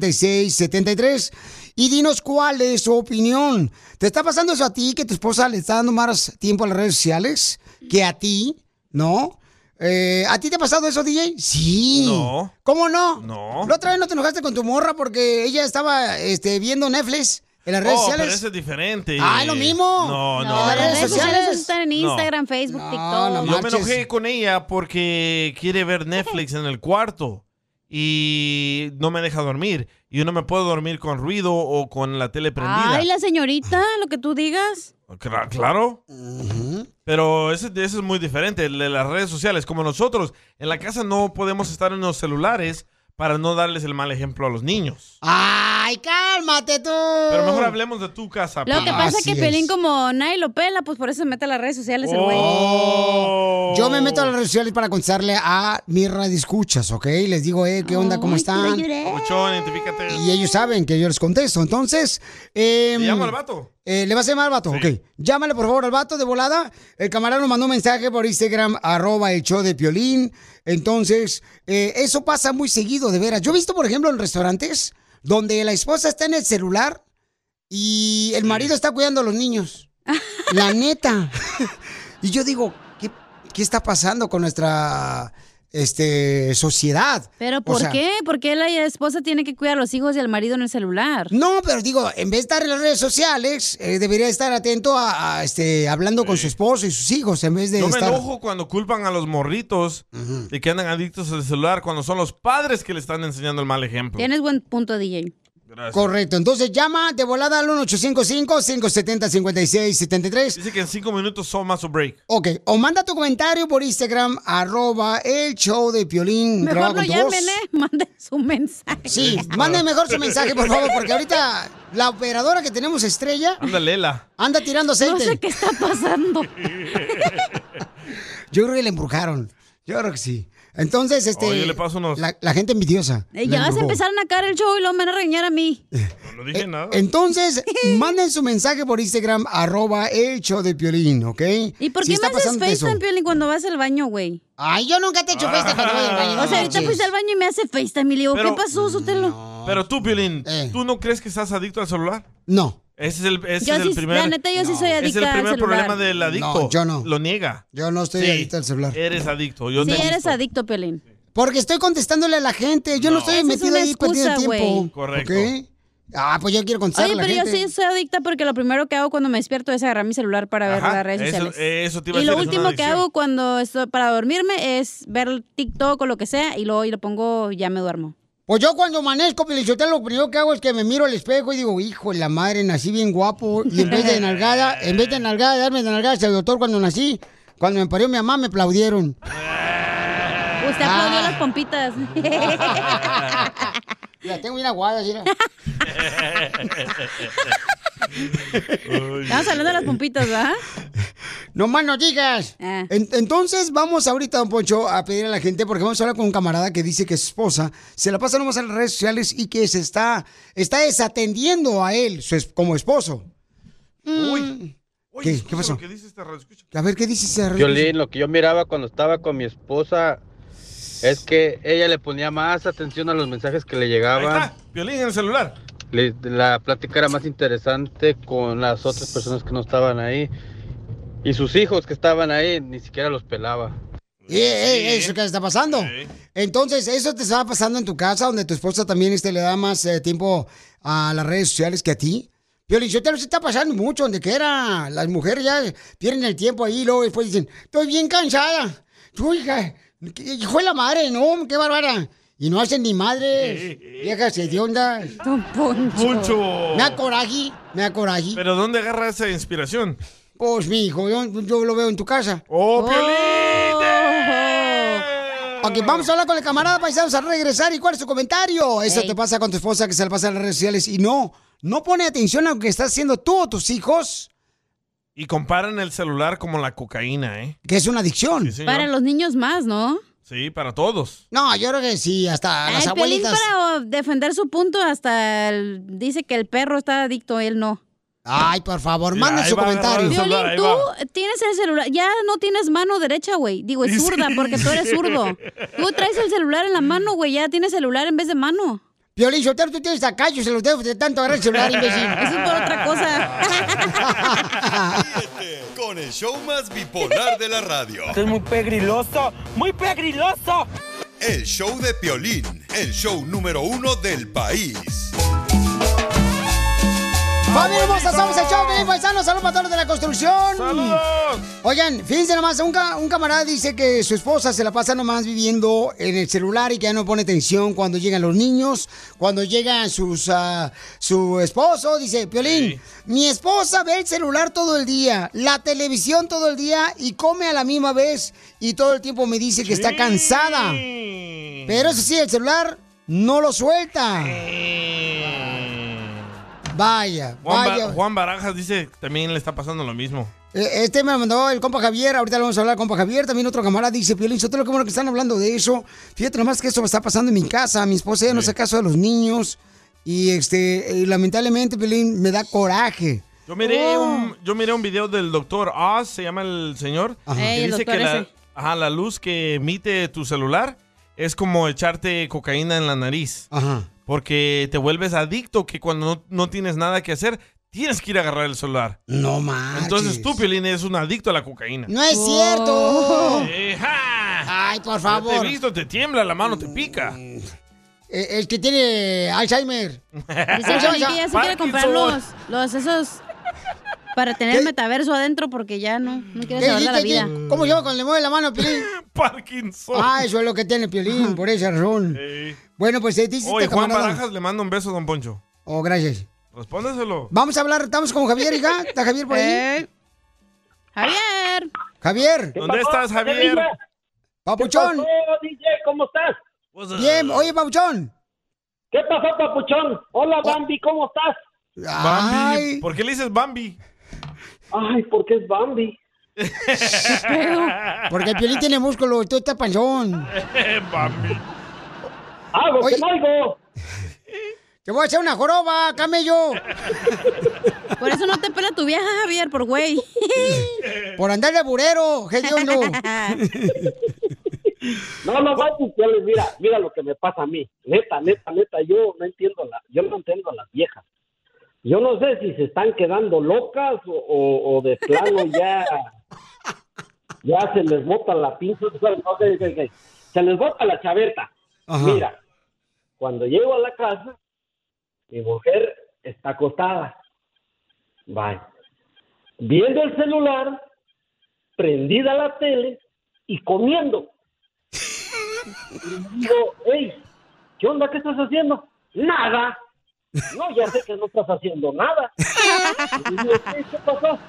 [SPEAKER 1] 1855-570-5673 y dinos cuál es tu opinión. ¿Te está pasando eso a ti, que tu esposa le está dando más tiempo a las redes sociales que a ti? ¿No? Eh, ¿A ti te ha pasado eso, DJ? Sí.
[SPEAKER 5] No.
[SPEAKER 1] ¿Cómo no?
[SPEAKER 3] No.
[SPEAKER 1] La otra vez no te enojaste con tu morra porque ella estaba este, viendo Netflix en las redes
[SPEAKER 3] Oh,
[SPEAKER 1] sociales.
[SPEAKER 3] pero ese es diferente.
[SPEAKER 1] Ah, lo mismo.
[SPEAKER 3] No, no.
[SPEAKER 4] No, las redes sociales están en
[SPEAKER 3] No.
[SPEAKER 4] Instagram, Facebook, TikTok.
[SPEAKER 3] Yo me enojé con ella porque quiere ver Netflix en el cuarto y no me deja dormir. Y yo no me puedo dormir con ruido o con la tele prendida.
[SPEAKER 4] Ay, la señorita, lo que tú digas.
[SPEAKER 3] Cla- Claro. Pero ese, ese es muy diferente. El de las redes sociales, como nosotros, en la casa no podemos estar en los celulares para no darles el mal ejemplo a los niños.
[SPEAKER 1] Ay, cálmate tú.
[SPEAKER 3] Pero mejor hablemos de tu casa.
[SPEAKER 4] Lo que
[SPEAKER 3] Piolín.
[SPEAKER 4] pasa es que Pelín, como nadie lo pela, pues por eso se mete a las redes sociales el güey.
[SPEAKER 1] Oh. Yo me meto a las redes sociales para contestarle a mis radioescuchas, ¿ok? Les digo, eh, ¿qué onda? ¿Cómo están?
[SPEAKER 3] Papuchón, identifícate.
[SPEAKER 1] Y ellos saben que yo les contesto. Entonces, eh,
[SPEAKER 3] ¿Le llamo al vato?
[SPEAKER 1] eh, ¿Le vas a llamar al vato? Ok. Llámale, por favor, al vato de volada. El camarada nos mandó un mensaje por Instagram, arroba el show de Piolín. Entonces, eh, eso pasa muy seguido, de veras. Yo he visto, por ejemplo, en restaurantes donde la esposa está en el celular y el marido está cuidando a los niños. La neta. Y yo digo, ¿qué, qué está pasando con nuestra este, sociedad?
[SPEAKER 4] Pero
[SPEAKER 1] O
[SPEAKER 4] ¿por
[SPEAKER 1] sea,
[SPEAKER 4] qué? ¿Por qué la esposa tiene que cuidar a los hijos y al marido en el celular?
[SPEAKER 1] No, pero digo, en vez de estar en las redes sociales, eh, debería estar atento a, a, este, hablando con su esposo y sus hijos, en vez de
[SPEAKER 3] Yo me
[SPEAKER 1] estar...
[SPEAKER 3] enojo cuando culpan a los morritos de que andan adictos al celular cuando son los padres que le están enseñando el mal ejemplo.
[SPEAKER 4] Tienes buen punto, DJ.
[SPEAKER 1] Correcto, entonces llama de volada al 1855-570-5673.
[SPEAKER 3] Dice que en cinco minutos son más o break.
[SPEAKER 1] Ok, o manda tu comentario por Instagram, arroba el show de Piolín. grabado
[SPEAKER 4] Mejor no
[SPEAKER 1] con tu
[SPEAKER 4] llamen,
[SPEAKER 1] voz.
[SPEAKER 4] ¿eh? Manden su mensaje.
[SPEAKER 1] Sí, manden mejor su mensaje, por favor, porque ahorita la operadora que tenemos, Estrella,
[SPEAKER 3] Anda, Lela.
[SPEAKER 1] anda tirando aceite.
[SPEAKER 4] No sé qué está pasando.
[SPEAKER 1] Yo creo que le embrujaron. Yo creo que sí. Entonces, este.
[SPEAKER 3] Oye, le paso unos-
[SPEAKER 1] La, la gente envidiosa.
[SPEAKER 4] Eh,
[SPEAKER 1] Le
[SPEAKER 4] Ya vas a
[SPEAKER 1] embrujó.
[SPEAKER 4] empezar a nacar el show y luego me van a regañar a mí.
[SPEAKER 3] No
[SPEAKER 1] Eh,
[SPEAKER 3] dije nada.
[SPEAKER 1] Entonces, manden su mensaje por Instagram, arroba el show de Piolín, ¿ok?
[SPEAKER 4] ¿Y por
[SPEAKER 1] Si
[SPEAKER 4] qué
[SPEAKER 1] está
[SPEAKER 4] me haces
[SPEAKER 1] pasando eso.
[SPEAKER 4] FaceTime, Piolín, cuando vas al baño, güey?
[SPEAKER 1] Ay, yo nunca te
[SPEAKER 3] Ah.
[SPEAKER 1] he hecho FaceTime cuando voy al baño, no
[SPEAKER 4] O sea, ahorita
[SPEAKER 1] manches.
[SPEAKER 4] fuiste al baño y me hace FaceTime y le digo,
[SPEAKER 3] Pero-
[SPEAKER 4] ¿qué pasó, Sotelo?
[SPEAKER 3] Pero tú, Piolín, ¿tú no crees que estás adicto al celular?
[SPEAKER 1] Eh. No.
[SPEAKER 3] Ese es el, ese
[SPEAKER 4] Yo
[SPEAKER 3] es el
[SPEAKER 4] sí-
[SPEAKER 3] primer...
[SPEAKER 4] la neta, yo sí soy
[SPEAKER 3] Es el
[SPEAKER 4] adicta al
[SPEAKER 3] primer
[SPEAKER 4] celular.
[SPEAKER 3] problema del adicto.
[SPEAKER 1] No, yo no.
[SPEAKER 3] Lo niega.
[SPEAKER 1] Yo no estoy
[SPEAKER 3] Sí,
[SPEAKER 1] adicto al celular.
[SPEAKER 3] Eres adicto. Yo
[SPEAKER 4] Sí,
[SPEAKER 3] te he
[SPEAKER 4] eres
[SPEAKER 3] visto.
[SPEAKER 4] adicto, Pelín.
[SPEAKER 1] Porque estoy contestándole a la gente. Yo no,
[SPEAKER 4] Esa
[SPEAKER 1] estoy
[SPEAKER 4] es
[SPEAKER 1] metido
[SPEAKER 4] una
[SPEAKER 1] ahí perdiendo el
[SPEAKER 4] excusa,
[SPEAKER 1] tiempo.
[SPEAKER 4] güey.
[SPEAKER 3] Correcto.
[SPEAKER 1] ¿Ok? Ah, pues yo quiero contestar
[SPEAKER 4] Oye,
[SPEAKER 1] a la
[SPEAKER 4] pero yo
[SPEAKER 1] gente.
[SPEAKER 4] sí soy adicta porque lo primero que hago cuando me despierto es agarrar mi celular para ver
[SPEAKER 3] Ajá,
[SPEAKER 4] las redes
[SPEAKER 3] eso-
[SPEAKER 4] sociales.
[SPEAKER 3] eh, eso te iba a
[SPEAKER 4] Y
[SPEAKER 3] decir,
[SPEAKER 4] lo
[SPEAKER 3] es una
[SPEAKER 4] último que
[SPEAKER 3] adicción.
[SPEAKER 4] hago cuando estoy para dormirme es ver TikTok o lo que sea y luego y lo pongo y ya me duermo.
[SPEAKER 1] Pues yo cuando amanezco, Pelichotelo, lo primero que hago es que me miro al espejo y digo, hijo de la madre, nací bien guapo. Y en vez de nalgada, en vez de nalgada, darme de nalgada al doctor cuando nací. Cuando me parió mi mamá, me aplaudieron.
[SPEAKER 4] Usted Pues
[SPEAKER 1] Ah.
[SPEAKER 4] aplaudió las pompitas.
[SPEAKER 1] La tengo bien aguada, mira.
[SPEAKER 4] Estamos hablando de las pompitas, Ah. ¿verdad?
[SPEAKER 1] No más no digas. En- entonces vamos ahorita, don Poncho, a pedir a la gente, porque vamos a hablar con un camarada que dice que su esposa se la pasa nomás en las redes sociales y que se está, está desatendiendo a él su es- como esposo. Mm.
[SPEAKER 3] Uy. Oye,
[SPEAKER 1] ¿Qué?
[SPEAKER 3] escucha
[SPEAKER 1] ¿Qué pasó?
[SPEAKER 3] lo que dice esta radio, escucha.
[SPEAKER 1] A ver, ¿qué dice ese arreglo?
[SPEAKER 12] Violín, lo que yo miraba cuando estaba con mi esposa es que ella le ponía más atención a los mensajes que le llegaban.
[SPEAKER 3] Piolín en el celular.
[SPEAKER 12] Le- la plática era más interesante con las otras personas que no estaban ahí. Y sus hijos que estaban ahí ni siquiera los pelaba.
[SPEAKER 1] Eh, eh, ¿Eso qué está pasando? Entonces, eso te estaba pasando en tu casa, donde tu esposa también este, le da más eh, tiempo a las redes sociales que a ti. Piolín, yo te lo está pasando mucho, donde quiera. Las mujeres ya pierden el tiempo ahí, luego después dicen, estoy bien cansada. Tú, hija, ¿qué- hijo de la madre, no, qué bárbara. Y no hacen ni madres, viejas hediondas.
[SPEAKER 4] Poncho.
[SPEAKER 3] Poncho.
[SPEAKER 1] Me da coraje, me da coraje.
[SPEAKER 3] Pero ¿dónde agarra esa inspiración?
[SPEAKER 1] Pues, mi hijo, yo, yo lo veo en tu casa.
[SPEAKER 3] ¡Oh,
[SPEAKER 1] Ok, vamos a hablar con el camarada paisanos a regresar. ¿Y cuál es su comentario? Eso te pasa con tu esposa que se la pasa en las redes sociales y no, no pone atención a lo que estás haciendo tú o tus hijos,
[SPEAKER 3] Y comparan el celular como la cocaína, ¿eh?
[SPEAKER 1] que es una adicción.
[SPEAKER 3] Sí,
[SPEAKER 4] Para
[SPEAKER 3] señor.
[SPEAKER 4] los niños más, ¿no?
[SPEAKER 3] Sí, para todos.
[SPEAKER 1] No, yo creo que sí, hasta las
[SPEAKER 4] el Pelín
[SPEAKER 1] abuelitas.
[SPEAKER 4] para oh, defender su punto hasta el- dice que el perro está adicto, él no.
[SPEAKER 1] Ay, por favor,
[SPEAKER 4] Ya,
[SPEAKER 1] manden
[SPEAKER 4] ahí
[SPEAKER 1] su
[SPEAKER 4] va a agarrar
[SPEAKER 1] comentario.
[SPEAKER 4] el celular, Violín, ahí tú va. Tienes el celular, ya no tienes mano derecha, güey. Digo, es zurda, porque tú eres zurdo. Tú traes el celular en la mano, güey, ya tienes celular en vez de mano.
[SPEAKER 1] Violín, Sotero, tú tienes acallos en los dedos de tanto agarrar el celular, imbécil.
[SPEAKER 4] Eso es por otra cosa.
[SPEAKER 2] Con el show más bipolar de la radio.
[SPEAKER 13] Esto es muy pegriloso, muy pegriloso.
[SPEAKER 2] El show de Piolín, el show número uno del país.
[SPEAKER 1] ¡Familia hermosa! ¡Somos el show, Felipe Paisanos! ¡Saludos para todos los de la construcción!
[SPEAKER 3] ¡Saludos!
[SPEAKER 1] Oigan, fíjense nomás, un, ca- un camarada dice que su esposa se la pasa nomás viviendo en el celular y que ya no pone atención cuando llegan los niños, cuando llega sus, ah, su esposo. Dice, Piolín, mi esposa ve el celular todo el día, la televisión todo el día y come a la misma vez y todo el tiempo me dice que está cansada. Pero eso sí, el celular no lo suelta.
[SPEAKER 3] Eh.
[SPEAKER 1] Vaya,
[SPEAKER 3] Juan,
[SPEAKER 1] vaya.
[SPEAKER 3] Ba- Juan Barajas dice que también le está pasando lo mismo.
[SPEAKER 1] Eh, Este me lo mandó el compa Javier, ahorita lo vamos a hablar, compa Javier. También otro camarada dice, Piolín, Sotelo, qué bueno que están hablando de eso. Fíjate nomás que esto me está pasando en mi casa, mi esposa ya no hace caso de los niños. Y este, y lamentablemente, Piolín, me da coraje.
[SPEAKER 3] Yo miré,
[SPEAKER 1] Oh.
[SPEAKER 3] un, yo miré un video del doctor Oz, se llama el señor,
[SPEAKER 1] Ajá.
[SPEAKER 3] que
[SPEAKER 1] Ey, el
[SPEAKER 3] dice
[SPEAKER 1] doctor
[SPEAKER 3] que la,
[SPEAKER 1] ese.
[SPEAKER 3] ajá, la luz que emite tu celular es como echarte cocaína en la nariz.
[SPEAKER 1] Ajá.
[SPEAKER 3] Porque te vuelves adicto que cuando no, no tienes nada que hacer, tienes que ir a agarrar el celular.
[SPEAKER 1] No más.
[SPEAKER 3] Entonces tú, Piolín, eres un adicto a la cocaína. Oh.
[SPEAKER 1] No es cierto. Ay, por
[SPEAKER 3] Ya Te
[SPEAKER 1] favor.
[SPEAKER 3] he visto, te tiembla la mano, te pica.
[SPEAKER 1] Eh, El que tiene Alzheimer.
[SPEAKER 4] Dice Piolín que ya se quiere comprar los,
[SPEAKER 1] Parkinson.
[SPEAKER 4] los esos para tener el metaverso adentro porque ya no, no quiere
[SPEAKER 1] ¿Qué
[SPEAKER 4] saber de la
[SPEAKER 1] dijiste?
[SPEAKER 4] vida.
[SPEAKER 1] ¿Qué? ¿Cómo se llama cuando le mueve la mano, Piolín?
[SPEAKER 3] Parkinson.
[SPEAKER 1] Ah, eso es lo que tiene Piolín, por esa razón. Bueno, pues eh, dice
[SPEAKER 3] Oye,
[SPEAKER 1] este
[SPEAKER 3] Juan
[SPEAKER 1] camarada.
[SPEAKER 3] Barajas le manda un beso, don Poncho.
[SPEAKER 1] Oh, gracias.
[SPEAKER 3] Respóndeselo.
[SPEAKER 1] Vamos a hablar, estamos con Javier, hija. ¿Está Javier por ahí?
[SPEAKER 4] Javier.
[SPEAKER 1] Javier.
[SPEAKER 3] ¿Dónde estás, Javier?
[SPEAKER 1] Papuchón.
[SPEAKER 16] ¿Cómo estás?
[SPEAKER 3] Pues,
[SPEAKER 1] Bien,
[SPEAKER 3] ah.
[SPEAKER 1] oye, Papuchón.
[SPEAKER 16] ¿Qué pasó, Papuchón? Hola, Bambi, ¿cómo estás?
[SPEAKER 3] Bambi. ¿Por qué le dices Bambi?
[SPEAKER 16] Ay, porque es Bambi.
[SPEAKER 1] Porque el Piolín tiene músculo y tú estás panzón.
[SPEAKER 3] Bambi.
[SPEAKER 16] Hago,
[SPEAKER 1] Oye.
[SPEAKER 16] que no hago.
[SPEAKER 1] Te voy a hacer una joroba, camello.
[SPEAKER 4] Por eso no te pela tu vieja, Javier, por güey.
[SPEAKER 1] Por andar de burero, no.
[SPEAKER 16] No, no, Bambi, yo les- mira, mira lo que me pasa a mí. Neta, neta, neta, yo no entiendo, la, yo no entiendo a las viejas. Yo no sé si se están quedando locas o, o- o de plano ya, ya se les bota la pinza. Ok, ok, ok. Se les bota la chaverta.
[SPEAKER 5] Ajá.
[SPEAKER 16] Mira, cuando llego a la casa, mi mujer está acostada. Vaya. Viendo el celular, prendida la tele y comiendo. Y le digo, hey, ¿qué onda? ¿Qué estás haciendo? Nada. No, ya sé que no estás haciendo nada. Y le digo, "¿Qué? ¿Qué pasó?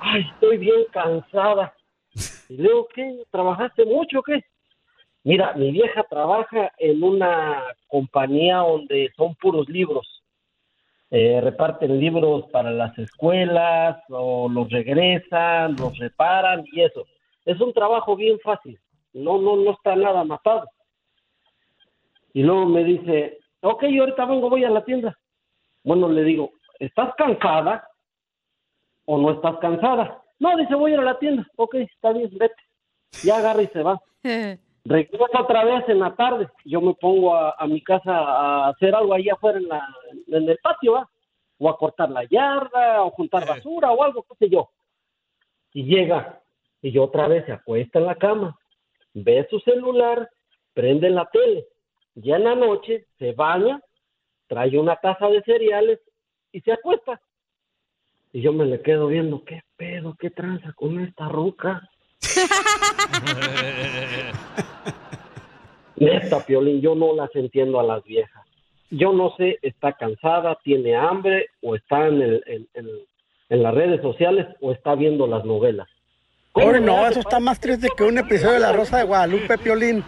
[SPEAKER 16] Ay, estoy bien cansada. Y le digo, ¿qué? ¿Trabajaste mucho o qué? Mira, mi vieja trabaja en una compañía donde son puros libros. Eh, reparten libros para las escuelas o los regresan, los reparan y eso. Es un trabajo bien fácil. No, no, no está nada matado. Y luego me dice, ok, yo ahorita vengo, voy a la tienda. Bueno, le digo, ¿estás cansada o no estás cansada? No, dice, voy a ir a la tienda. Ok, está bien, vete. Ya agarra y se va. Regresa otra vez en la tarde. Yo me pongo a, a mi casa a hacer algo ahí afuera en, la, en el patio, ¿va? o a cortar la yarda, o juntar basura, o algo, qué sé yo. Y llega, y yo otra vez se acuesta en la cama, ve su celular, prende la tele. Ya en la noche se baña, trae una taza de cereales y se acuesta. Y yo me le quedo viendo, ¿qué pedo, qué tranza con esta ruca? Neta, Piolín, yo no las entiendo a las viejas. Yo no sé, está cansada, tiene hambre, o está en, el- en- en- en las redes sociales, o está viendo las novelas.
[SPEAKER 13] Pobre, no, eso está más triste que un episodio de La Rosa de Guadalupe, Piolín.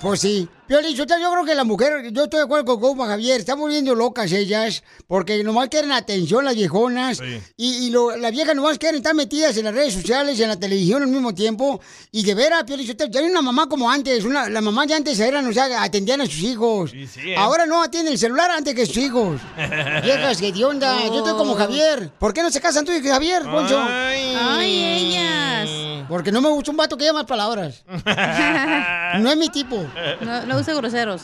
[SPEAKER 1] Pues sí. Piolín, yo, yo creo que la mujer, yo estoy de acuerdo con Copa Javier, están volviendo locas ellas, porque nomás quieren atención las viejonas, y, y lo- las viejas nomás quieren estar metidas en las redes sociales y en la televisión al mismo tiempo, y de veras, Piolín, Sotelo, ya no hay una mamá como antes, una, la mamá ya antes eran, o sea, atendían a sus hijos,
[SPEAKER 5] sí, ¿eh?
[SPEAKER 1] ahora no atienden el celular antes que sus hijos. Viejas que onda, yo estoy como Javier, ¿por qué no se casan tú y Javier, Poncho?
[SPEAKER 4] Ay, ellas.
[SPEAKER 1] Porque no me gusta un vato que llama palabras. No es mi tipo.
[SPEAKER 4] No, no use groseros.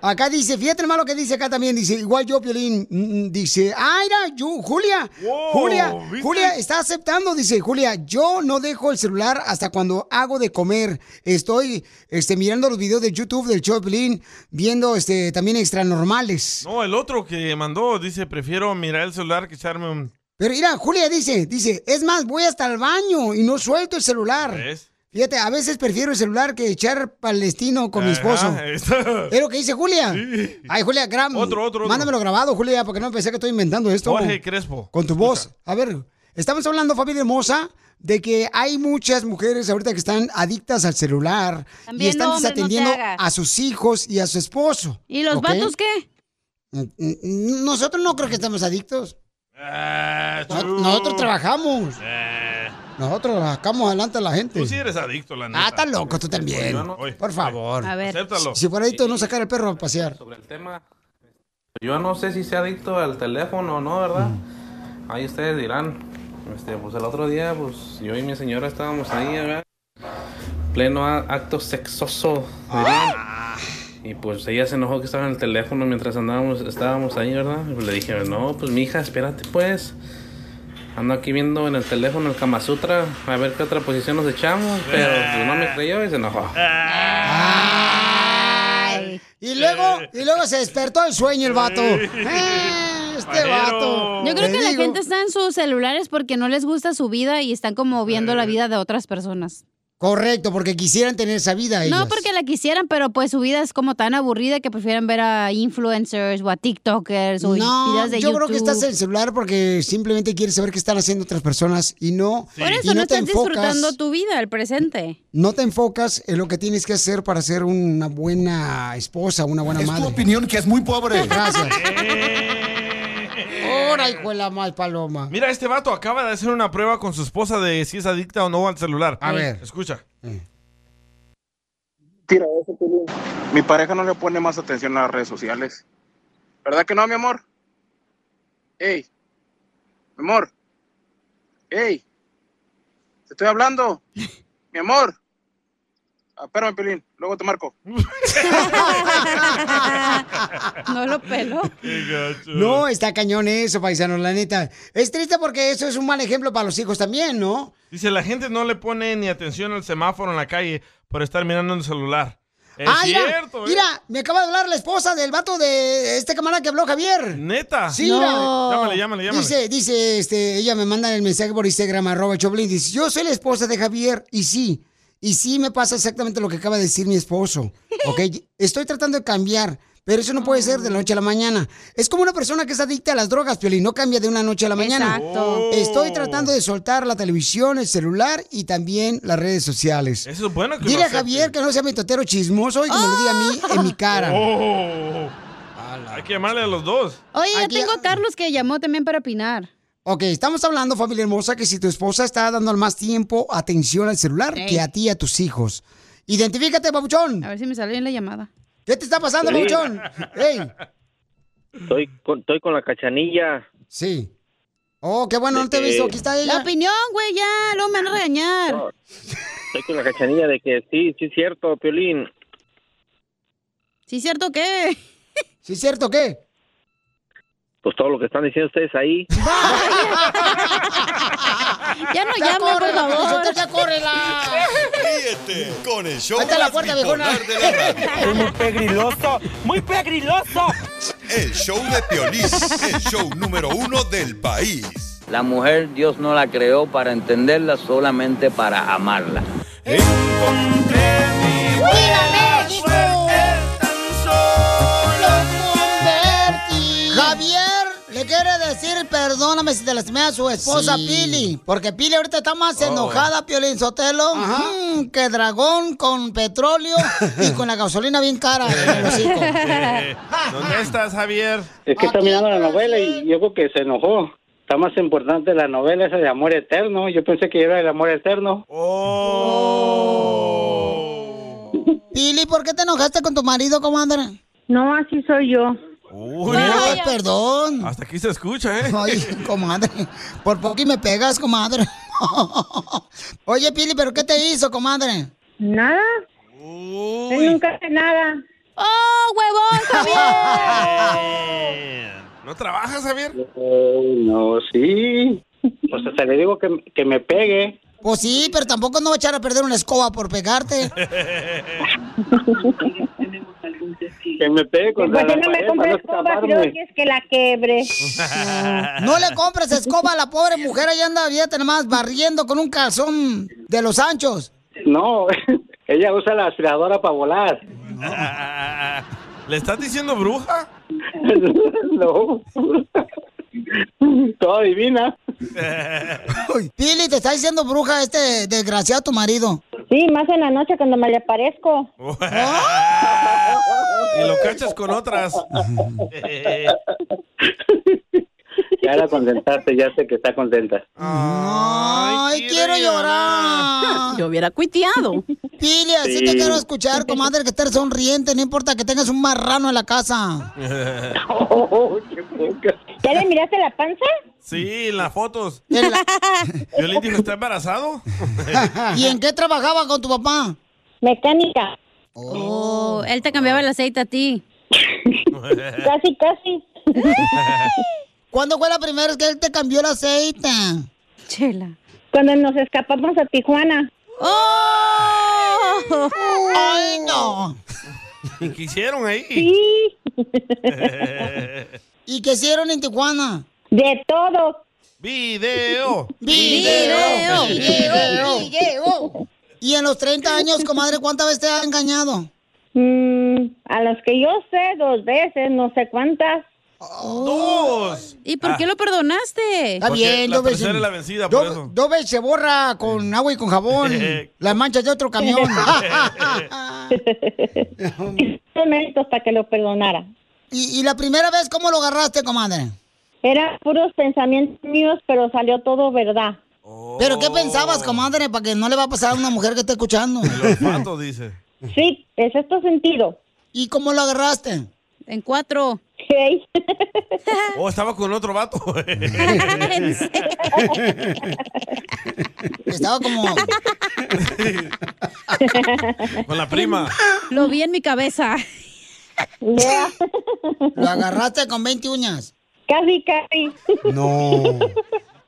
[SPEAKER 1] Acá dice, fíjate hermano lo que dice acá también, dice, igual yo, Piolín, mm, mm, dice, ay, era yo, Julia, Julia,
[SPEAKER 5] ¿viste?
[SPEAKER 1] Julia está aceptando, dice, Julia, yo no dejo el celular hasta cuando hago de comer, estoy, este, mirando los videos de YouTube del show de Piolín, viendo, este, también extranormales.
[SPEAKER 3] No, el otro que mandó dice, prefiero mirar el celular que echarme un...
[SPEAKER 1] Pero mira, Julia dice, dice, es más, voy hasta el baño y no suelto el celular.
[SPEAKER 3] ¿Ves?
[SPEAKER 1] Fíjate, a veces prefiero el celular que echar palestino con mi esposo.
[SPEAKER 3] Ajá, esa.
[SPEAKER 1] Es lo que dice Julia. Ay, Julia, gram.
[SPEAKER 3] Otro, otro, otro.
[SPEAKER 1] Mándamelo grabado, Julia, porque no pensé que estoy inventando esto.
[SPEAKER 3] Jorge Crespo.
[SPEAKER 1] Con tu voz. A ver, estamos hablando, familia hermosa, de que hay muchas mujeres ahorita que están adictas al celular
[SPEAKER 4] También
[SPEAKER 1] y están
[SPEAKER 4] hombres, no te
[SPEAKER 1] desatendiendo
[SPEAKER 4] hagas.
[SPEAKER 1] a sus hijos y a su esposo.
[SPEAKER 4] ¿Y los
[SPEAKER 1] ¿ok?
[SPEAKER 4] vatos qué?
[SPEAKER 1] Mm, mm, mm, Nosotros no creo que estamos adictos.
[SPEAKER 3] Ah,
[SPEAKER 1] No-
[SPEAKER 3] chú.
[SPEAKER 1] nosotros trabajamos.
[SPEAKER 3] Eh,
[SPEAKER 1] Nosotros sacamos adelante a la gente.
[SPEAKER 3] tú sí eres adicto, la neta.
[SPEAKER 1] Ah, estás loco tú también.
[SPEAKER 3] Oye, oye,
[SPEAKER 1] Por favor.
[SPEAKER 3] A ver. Acéptalo.
[SPEAKER 1] Si por ahí tú no sacar el perro a pasear.
[SPEAKER 18] el tema. Yo no sé si sea adicto al teléfono o no, ¿verdad?
[SPEAKER 3] Mm.
[SPEAKER 18] Ahí ustedes dirán. Este, pues el otro día, pues yo y mi señora estábamos ahí, ¿verdad? Pleno a- acto sexoso, dirían.
[SPEAKER 1] Ah.
[SPEAKER 18] Y pues ella se enojó que estaba en el teléfono mientras andábamos, estábamos ahí, ¿verdad? Y pues le dije, no, pues mija, espérate pues. Ando aquí viendo en el teléfono el Kama Sutra, a ver qué otra posición nos echamos, pero pues, no me creyó y se enojó.
[SPEAKER 1] Y luego, y luego se despertó el sueño el vato. Eh, este vato.
[SPEAKER 4] Yo creo
[SPEAKER 1] Te
[SPEAKER 4] que la
[SPEAKER 1] digo.
[SPEAKER 4] gente está en sus celulares porque no les gusta su vida y están como viendo la vida de otras personas.
[SPEAKER 1] Correcto, porque quisieran tener esa vida ellas.
[SPEAKER 4] No porque la quisieran, pero pues su vida es como tan aburrida que prefieren ver a influencers o a TikTokers o
[SPEAKER 1] No,
[SPEAKER 4] videos de
[SPEAKER 1] yo
[SPEAKER 4] YouTube.
[SPEAKER 1] creo que estás en el celular porque simplemente quieres saber qué están haciendo otras personas y no.
[SPEAKER 4] Por
[SPEAKER 1] y
[SPEAKER 4] eso no,
[SPEAKER 1] te
[SPEAKER 4] estás
[SPEAKER 1] enfocas-
[SPEAKER 4] disfrutando tu vida, el presente.
[SPEAKER 1] No te enfocas en lo que tienes que hacer para ser una buena esposa, una buena madre. Es tu opinión que es muy pobre. Gracias. Ahora, hijo de la mal paloma.
[SPEAKER 3] Mira, este vato acaba de hacer una prueba con su esposa de si es adicta o no al celular.
[SPEAKER 1] A ver.
[SPEAKER 3] Escucha.
[SPEAKER 20] Mi pareja no le pone más atención a las redes sociales. ¿Verdad que no, mi amor? Ey, mi amor. Ey, te estoy hablando. Mi amor. Ah, Espérame, Pelín, luego te marco.
[SPEAKER 4] No lo pelo.
[SPEAKER 1] No, está cañón eso, paisanos, la neta. Es triste porque eso es un mal ejemplo para los hijos también, ¿no?
[SPEAKER 3] Dice, la gente no le pone ni atención al semáforo en la calle por estar mirando el celular. Es
[SPEAKER 1] Ah, mira,
[SPEAKER 3] cierto, ¿eh?
[SPEAKER 1] mira, me acaba de hablar la esposa del vato de este camarada que habló Javier.
[SPEAKER 3] ¿Neta?
[SPEAKER 1] Sí, mira.
[SPEAKER 3] Llámale, llámale, llámale.
[SPEAKER 1] Dice, dice, este, ella me manda el mensaje por Instagram, arroba Choplin, dice, yo soy la esposa de Javier, y sí, y sí me pasa exactamente lo que acaba de decir mi esposo, ¿ok? Estoy tratando de cambiar, pero eso no puede ser de la noche a la mañana. Es como una persona que es adicta a las drogas, Piolín, no cambia de una noche a la mañana.
[SPEAKER 4] Exacto.
[SPEAKER 3] Oh.
[SPEAKER 1] Estoy tratando de soltar la televisión, el celular y también las redes sociales.
[SPEAKER 3] Eso es bueno que
[SPEAKER 1] Dile
[SPEAKER 3] lo
[SPEAKER 1] a Javier que no sea mi totero chismoso y que me lo diga a mí en mi cara.
[SPEAKER 3] Oh. Hay que llamarle a los dos.
[SPEAKER 4] Oye, ya tengo a Carlos que llamó también para opinar.
[SPEAKER 1] Ok, estamos hablando, familia hermosa, que si tu esposa está dando más tiempo, atención al celular
[SPEAKER 4] Ey.
[SPEAKER 1] que a ti y a tus hijos. Identifícate, papuchón.
[SPEAKER 4] A ver si me sale bien la llamada.
[SPEAKER 1] ¿Qué te está pasando,
[SPEAKER 4] Sí.
[SPEAKER 1] papuchón? Ey.
[SPEAKER 18] Oh. Estoy con, estoy con la cachanilla.
[SPEAKER 1] Sí. Oh, qué bueno, no te he visto. Aquí está ella.
[SPEAKER 4] La opinión, güey, ya, luego me van a regañar.
[SPEAKER 18] Estoy con la cachanilla de que sí, sí es cierto, Piolín.
[SPEAKER 4] ¿Sí es cierto qué?
[SPEAKER 1] ¿Sí es cierto qué?
[SPEAKER 18] Pues todo lo que están diciendo ustedes ahí.
[SPEAKER 4] Ya no
[SPEAKER 5] llame, por
[SPEAKER 4] favor.
[SPEAKER 1] ¡Ya córrela!
[SPEAKER 2] Ríete con el show
[SPEAKER 5] Ahí está
[SPEAKER 2] más
[SPEAKER 5] la puerta,
[SPEAKER 2] bipolar
[SPEAKER 5] viejona.
[SPEAKER 2] de la radio.
[SPEAKER 13] Es muy pegriloso, muy pegriloso.
[SPEAKER 2] El show de Piolín, el show número uno del país.
[SPEAKER 23] La mujer Dios no la creó para entenderla, solamente para amarla.
[SPEAKER 5] ¡Viva México!
[SPEAKER 1] Javier le Le quiere decir perdóname si te lastimé a su esposa Pili. Porque Pili ahorita está más
[SPEAKER 3] Oh.
[SPEAKER 1] enojada, Piolín Sotelo, mm, que dragón con petróleo y con la gasolina bien cara. en el hocico.
[SPEAKER 3] ¿Dónde estás, Javier?
[SPEAKER 20] Es que está mirando la novela y yo creo que se enojó. Está más importante la novela esa de amor eterno. Yo pensé que era el amor eterno.
[SPEAKER 1] Pili, ¿por qué te enojaste con tu marido, comadre? No, así soy yo.
[SPEAKER 3] Uy,
[SPEAKER 1] Ay,
[SPEAKER 3] mira.
[SPEAKER 1] perdón.
[SPEAKER 3] Hasta aquí se escucha, ¿eh?
[SPEAKER 1] Ay, comadre. Por poco y me pegas, comadre. Oye, Pili, ¿pero qué te hizo, comadre? Nada. Nunca hice nada.
[SPEAKER 4] ¡Oh, huevón,
[SPEAKER 3] ¿No trabajas, Javier?
[SPEAKER 20] Eh, no, sí. O sea, se le digo que, que me pegue.
[SPEAKER 1] Pues sí, pero tampoco no va a echar a perder una escoba por pegarte.
[SPEAKER 20] Que me pegue contra la pared para no escaparme.
[SPEAKER 1] es que la quebre. No le compres escoba a la pobre mujer, allá anda fíjate nomás barriendo con un calzón de los anchos.
[SPEAKER 20] No, ella usa la aspiradora para volar.
[SPEAKER 3] ¿Le estás diciendo bruja?
[SPEAKER 20] no. Todo divina.
[SPEAKER 1] Pili, te está diciendo bruja este desgraciado tu marido.
[SPEAKER 25] Sí, más en la noche cuando me le aparezco.
[SPEAKER 3] Y lo cachas con otras.
[SPEAKER 20] Ya la contentaste, ya sé que está contenta.
[SPEAKER 1] Ay, quiero llorar.
[SPEAKER 25] Yo hubiera cuiteado.
[SPEAKER 1] Pili, así
[SPEAKER 20] Sí.
[SPEAKER 1] te quiero escuchar, comadre, que estés sonriente, no importa que tengas un marrano en la casa.
[SPEAKER 25] ¿Ya le miraste la panza?
[SPEAKER 3] Sí, en las fotos. Yo le digo, ¿está embarazado?
[SPEAKER 1] ¿Y en qué trabajaba con tu papá?
[SPEAKER 25] Mecánica.
[SPEAKER 4] Oh, él te cambiaba el aceite a ti.
[SPEAKER 25] Casi, casi.
[SPEAKER 1] ¿Cuándo fue la primera vez que él te cambió el aceite?
[SPEAKER 25] Chela. Cuando nos escapamos a Tijuana.
[SPEAKER 4] ¡Oh!
[SPEAKER 1] ¡Ay, no!
[SPEAKER 3] ¿Y qué hicieron ahí?
[SPEAKER 25] Sí.
[SPEAKER 1] ¿Y qué hicieron en Tijuana?
[SPEAKER 25] De todo.
[SPEAKER 3] Video.
[SPEAKER 1] Video. Video. Video. ¿Y en los 30 años, comadre, cuántas veces te ha engañado?
[SPEAKER 25] Mm, a los que yo sé, dos veces, no sé cuántas.
[SPEAKER 1] ¡Oh!
[SPEAKER 3] ¡Dos!
[SPEAKER 4] ¿Y por
[SPEAKER 1] Ah.
[SPEAKER 4] qué lo perdonaste?
[SPEAKER 1] Está bien,
[SPEAKER 3] la
[SPEAKER 1] dos veces.
[SPEAKER 3] tercera es la vencida, por
[SPEAKER 1] Dos,
[SPEAKER 3] eso.
[SPEAKER 1] dos veces se borra con agua y con jabón. Las manchas de otro camión.
[SPEAKER 25] Hizo méritos para que lo perdonara.
[SPEAKER 1] ¿Y, y la primera vez cómo lo agarraste, comadre?
[SPEAKER 25] Era puros pensamientos míos, pero salió todo verdad.
[SPEAKER 1] Oh. ¿Pero qué pensabas, comadre, para que no le va a pasar a una mujer que esté escuchando?
[SPEAKER 3] Pato dice.
[SPEAKER 25] Sí, es esto sentido.
[SPEAKER 1] ¿Y cómo lo agarraste?
[SPEAKER 4] En cuatro.
[SPEAKER 25] Hey.
[SPEAKER 3] Oh, estaba con otro vato.
[SPEAKER 1] Estaba como...
[SPEAKER 3] con la prima.
[SPEAKER 4] Lo vi en mi cabeza.
[SPEAKER 1] Lo agarraste con 20 uñas.
[SPEAKER 25] Casi, casi.
[SPEAKER 1] No.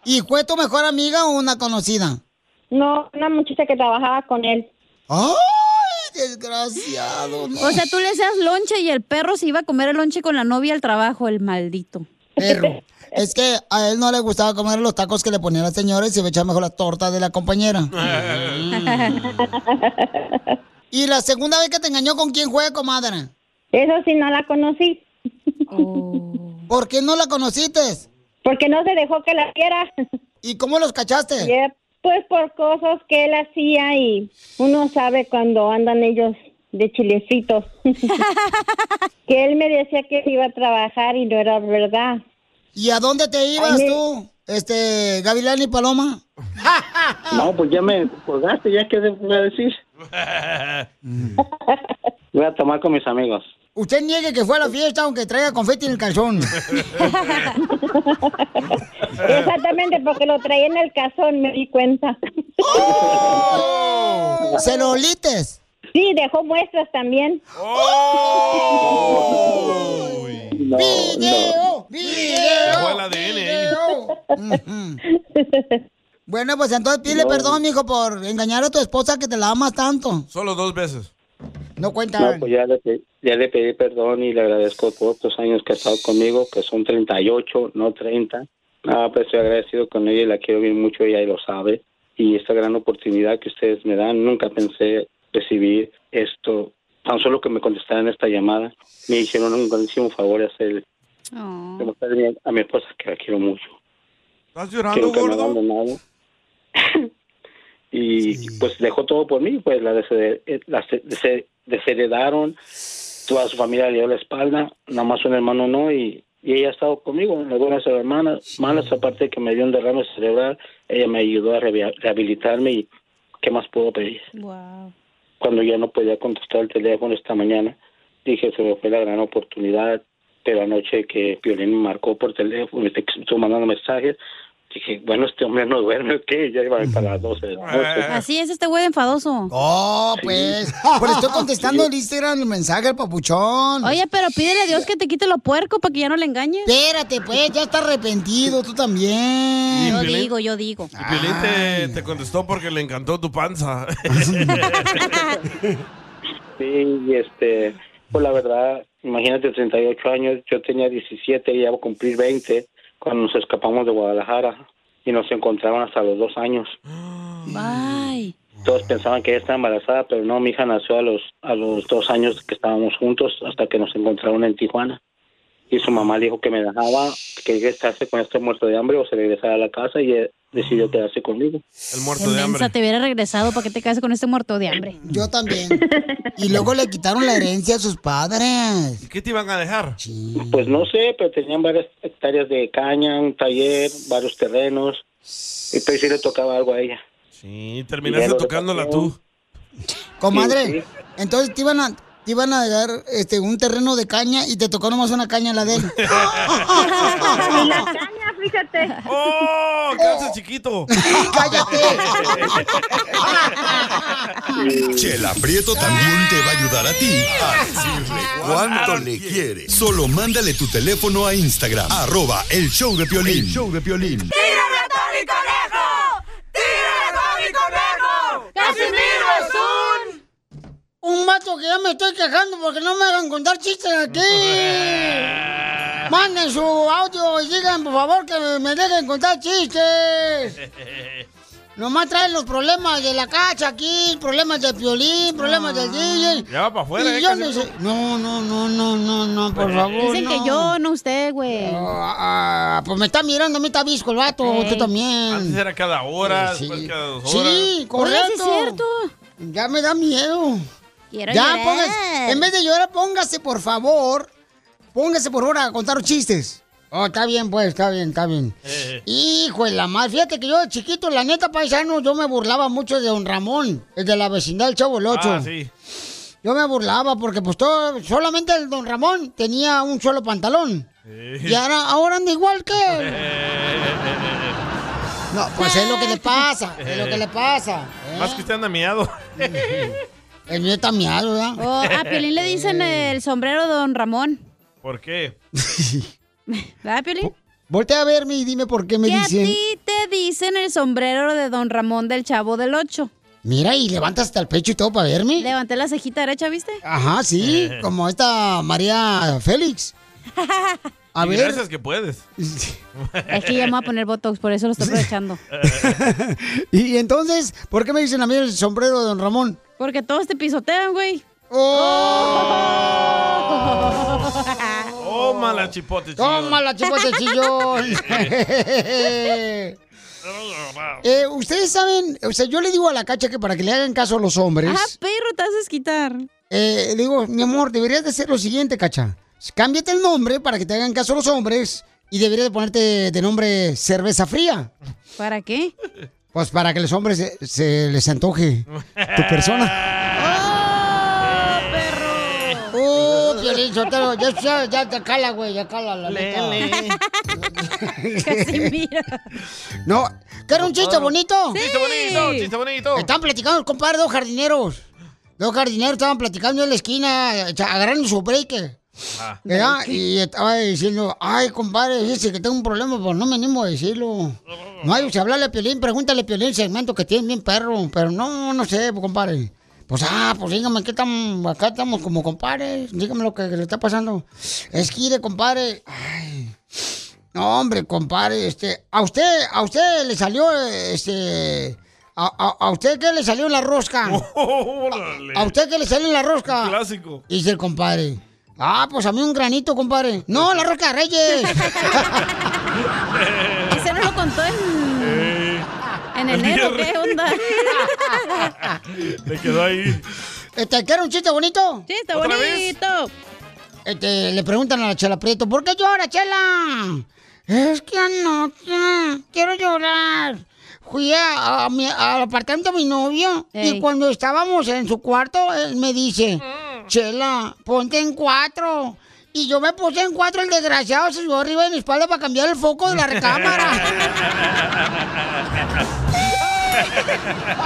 [SPEAKER 1] ¿Y fue tu mejor amiga o una conocida?
[SPEAKER 25] No, una muchacha que trabajaba con él.
[SPEAKER 1] ¡Ay, desgraciado!
[SPEAKER 4] O sea, tú le hacías lonche y el perro se iba a comer el lonche con la novia al trabajo, el maldito.
[SPEAKER 1] Perro. Es que a él no le gustaba comer los tacos que le ponían las señora y se echaba mejor la torta de la compañera. ¿Y la segunda vez que te engañó con quién fue, comadre?
[SPEAKER 25] Eso sí, no la conocí.
[SPEAKER 1] ¿Por qué no la conociste?
[SPEAKER 25] Porque no se dejó que la viera.
[SPEAKER 1] ¿Y cómo los cachaste?
[SPEAKER 25] Pues por cosas que él hacía y uno sabe cuando andan ellos de chilecitos. que él me decía que iba a trabajar
[SPEAKER 1] Eh.
[SPEAKER 25] y no era verdad.
[SPEAKER 1] ¿Y a dónde te ibas tú, este, Gavilán y Paloma?
[SPEAKER 20] No, pues ya me colgaste, ya que voy a decir. Voy a tomar con mis amigos.
[SPEAKER 1] Usted niegue que fue a la fiesta aunque traiga confeti en el calzón.
[SPEAKER 25] Exactamente, porque lo traía en el cazón, me di cuenta.
[SPEAKER 1] ¿Se lo olites?
[SPEAKER 25] Sí, dejó muestras también.
[SPEAKER 5] ¡Oh!
[SPEAKER 20] No, no.
[SPEAKER 1] ¡Video!
[SPEAKER 3] el ADN ahí.
[SPEAKER 1] Ujú. Bueno, pues entonces pídele
[SPEAKER 3] No.
[SPEAKER 1] perdón, mijo, por engañar a tu esposa que te la amas tanto.
[SPEAKER 3] Solo dos veces.
[SPEAKER 1] No cuenta.
[SPEAKER 20] No, pues ya le, pe- ya le pedí perdón y le agradezco por estos años que ha estado conmigo, que son 38, no 30. Nada, pues estoy agradecido con ella y la quiero bien mucho, ella lo sabe. Y esta gran oportunidad que ustedes me dan, nunca pensé recibir esto. Tan solo que me contestaran esta llamada, me hicieron un grandísimo favor de hacer Se lo pedí a mi esposa que la quiero mucho.
[SPEAKER 3] ¿Estás
[SPEAKER 20] que
[SPEAKER 3] llorando,
[SPEAKER 20] nunca me ha
[SPEAKER 3] gordo?
[SPEAKER 20] abandonado. y pues dejó todo por mí, pues la, deshe- eh, la se- deshe- desheredaron, toda su familia le dio la espalda, nada más un hermano no, y, y ella ha estado conmigo en las buenas y las malas, malas, aparte que me dio un derrame cerebral, ella me ayudó a rehabi- rehabilitarme y ¿qué más puedo pedir?
[SPEAKER 4] Wow.
[SPEAKER 20] Cuando ya no podía contestar el teléfono esta mañana, dije, se me fue la gran oportunidad, pero anoche que Piolín me marcó por teléfono, me estuvo mandando mensajes, dije, bueno, este hombre no duerme, ¿qué? Ya iba para las 12 de la
[SPEAKER 3] Ah.
[SPEAKER 20] noche.
[SPEAKER 4] Así es este güey enfadoso.
[SPEAKER 1] Oh, pues. Pero estoy contestando el Instagram, el mensaje, el papuchón.
[SPEAKER 4] Oye, pero pídele a Dios que te quite lo puerco para que ya no le engañes.
[SPEAKER 1] Espérate, pues, ya está arrepentido, tú también.
[SPEAKER 4] Yo
[SPEAKER 3] Piolín?
[SPEAKER 4] digo, yo digo.
[SPEAKER 3] Y Piolín te, te contestó porque le encantó tu panza.
[SPEAKER 20] Sí, y este, pues la verdad, imagínate, 38 años, yo tenía 17 y ya voy a cumplir 20 cuando nos escapamos de Guadalajara y nos encontraban hasta los dos años.
[SPEAKER 4] Bye.
[SPEAKER 20] Todos pensaban que ella estaba embarazada, pero no, mi hija nació a los, a los dos años que estábamos juntos hasta que nos encontraron en Tijuana. Y su mamá le dijo que me dejaba, que quedarse con este muerto de hambre o se regresara a la casa y eh, decidió quedarse conmigo.
[SPEAKER 3] El muerto
[SPEAKER 4] Qué mensa, te hubiera regresado para que te cases con este muerto de hambre.
[SPEAKER 1] Yo también. Y luego le quitaron la herencia a sus padres.
[SPEAKER 3] ¿Qué te iban a dejar?
[SPEAKER 20] Pues no sé, pero tenían varias hectáreas de caña, un taller, varios terrenos. Y pues sí le tocaba algo a ella.
[SPEAKER 3] Sí, terminaste
[SPEAKER 20] Dinero de
[SPEAKER 3] tocándola
[SPEAKER 20] papel.
[SPEAKER 3] tú.
[SPEAKER 1] Comadre,
[SPEAKER 20] Sí, sí.
[SPEAKER 1] Oh, entonces te iban a, te iban a dar este, un terreno de caña y te tocó nomás una caña la de él.
[SPEAKER 5] Y la
[SPEAKER 1] caña, fíjate.
[SPEAKER 3] ¡Oh! ¡Calza chiquito!
[SPEAKER 2] Chela Prieto también te va a ayudar a ti a decirle cuánto le quiere. Solo mándale tu teléfono a Instagram, arroba el show de Piolín. show de Piolín.
[SPEAKER 5] ¡Tírame a Tony Conejo! ¡Tírame a Tony Conejo! ¡Casimiro es un...
[SPEAKER 1] Un mato que ya me estoy quejando porque no me hagan contar chistes aquí. Manden su audio y digan, por favor, que me dejen contar chistes. Nomás traen los problemas de la cacha aquí, problemas de Piolín, problemas del DJ.
[SPEAKER 3] Ya va para afuera,
[SPEAKER 1] Y
[SPEAKER 3] ¿eh?
[SPEAKER 1] yo
[SPEAKER 3] Casimiro?
[SPEAKER 1] no, sé- no, no, no, no, no, no, por favor.
[SPEAKER 4] Pues, Dicen que yo, no usted, güey.
[SPEAKER 1] Ah, pues me está mirando, me está visco el vato,
[SPEAKER 4] Ey.
[SPEAKER 1] tú también. Eh,
[SPEAKER 3] Antes era cada hora,
[SPEAKER 1] Sí, sí.
[SPEAKER 3] después cada dos horas.
[SPEAKER 1] Sí,
[SPEAKER 4] Pues Oye,
[SPEAKER 1] correcto.
[SPEAKER 4] sí es cierto.
[SPEAKER 1] Ya me da miedo.
[SPEAKER 4] Quiero
[SPEAKER 1] ya,
[SPEAKER 4] llorar.
[SPEAKER 1] póngase- en vez de llorar, póngase por favor, póngase por favor a contar chistes. Oh, está bien, pues, está bien, está bien.
[SPEAKER 4] Eh,
[SPEAKER 1] Hijo de la madre, fíjate que yo de chiquito, la neta, paisano, yo me burlaba mucho de Don Ramón, el de la vecindad del Chavo el Ocho.
[SPEAKER 5] Ah, sí.
[SPEAKER 1] Yo me burlaba porque pues todo, solamente el Don Ramón tenía un solo pantalón. Y ahora, ahora anda igual que él.
[SPEAKER 3] Eh,
[SPEAKER 1] No, pues es lo que le pasa, es lo que le pasa.
[SPEAKER 3] eh. Más que usted anda miado.
[SPEAKER 1] El mío está miado, ¿verdad?
[SPEAKER 4] Oh, a Piolín le dicen
[SPEAKER 1] Eh.
[SPEAKER 4] el sombrero Don Ramón.
[SPEAKER 3] ¿Por qué?
[SPEAKER 4] ¿Verdad, Piolín?
[SPEAKER 1] Voltea a verme y dime por qué Oh, me
[SPEAKER 4] ¿Qué a
[SPEAKER 1] dicen.
[SPEAKER 4] ti te dicen el sombrero de Don Ramón del Chavo del Ocho?
[SPEAKER 1] Mira, y levanta hasta el pecho y todo para verme.
[SPEAKER 4] Levanté la cejita derecha, ¿viste?
[SPEAKER 1] Ajá, sí,
[SPEAKER 3] Eh.
[SPEAKER 1] como esta María Félix. A
[SPEAKER 3] Y
[SPEAKER 1] ver.
[SPEAKER 3] Gracias que puedes.
[SPEAKER 4] Es que ya me voy a poner Botox, por eso lo estoy aprovechando.
[SPEAKER 1] y entonces, ¿por qué me dicen a mí el sombrero de Don Ramón? Oh,
[SPEAKER 4] Porque todos te pisotean, güey.
[SPEAKER 3] Toma la chipote,
[SPEAKER 1] Toma la chipote chillón. Eh, Ustedes saben, o sea, yo le digo a la cacha que para que le hagan caso a los hombres.
[SPEAKER 4] Ah, perro, te haces quitar.
[SPEAKER 1] Eh, le digo, mi amor, deberías de hacer lo siguiente, cacha. Cámbiate el nombre para que te hagan caso los hombres y deberías de ponerte de nombre cerveza fría.
[SPEAKER 4] ¿Para qué?
[SPEAKER 1] Pues para que los hombres se, se les antoje tu persona. ¡Oh, Piolín Sotelo, ya, ya, ya te cala, güey, ya cala la neta.
[SPEAKER 5] Casimiro.
[SPEAKER 1] No, que era un chiste bonito.
[SPEAKER 5] Sí. Chiste bonito, chiste
[SPEAKER 3] bonito.
[SPEAKER 1] Estaban platicando, el compadre, dos jardineros. Dos jardineros estaban platicando en la esquina, eh, agarrando su break. eh.
[SPEAKER 5] Ah.
[SPEAKER 1] ¿verdad? Y estaba diciendo, ay, compadre, dice que tengo un problema, pues no me animo a decirlo. No hay que hablarle a Piolín, pregúntale a Piolín el segmento que tiene bien perro, pero no, no sé, pues, compadre. Pues, ah, pues dígame, ¿qué tam, acá estamos como compadres, dígame lo que le está pasando. Es que, mire, compadre, ay, no, hombre, compadre, este, a usted, a usted le salió, este, a, a- a usted qué le salió en la rosca.
[SPEAKER 3] Órale.
[SPEAKER 1] ¿A usted qué le salió en la rosca?
[SPEAKER 3] Clásico.
[SPEAKER 1] Dice el compadre. Ah, pues a mí un granito, compadre. No, la roca de Reyes.
[SPEAKER 4] Ese no lo contó en, en
[SPEAKER 5] El día
[SPEAKER 4] enero,
[SPEAKER 5] de-
[SPEAKER 4] ¿qué onda?
[SPEAKER 3] Le quedó ahí.
[SPEAKER 1] Este, ¿Quiere un chiste bonito?
[SPEAKER 4] Sí, está ¿Otra vez?
[SPEAKER 1] Este, le preguntan a la Chela Prieto, ¿por qué llora, Chela? Es que anoche quiero llorar. Fui a, a mi- al apartamento de mi novio y cuando estábamos en su cuarto, él me dice, Chela, ponte en cuatro. Y yo me puse en cuatro, el desgraciado se subió arriba de mi espalda para cambiar el foco de la recámara.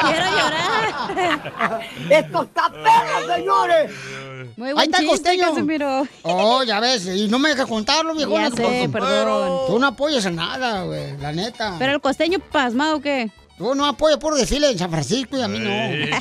[SPEAKER 5] Quiero llorar.
[SPEAKER 1] ¡Esto está perro, señores!
[SPEAKER 4] Muy
[SPEAKER 5] buen chiste,
[SPEAKER 1] Oh, ya ves, y no me dejas contarlo, viejo.
[SPEAKER 4] Ya
[SPEAKER 1] no,
[SPEAKER 4] sé,
[SPEAKER 1] por tu-
[SPEAKER 4] perdón.
[SPEAKER 1] Tú no apoyas en nada, güey, Pues, la neta.
[SPEAKER 4] Pero el costeño pasmado, ¿o ¿qué?
[SPEAKER 1] Tú no apoyas por desfile en San Francisco y a mí no.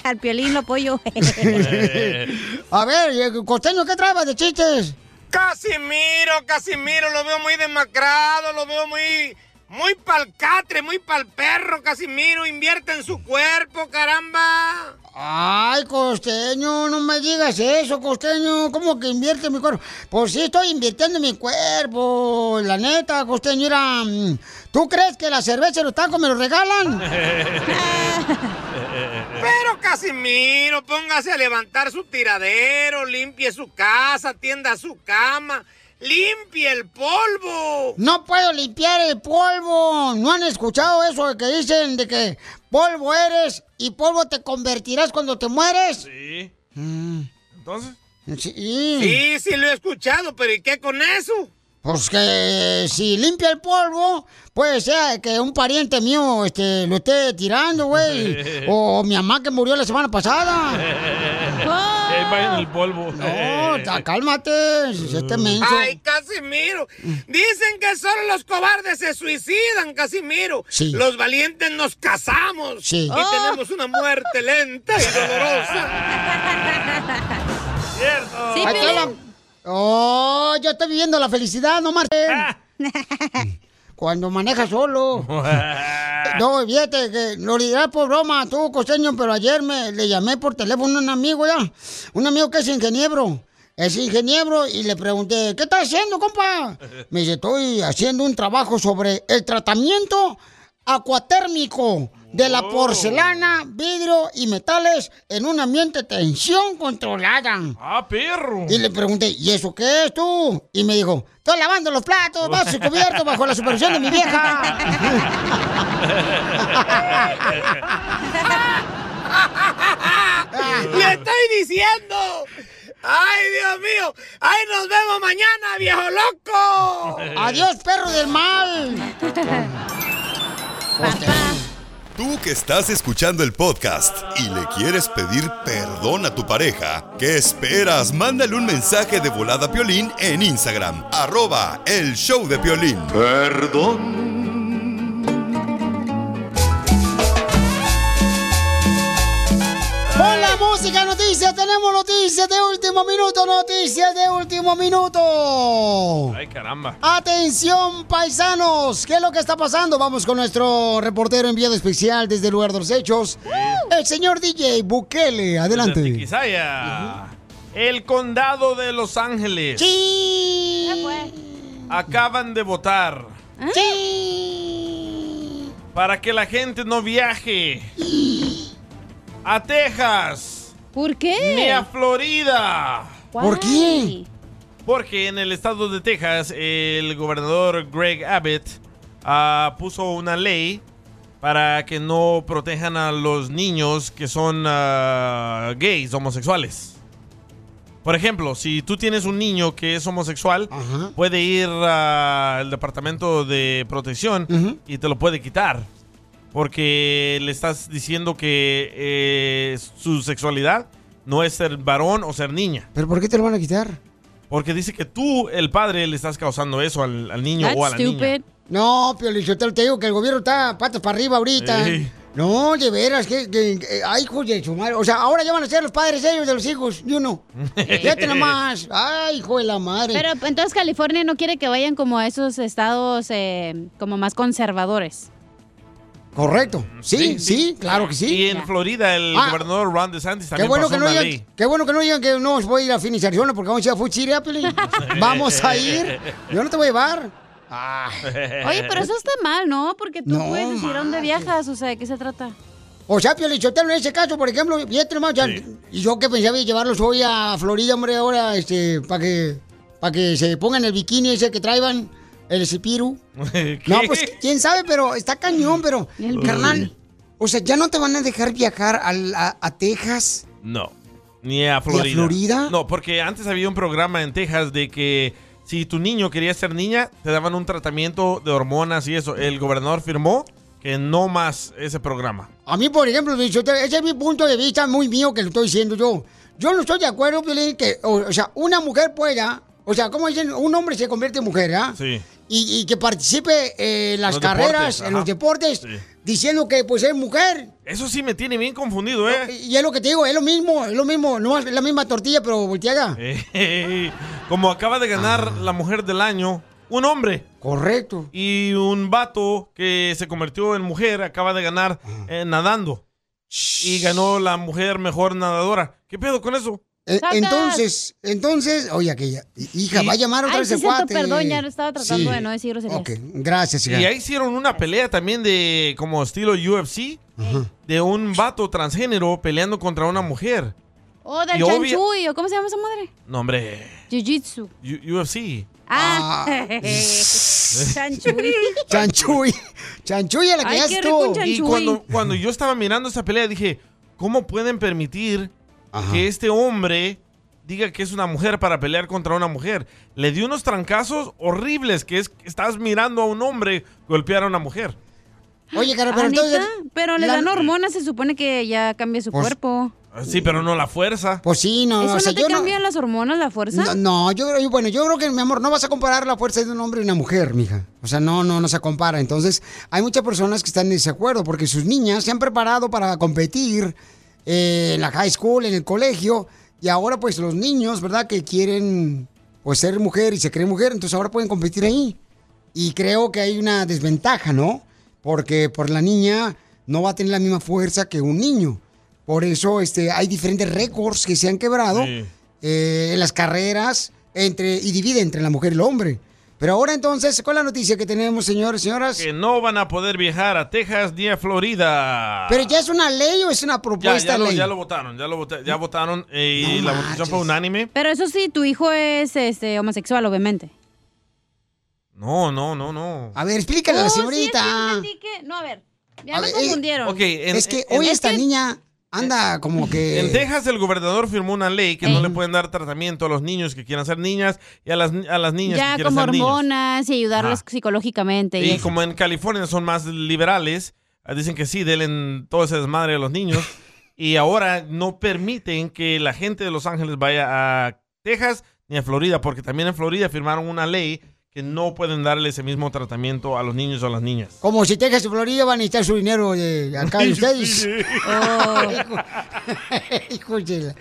[SPEAKER 4] Al piolín lo apoyo.
[SPEAKER 1] a ver, eh, y el costeño, ¿qué trabas de chistes?
[SPEAKER 24] Casimiro, Casimiro, lo veo muy demacrado, lo veo muy. Muy pa'l catre, muy pa'l perro, Casimiro. Invierte en su cuerpo, caramba.
[SPEAKER 1] Ay, costeño, no me digas eso, costeño. ¿Cómo que invierte en mi cuerpo? Pues sí, estoy invirtiendo en mi cuerpo. La neta, costeño, mira. mm, ¿Tú crees que la cerveza y los tacos me los regalan?
[SPEAKER 24] Pero Casimiro, póngase a levantar su tiradero, limpie su casa, tienda su cama, limpie el polvo.
[SPEAKER 1] No puedo limpiar el polvo. ¿No han escuchado eso de que dicen de que polvo eres y polvo te convertirás cuando te mueres?
[SPEAKER 3] Sí.
[SPEAKER 1] Mm,
[SPEAKER 3] Entonces.
[SPEAKER 1] sí.
[SPEAKER 24] Sí, sí lo he escuchado, pero ¿y qué con eso?
[SPEAKER 1] Pues que si limpia el polvo, puede ser que un pariente mío este, lo esté tirando, güey. o mi mamá que murió la semana pasada.
[SPEAKER 3] Y
[SPEAKER 1] Ah.
[SPEAKER 3] ahí va en el polvo.
[SPEAKER 1] No, ya, cálmate, este menso.
[SPEAKER 24] Ay, Casimiro. Dicen que solo los cobardes se suicidan, Casimiro.
[SPEAKER 1] Sí.
[SPEAKER 24] Los valientes nos casamos.
[SPEAKER 1] Sí.
[SPEAKER 24] Y
[SPEAKER 1] Oh.
[SPEAKER 24] tenemos una muerte lenta y dolorosa.
[SPEAKER 3] Cierto.
[SPEAKER 1] Ay,
[SPEAKER 24] Piolín.
[SPEAKER 1] Carla. Oh, yo estoy viviendo la felicidad, no marchen. Cuando manejas solo. No, fíjate que lo dirás por broma tú, costeño, pero ayer me le llamé por teléfono a un amigo ya. Un amigo que es ingeniero. Es ingeniero y le pregunté, ¿qué estás haciendo, compa? Me dice, estoy haciendo un trabajo sobre el tratamiento acuatérmico de
[SPEAKER 3] Oh.
[SPEAKER 1] la porcelana, vidrio y metales en un ambiente de tensión controlada.
[SPEAKER 3] Ah, perro.
[SPEAKER 1] Y le pregunté, ¿y eso qué es tú? Y me dijo, estoy lavando los platos, vasos y cubiertos bajo la supervisión de mi vieja.
[SPEAKER 24] ¡Le estoy diciendo! ¡Ay, Dios mío! ¡Ay, nos vemos mañana, viejo loco!
[SPEAKER 1] Adiós, perro del mal.
[SPEAKER 2] Tú que estás escuchando el podcast y le quieres pedir perdón a tu pareja, ¿qué esperas? Mándale un mensaje de volada a Piolín en Instagram, arroba el show de Piolín. Perdón.
[SPEAKER 1] Pon la música, noticias, tenemos noticias de último minuto, noticias de último minuto.
[SPEAKER 3] Ay, caramba.
[SPEAKER 1] Atención, paisanos, ¿qué es lo que está pasando? Vamos con nuestro reportero enviado especial desde el lugar de los hechos, el señor DJ Bukele. Adelante.
[SPEAKER 3] Desde Tiquisaya. El condado de Los Ángeles.
[SPEAKER 1] Sí.
[SPEAKER 3] Acaban de votar para que la gente no viaje a Texas
[SPEAKER 4] ¿Por
[SPEAKER 3] ni a
[SPEAKER 4] qué?
[SPEAKER 3] Florida.
[SPEAKER 4] ¿Por qué?
[SPEAKER 3] Porque en el estado de Texas, el gobernador Greg Abbott ah, puso una ley para que no protejan a los niños que son ah, gays, homosexuales. Por ejemplo, si tú tienes un niño que es homosexual, puede ir al departamento de protección y te lo puede quitar. Porque le estás diciendo que eh, su sexualidad no es ser varón o ser niña.
[SPEAKER 1] ¿Pero por qué te lo van a quitar?
[SPEAKER 3] Porque dice que tú, el padre, le estás causando eso al, al niño o a la niña.
[SPEAKER 1] No, Piolichotero, te digo que el gobierno está patas para arriba ahorita.
[SPEAKER 3] Sí.
[SPEAKER 1] No, de veras, que, que- que- ay, hijo de su madre. O sea, ahora ya van a ser los padres ellos de los hijos, yo no. Fíjate nomás. Ay, hijo de la madre.
[SPEAKER 4] Pero entonces California no quiere que vayan como a esos estados eh, como más conservadores.
[SPEAKER 1] Correcto. Sí, sí, claro que sí.
[SPEAKER 3] Y en Florida, el
[SPEAKER 1] Ah.
[SPEAKER 3] gobernador Ron DeSantis
[SPEAKER 1] Qué
[SPEAKER 3] también
[SPEAKER 1] bueno,
[SPEAKER 3] pasó
[SPEAKER 1] que no
[SPEAKER 3] una
[SPEAKER 1] digan,
[SPEAKER 3] ley.
[SPEAKER 1] qué bueno que no digan que no voy a ir a Phoenix, Arizona, porque vamos a ir a Fuchsia, Apple. Vamos a ir. Yo no te voy a llevar.
[SPEAKER 3] Eh.
[SPEAKER 4] Oye, pero eso está mal, ¿no? Porque tú
[SPEAKER 1] No,
[SPEAKER 4] puedes decir a dónde viajas, o sea, ¿de qué se trata?
[SPEAKER 1] O sea, Pio Lichotelo, en ese caso, por ejemplo, y este, hermano, ya- y yo que pensaba llevarlos hoy a Florida, hombre, ahora, este, para que, para que se pongan el bikini ese que traigan, el Sipiru. No, pues quién sabe, pero está cañón, pero, carnal, o sea, ya no te van a dejar viajar al- a, a Texas.
[SPEAKER 3] No, ni a Florida.
[SPEAKER 1] Florida?
[SPEAKER 3] No, porque antes había un programa en Texas de que si tu niño quería ser niña, te daban un tratamiento de hormonas y eso. El gobernador firmó que no más ese programa.
[SPEAKER 1] A mí, por ejemplo, Pio Lichotelo, ese es mi punto de vista muy mío que lo estoy diciendo yo. Yo no estoy de acuerdo, Piolín, que, o, o sea, una mujer pueda, o sea, como dicen, un hombre se convierte en mujer, ¿ah?
[SPEAKER 3] Sí.
[SPEAKER 1] y, y que participe eh, en las
[SPEAKER 3] Los
[SPEAKER 1] carreras,
[SPEAKER 3] deportes,
[SPEAKER 1] en los
[SPEAKER 3] ajá.
[SPEAKER 1] deportes,
[SPEAKER 3] Sí.
[SPEAKER 1] diciendo que pues es mujer.
[SPEAKER 3] Eso sí me tiene bien confundido, ¿eh?
[SPEAKER 1] Y es lo que te digo, es lo mismo, es lo mismo, no es la misma tortilla, pero volteada.
[SPEAKER 3] Ey, Como acaba de ganar la mujer del año, un hombre.
[SPEAKER 1] Ah. Correcto.
[SPEAKER 3] Y un vato que se convirtió en mujer acaba de ganar
[SPEAKER 1] Ah.
[SPEAKER 3] eh, nadando. Y ganó la mujer mejor nadadora. ¿Qué pedo con eso?
[SPEAKER 1] Eh, entonces, entonces, oye, aquella, hija,
[SPEAKER 3] Y-
[SPEAKER 1] va a llamar otra
[SPEAKER 4] Ay,
[SPEAKER 1] vez
[SPEAKER 4] sí,
[SPEAKER 1] el
[SPEAKER 4] siento
[SPEAKER 1] cuate.
[SPEAKER 4] perdón, ya estaba tratando
[SPEAKER 3] Sí.
[SPEAKER 4] de no decir groserías.
[SPEAKER 1] Ok, gracias, hija.
[SPEAKER 3] Y ahí hicieron una pelea también de como estilo UFC, de un vato transgénero peleando contra una mujer.
[SPEAKER 4] O Oh, del
[SPEAKER 3] Y obvia-
[SPEAKER 4] chanchuy, o cómo se llama esa madre?
[SPEAKER 3] No, hombre,
[SPEAKER 4] Jiu-jitsu.
[SPEAKER 3] U- UFC.
[SPEAKER 4] Ah, chanchuy.
[SPEAKER 1] Chanchuy. Chanchuy a la que
[SPEAKER 4] Ay,
[SPEAKER 1] ya
[SPEAKER 4] qué
[SPEAKER 1] estuvo.
[SPEAKER 4] rico un
[SPEAKER 3] Y cuando, cuando yo estaba mirando esa pelea dije, ¿cómo pueden permitir que este hombre diga que es una mujer para pelear contra una mujer? Le dio unos trancazos horribles que es estás mirando a un hombre golpear a una mujer.
[SPEAKER 1] Oye,
[SPEAKER 3] cara, pero
[SPEAKER 4] Anita,
[SPEAKER 3] entonces-
[SPEAKER 4] Ah, Pero le
[SPEAKER 3] la-
[SPEAKER 1] eh.
[SPEAKER 4] dan hormonas, se supone que ya cambia su
[SPEAKER 3] Pues-
[SPEAKER 4] cuerpo.
[SPEAKER 3] Sí, pero no la fuerza.
[SPEAKER 1] Pues sí, no,
[SPEAKER 4] ¿Eso
[SPEAKER 1] o sea,
[SPEAKER 4] no
[SPEAKER 1] yo
[SPEAKER 4] te
[SPEAKER 1] no-
[SPEAKER 4] cambian las hormonas, la fuerza?
[SPEAKER 1] No, no, yo creo, bueno, yo creo que, mi amor, no vas a comparar la fuerza de un hombre y una mujer, mija. O sea, no, no, no se compara. Entonces, hay muchas personas que están en desacuerdo porque sus niñas se han preparado para competir eh, en la high school, en el colegio, y ahora, pues, los niños, ¿verdad?, que quieren, pues, ser mujer y se creen mujer, entonces ahora pueden competir ahí. Y creo que hay una desventaja, ¿no? Porque por la niña no va a tener la misma fuerza que un niño. Por eso este, hay diferentes récords que se han quebrado eh, en las carreras entre, y divide entre la mujer y el hombre. Pero ahora entonces, ¿cuál es la noticia que tenemos, señores y señoras?
[SPEAKER 3] Que no van a poder viajar a Texas ni a Florida.
[SPEAKER 1] ¿Pero ya es una ley o es una
[SPEAKER 3] ya,
[SPEAKER 1] propuesta
[SPEAKER 3] ya, lo,
[SPEAKER 1] ley?
[SPEAKER 3] ya lo votaron, ya lo vota- ya votaron eh, y la votación fue unánime.
[SPEAKER 4] Pero eso sí, tu hijo es este, homosexual, obviamente.
[SPEAKER 3] No, no, no, no.
[SPEAKER 1] A ver, explícale a la
[SPEAKER 4] Oh, sí,
[SPEAKER 1] señorita.
[SPEAKER 4] Así que, no, a ver, ya
[SPEAKER 1] A
[SPEAKER 4] me
[SPEAKER 1] ver, eh,
[SPEAKER 4] confundieron.
[SPEAKER 3] Ok, en-
[SPEAKER 1] es que
[SPEAKER 3] en-
[SPEAKER 1] hoy
[SPEAKER 3] en-
[SPEAKER 1] esta niña anda como que...
[SPEAKER 3] En Texas el gobernador firmó una ley que no
[SPEAKER 4] Eh.
[SPEAKER 3] le pueden dar tratamiento a los niños que quieran ser niñas y a las, ni- a las niñas que
[SPEAKER 4] ya
[SPEAKER 3] quieran
[SPEAKER 4] como
[SPEAKER 3] ser niños.
[SPEAKER 4] hormonas y ayudarlos
[SPEAKER 3] Ajá.
[SPEAKER 4] psicológicamente.
[SPEAKER 1] Este,
[SPEAKER 4] y
[SPEAKER 3] Y
[SPEAKER 4] eso.
[SPEAKER 3] como en California son más liberales, eh, dicen que sí, denle todo ese desmadre a los niños. y ahora no permiten que la gente de Los Ángeles vaya a Texas ni a Florida, porque también en Florida firmaron una ley que no pueden darle ese mismo tratamiento a los niños o a las niñas.
[SPEAKER 1] Como si Texas y Florida van a necesitar su dinero de acá de ustedes.
[SPEAKER 3] Oh.
[SPEAKER 1] Hijo de la-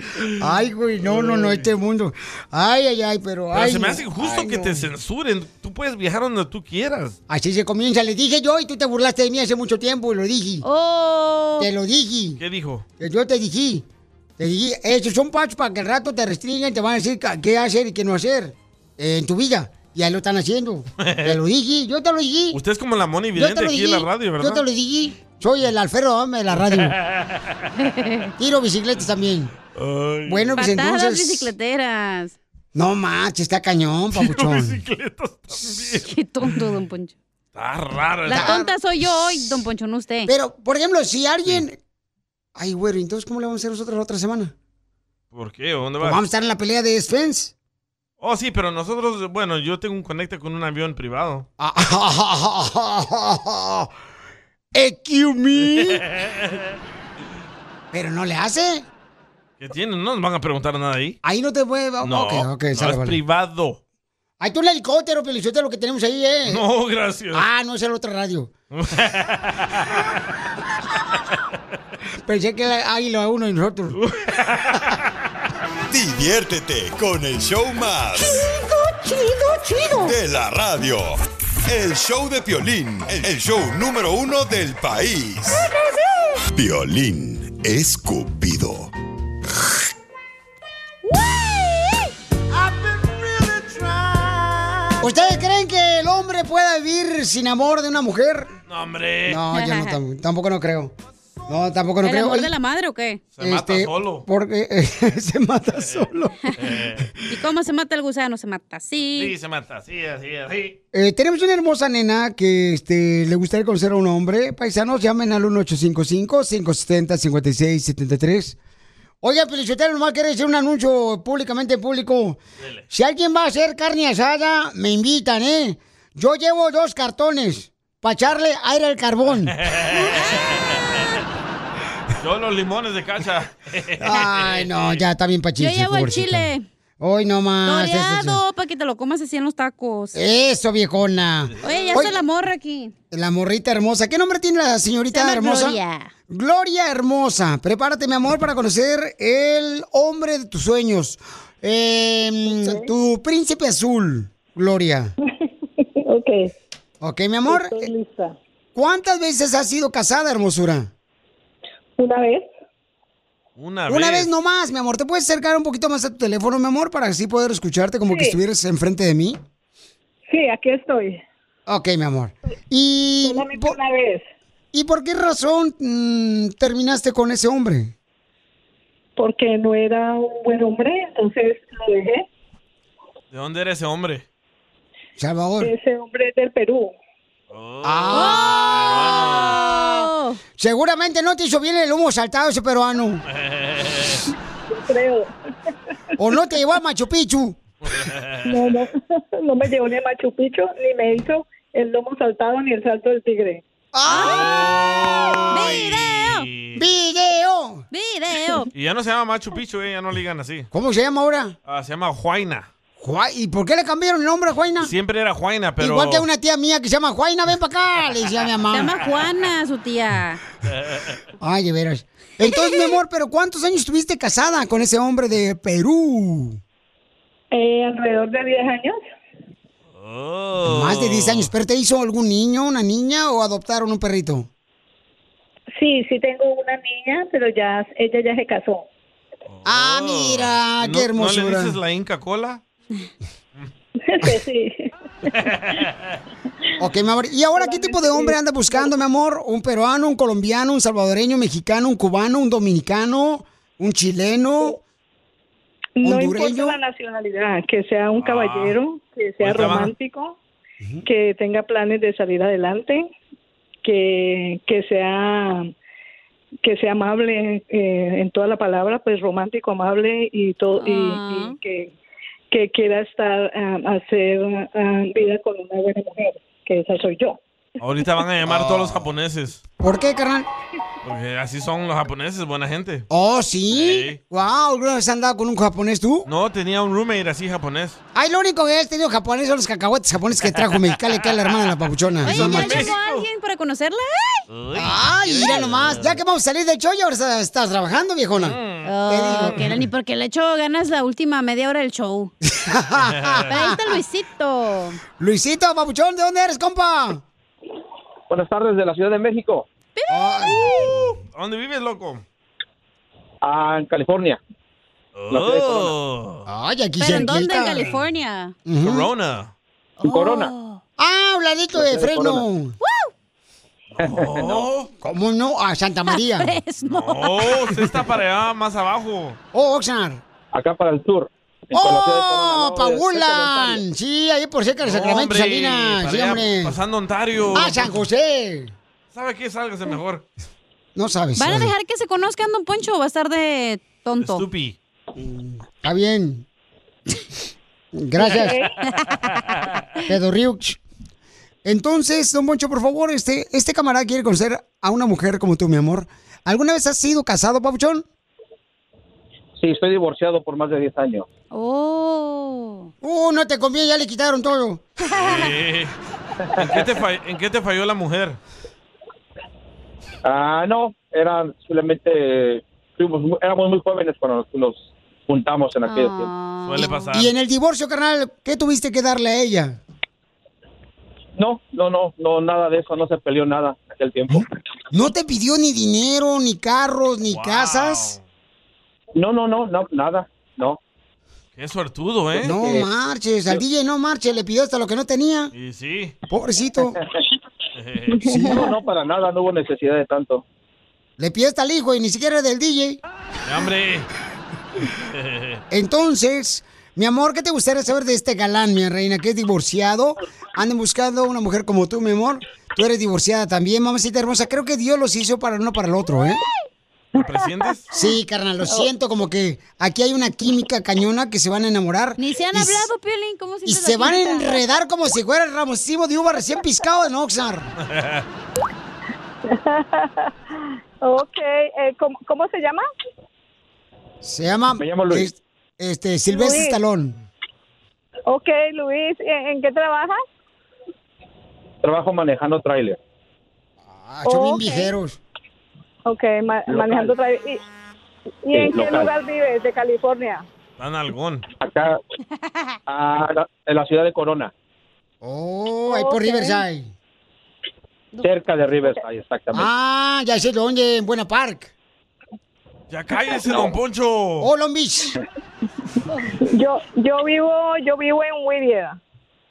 [SPEAKER 1] Ay, güey, no, no, no, este mundo. Ay, ay, ay, pero.
[SPEAKER 3] Pero
[SPEAKER 1] ay,
[SPEAKER 3] se me
[SPEAKER 1] no.
[SPEAKER 3] hace injusto
[SPEAKER 1] Ay,
[SPEAKER 3] que
[SPEAKER 1] no.
[SPEAKER 3] te censuren. Tú puedes viajar donde tú quieras.
[SPEAKER 1] Así se comienza, le dije yo y tú te burlaste de mí hace mucho tiempo y lo dije.
[SPEAKER 4] ¡Oh!
[SPEAKER 1] Te lo dije.
[SPEAKER 3] ¿Qué dijo?
[SPEAKER 1] Que yo te dije. Te dije, estos son pachos para que el rato te restringan, te van a decir ca- qué hacer y qué no hacer eh, en tu vida. Ya lo están haciendo. Te lo dije, yo te lo dije.
[SPEAKER 3] Usted es como la mona
[SPEAKER 1] Yo te
[SPEAKER 3] evidente
[SPEAKER 1] lo
[SPEAKER 3] aquí
[SPEAKER 1] dije.
[SPEAKER 3] en la radio, ¿verdad?
[SPEAKER 1] Yo te lo dije. Soy el Alfredo Adame de la radio. Tiro bicicletas también. Bueno, pues
[SPEAKER 4] Patadas
[SPEAKER 1] entonces.
[SPEAKER 4] bicicleteras.
[SPEAKER 1] No manches, está cañón, papuchón.
[SPEAKER 4] Qué tonto, don Poncho.
[SPEAKER 3] Está Ah, raro.
[SPEAKER 4] La
[SPEAKER 3] está-
[SPEAKER 4] tonta soy yo hoy, don Poncho, no usted.
[SPEAKER 1] Pero, por ejemplo, si alguien. Ay, güero, entonces, ¿cómo le vamos a hacer nosotros la otra semana?
[SPEAKER 3] ¿Por qué? ¿Dónde
[SPEAKER 1] Pues
[SPEAKER 3] vas?
[SPEAKER 1] vamos a estar en la pelea de Spence.
[SPEAKER 3] Oh, sí, pero nosotros, bueno, yo tengo un conecte con un avión privado.
[SPEAKER 1] Ah. Excuse me. Pero no le hace.
[SPEAKER 3] ¿Qué tienen? No nos van a preguntar nada ahí.
[SPEAKER 1] Ahí no te puede.
[SPEAKER 3] No,
[SPEAKER 1] ok, ok,
[SPEAKER 3] no
[SPEAKER 1] sale,
[SPEAKER 3] es
[SPEAKER 1] vale.
[SPEAKER 3] privado.
[SPEAKER 1] Ahí tú el helicóptero, Pelichotero, lo que tenemos ahí, ¿eh?
[SPEAKER 3] No, gracias.
[SPEAKER 1] Ah, no es el otro radio. Pensé que era águila a uno y nosotros.
[SPEAKER 2] Diviértete con el show más
[SPEAKER 5] Chido, chido, chido.
[SPEAKER 2] de la radio. El show de Piolín, el show número uno del país. Piolín escupido.
[SPEAKER 1] ¿Ustedes creen que el hombre pueda vivir sin amor de una mujer?
[SPEAKER 3] No, hombre.
[SPEAKER 1] No, yo no, tam- tampoco no creo. No, tampoco no
[SPEAKER 4] ¿El
[SPEAKER 1] creo.
[SPEAKER 4] amor de la madre o qué?
[SPEAKER 3] Se mata solo. Eh.
[SPEAKER 1] Porque eh, se mata solo.
[SPEAKER 4] ¿Y cómo se mata el gusano? Se mata así.
[SPEAKER 3] Sí, se mata así, así, así.
[SPEAKER 1] Eh, tenemos una hermosa nena que este, le gustaría conocer a un hombre. Paisanos, llamen al 1855-570-5673. Oiga, Felicitero, nomás quiero decir un anuncio públicamente público. Si alguien va a hacer carne asada, me invitan, ¿eh? Yo llevo dos cartones para echarle aire al carbón.
[SPEAKER 3] Yo los limones de cacha.
[SPEAKER 1] Ay, no, ya está bien
[SPEAKER 4] Yo
[SPEAKER 1] pachito.
[SPEAKER 4] llevo el chile
[SPEAKER 1] Hoy no más. eso,
[SPEAKER 4] toreado para que te lo comas así en los tacos.
[SPEAKER 1] Eso, viejona.
[SPEAKER 4] Oye, ya
[SPEAKER 1] Eh. Oye,
[SPEAKER 4] está la morra aquí.
[SPEAKER 1] La morrita hermosa. ¿Qué nombre tiene la señorita
[SPEAKER 4] Se llama
[SPEAKER 1] hermosa?
[SPEAKER 4] Gloria.
[SPEAKER 1] Gloria hermosa. Prepárate, mi amor, para conocer el hombre de tus sueños. Eh, Tu príncipe azul, Gloria.
[SPEAKER 11] ok.
[SPEAKER 1] Ok, mi amor.
[SPEAKER 11] Estoy lista.
[SPEAKER 1] ¿Cuántas veces has sido casada, hermosura?
[SPEAKER 11] Una vez.
[SPEAKER 3] Una
[SPEAKER 1] Una vez nomás, mi amor. ¿Te puedes acercar un poquito más a tu teléfono, mi amor, para así poder escucharte como que
[SPEAKER 11] Sí.
[SPEAKER 1] estuvieras enfrente de mí?
[SPEAKER 11] Sí, aquí estoy.
[SPEAKER 1] Ok, mi amor. Y
[SPEAKER 11] Solamente una vez.
[SPEAKER 1] ¿Y por qué razón mm, terminaste con ese hombre?
[SPEAKER 11] Porque no era un buen hombre, entonces lo dejé.
[SPEAKER 3] ¿De dónde era ese hombre?
[SPEAKER 1] Salvador.
[SPEAKER 11] Ese hombre es del Perú.
[SPEAKER 1] ¡Ah! Seguramente no te hizo bien el humo saltado ese peruano.
[SPEAKER 11] Creo.
[SPEAKER 1] O no te llevó a Machu Picchu.
[SPEAKER 11] No, no, no me llevó ni a Machu Picchu, ni me hizo el lomo saltado ni el salto del tigre.
[SPEAKER 1] ¡Video!
[SPEAKER 4] ¡Video!
[SPEAKER 3] Y ya no se llama Machu Picchu, eh, ya no ligan así.
[SPEAKER 1] ¿Cómo se llama ahora?
[SPEAKER 3] Ah, se llama Huayna.
[SPEAKER 1] Juá- ¿Y por qué le cambiaron el nombre a Juaina?
[SPEAKER 3] Siempre era Huayna, pero...
[SPEAKER 1] Igual que una tía mía que se llama Juaina, ven para acá, le decía a mi mamá.
[SPEAKER 4] Se llama Juana, su tía.
[SPEAKER 1] Ay, de veras. Entonces, mi amor, ¿pero cuántos años estuviste casada con ese hombre de Perú?
[SPEAKER 11] Eh, alrededor de 10 años.
[SPEAKER 1] Más de 10 años. ¿Pero te hizo algún niño, una niña o adoptaron un perrito?
[SPEAKER 11] Sí, sí tengo una niña, pero ya ella ya se casó.
[SPEAKER 1] Ah, mira,
[SPEAKER 3] Oh.
[SPEAKER 1] qué
[SPEAKER 3] ¿No,
[SPEAKER 1] hermosura.
[SPEAKER 3] ¿No le dices la Inca Cola?
[SPEAKER 11] sí.
[SPEAKER 1] Ok, mi amor. ¿Y ahora qué tipo de hombre anda buscando, mi amor? ¿Un peruano, un colombiano, un salvadoreño, un mexicano, un cubano, un dominicano, un chileno,
[SPEAKER 11] No
[SPEAKER 1] hondureño?
[SPEAKER 11] importa la nacionalidad, que sea
[SPEAKER 19] Ah.
[SPEAKER 3] Ah.
[SPEAKER 11] un caballero, que sea
[SPEAKER 1] Ahorita va.
[SPEAKER 11] romántico, que tenga planes de salir adelante, que, que sea que sea amable eh, en toda la palabra, pues romántico, amable y todo y,
[SPEAKER 4] Ah.
[SPEAKER 11] y que, que quiera estar ah, hacer ah, vida con una buena mujer, que esa soy yo.
[SPEAKER 3] Ahorita van a llamar todos los japoneses.
[SPEAKER 1] ¿Por qué, carnal?
[SPEAKER 3] Porque así son los japoneses, buena gente.
[SPEAKER 1] Oh, sí. Wow, ¿alguna vez has andado con un japonés tú?
[SPEAKER 3] No, tenía un roommate así japonés.
[SPEAKER 1] Ay, lo único que has tenido japonés son los cacahuetes japoneses que trajo Mexicali, que es la hermana de la papuchona.
[SPEAKER 4] Oye,
[SPEAKER 1] No
[SPEAKER 4] ¿ya
[SPEAKER 1] manches.
[SPEAKER 4] llamó a alguien para conocerla?
[SPEAKER 1] Ay, mira nomás, ya que vamos a salir del show y ahora estás trabajando, viejona.
[SPEAKER 4] Oh, que era ni porque le echo ganas la última media hora del show. Pero ahí está Luisito.
[SPEAKER 1] Luisito, papuchón, ¿de dónde eres, compa?
[SPEAKER 6] Buenas tardes de la Ciudad de México,
[SPEAKER 3] Uh, ¿A ¿Dónde vives, loco?
[SPEAKER 6] ah, en California. La ciudad de
[SPEAKER 3] Oh.
[SPEAKER 1] Ay, aquí
[SPEAKER 4] ¿Pero en dónde?
[SPEAKER 1] cerquita.
[SPEAKER 4] En California.
[SPEAKER 3] Corona.
[SPEAKER 6] En Corona.
[SPEAKER 1] Ah, un ladito de
[SPEAKER 6] La ciudad de
[SPEAKER 1] Fresno.
[SPEAKER 6] Corona.
[SPEAKER 3] No.
[SPEAKER 1] ¿Cómo no? A Santa María.
[SPEAKER 3] No, oh, usted está para allá más abajo.
[SPEAKER 1] Oh, Oxnard.
[SPEAKER 6] Acá para el sur. en la ciudad de Corona,
[SPEAKER 1] Oh,
[SPEAKER 6] no, Este, cerca de
[SPEAKER 1] Pabulan. Sí, ahí por cerca de Sacramento,
[SPEAKER 3] Hombre,
[SPEAKER 1] Salinas.
[SPEAKER 3] para
[SPEAKER 1] Sí,
[SPEAKER 3] allá,
[SPEAKER 1] hombre.
[SPEAKER 3] Pasando Ontario.
[SPEAKER 1] Ah, San José.
[SPEAKER 3] ¿Sabe qué? Sálgase mejor.
[SPEAKER 1] No sabes.
[SPEAKER 4] ¿Van a
[SPEAKER 1] vale.
[SPEAKER 4] dejar que se conozcan, don Poncho, o va a estar de tonto?
[SPEAKER 3] Stupi.
[SPEAKER 1] Está bien. Gracias. Pedorriux. Entonces, don Moncho, por favor, este, este camarada quiere conocer a una mujer como tú, mi amor. ¿Alguna vez has sido casado, Pabuchón?
[SPEAKER 6] Sí, estoy divorciado por más de 10 años.
[SPEAKER 4] Oh.
[SPEAKER 1] Uh, no te conviene, ya le quitaron todo.
[SPEAKER 3] Eh, ¿en, qué te fall- en qué te falló la mujer?
[SPEAKER 6] Ah, no, eran solamente, fuimos muy- éramos muy jóvenes cuando nos juntamos en aquel
[SPEAKER 7] Ah.
[SPEAKER 1] Ah.
[SPEAKER 6] tiempo.
[SPEAKER 3] Suele pasar.
[SPEAKER 1] Y en el divorcio, carnal, ¿qué tuviste que darle a ella?
[SPEAKER 7] No, no, no, no, nada de eso, no se peleó nada en aquel tiempo.
[SPEAKER 1] ¿No te pidió ni dinero, ni carros, ni casas?
[SPEAKER 7] No, no, no, no, nada, no.
[SPEAKER 3] Qué suertudo, ¿eh?
[SPEAKER 1] No marches, al DJ no marches, le pidió hasta lo que no tenía.
[SPEAKER 3] Y sí.
[SPEAKER 1] Pobrecito.
[SPEAKER 7] No, no, para nada, no hubo necesidad de tanto.
[SPEAKER 1] Le pidió hasta al hijo y ni siquiera del DJ.
[SPEAKER 3] ¡Hombre!
[SPEAKER 1] Entonces, mi amor, ¿qué te gustaría saber de este galán, mi reina, que es divorciado? Andan buscando una mujer como tú, mi amor. Tú eres divorciada también, mamacita hermosa. Creo que Dios los hizo para uno para el otro, ¿eh?
[SPEAKER 3] presientes?
[SPEAKER 1] Sí, carnal, lo siento, como que aquí hay una química cañona que se van a enamorar.
[SPEAKER 4] Ni se han
[SPEAKER 1] y s-
[SPEAKER 4] hablado, Piolín, ¿cómo
[SPEAKER 1] Y se van a enredar como si fuera el ramocimo de uva recién piscado de Oxnard.
[SPEAKER 12] ok, eh, ¿cómo, cómo se llama?
[SPEAKER 1] Se llama...
[SPEAKER 12] Me llamo Luis.
[SPEAKER 1] es- Este, Silvestre
[SPEAKER 12] Luis.
[SPEAKER 1] Estalón.
[SPEAKER 12] Ok, Luis, ¿en, en qué trabajas?
[SPEAKER 7] Trabajo manejando tráiler.
[SPEAKER 1] Ah,
[SPEAKER 7] son
[SPEAKER 12] bien
[SPEAKER 1] viajeros.
[SPEAKER 12] Ok, ma-
[SPEAKER 7] Local.
[SPEAKER 12] manejando tráiler. ¿Y, y
[SPEAKER 7] Sí,
[SPEAKER 12] en qué
[SPEAKER 7] local.
[SPEAKER 12] lugar vives de California?
[SPEAKER 3] Tan algón.
[SPEAKER 7] Acá, a la- en la ciudad de Corona,
[SPEAKER 1] Oh, ahí por
[SPEAKER 12] Ok.
[SPEAKER 1] Riverside.
[SPEAKER 7] cerca de Riverside, exactamente.
[SPEAKER 1] Ah, ya sé dónde, en Buena Park.
[SPEAKER 3] Ya cállese, don Poncho.
[SPEAKER 1] Oh, Long Beach.
[SPEAKER 12] Yo, yo vivo, yo vivo en Whittier.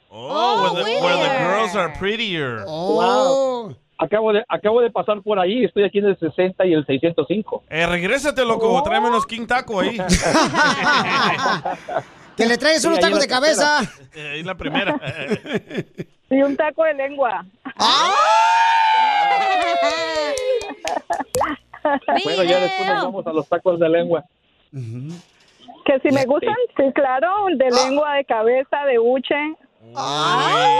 [SPEAKER 3] Oh, where, the, where the girls are prettier.
[SPEAKER 7] Wow. Oh. Acabo de, acabo de pasar por ahí, estoy aquí en el 60 y el 605.
[SPEAKER 3] Eh, regrésate, loco.
[SPEAKER 1] Oh.
[SPEAKER 3] Tráeme unos King Taco ahí.
[SPEAKER 1] Que le traigas unos
[SPEAKER 3] Sí, ahí la
[SPEAKER 1] tacos de cabeza.
[SPEAKER 3] Eh, Ahí la primera.
[SPEAKER 12] Y un taco de lengua.
[SPEAKER 7] Bueno, ya después nos vamos a los tacos de lengua.
[SPEAKER 12] Que si me gustan, sí, claro, de
[SPEAKER 7] Ah.
[SPEAKER 12] lengua, de cabeza, de buche.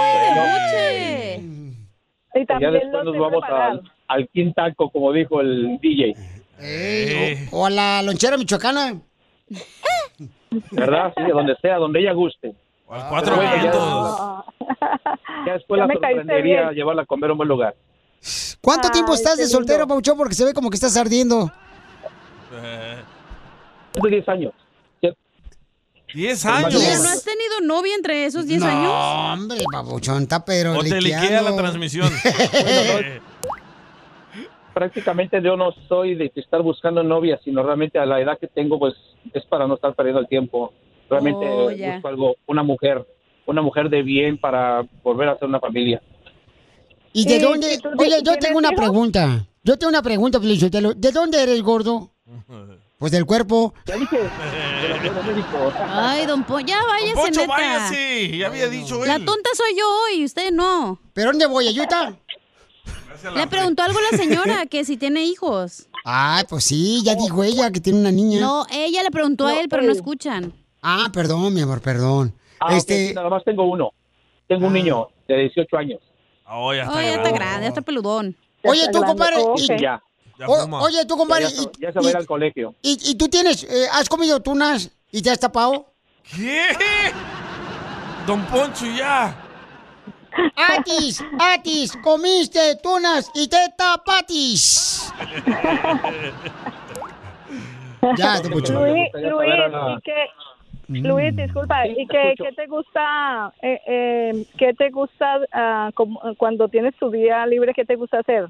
[SPEAKER 4] ¡Ay,
[SPEAKER 12] de buche! Y
[SPEAKER 7] Pues ya
[SPEAKER 12] también
[SPEAKER 7] después
[SPEAKER 12] los
[SPEAKER 7] nos
[SPEAKER 12] sé
[SPEAKER 7] vamos
[SPEAKER 12] preparar.
[SPEAKER 7] al, al quintaco, como dijo el DJ.
[SPEAKER 3] Eh.
[SPEAKER 1] O a la lonchera michoacana.
[SPEAKER 7] ¿Verdad? Sí, a donde sea, donde ella guste.
[SPEAKER 3] Al
[SPEAKER 7] cuatro Ya después
[SPEAKER 12] Ah, Ya
[SPEAKER 7] la
[SPEAKER 12] me caíste
[SPEAKER 7] sorprendería
[SPEAKER 12] bien.
[SPEAKER 7] llevarla a comer a un buen lugar.
[SPEAKER 1] ¿Cuánto tiempo
[SPEAKER 12] Ay,
[SPEAKER 1] estás
[SPEAKER 12] qué
[SPEAKER 1] de
[SPEAKER 12] lindo.
[SPEAKER 1] soltero, Pauchón? Porque se ve como que estás ardiendo.
[SPEAKER 7] Tuve 10 años.
[SPEAKER 3] 10
[SPEAKER 4] Pero,
[SPEAKER 3] años.
[SPEAKER 4] ¿No has tenido novia entre esos 10
[SPEAKER 1] No,
[SPEAKER 4] años?
[SPEAKER 1] hombre, Pauchón está pero
[SPEAKER 3] O te liquea la
[SPEAKER 1] liqueando.
[SPEAKER 3] transmisión.
[SPEAKER 7] Bueno, Prácticamente yo no soy de estar buscando novia, sino realmente a la edad que tengo, pues es para no estar perdiendo el tiempo. Realmente
[SPEAKER 12] Oh,
[SPEAKER 7] eh,
[SPEAKER 12] ya.
[SPEAKER 7] busco algo, una mujer, una mujer de bien para volver a hacer una familia.
[SPEAKER 1] ¿Y de
[SPEAKER 12] Sí,
[SPEAKER 1] dónde?
[SPEAKER 12] sí, tú
[SPEAKER 1] Oye,
[SPEAKER 12] sí
[SPEAKER 1] yo tengo
[SPEAKER 12] tienes
[SPEAKER 1] una
[SPEAKER 12] hijos.
[SPEAKER 1] pregunta. Yo tengo una pregunta, Feliz Sotelo. ¿De dónde eres gordo? Pues del cuerpo.
[SPEAKER 4] Ay, don Poncho, ya váyase,
[SPEAKER 3] Poncho,
[SPEAKER 4] neta.
[SPEAKER 3] váyase, ya había dicho
[SPEAKER 4] La
[SPEAKER 3] él.
[SPEAKER 4] tonta soy yo hoy, usted no.
[SPEAKER 1] ¿Pero dónde voy, Ayuta?
[SPEAKER 4] Le preguntó algo la señora, que si tiene hijos.
[SPEAKER 1] Ay, pues sí,
[SPEAKER 12] Oh.
[SPEAKER 1] ya dijo ella que tiene una niña.
[SPEAKER 4] No, ella le preguntó a él, pero no escuchan.
[SPEAKER 1] Ah, perdón, mi amor, perdón.
[SPEAKER 7] Ah, ok,
[SPEAKER 1] este, Ah.
[SPEAKER 7] sí, nada más tengo uno. Tengo un niño de 18 años.
[SPEAKER 3] Oh, ya
[SPEAKER 4] Oye, ya está grande, ya está peludón.
[SPEAKER 1] Oye, tú, compadre, y-
[SPEAKER 7] Ya.
[SPEAKER 1] O- oye, tú, compadre,
[SPEAKER 7] Ya, ya se-
[SPEAKER 1] y-
[SPEAKER 7] ya se va a
[SPEAKER 1] y-
[SPEAKER 7] ir al colegio.
[SPEAKER 1] ¿y, y tú tienes, eh, has comido tunas y te has tapado?
[SPEAKER 3] ¿Qué? Don Poncho, ya.
[SPEAKER 1] Atis, Atis, comiste tunas y te tapatis. Ya, Mm. te escucho.
[SPEAKER 12] Luis,
[SPEAKER 1] Me gustaría saber a
[SPEAKER 12] Luis,
[SPEAKER 1] la-
[SPEAKER 12] ¿y qué? Luis, disculpa, ¿y qué, qué te gusta, eh, eh, qué te gusta ah, como- cuando tienes tu día libre, qué te gusta hacer?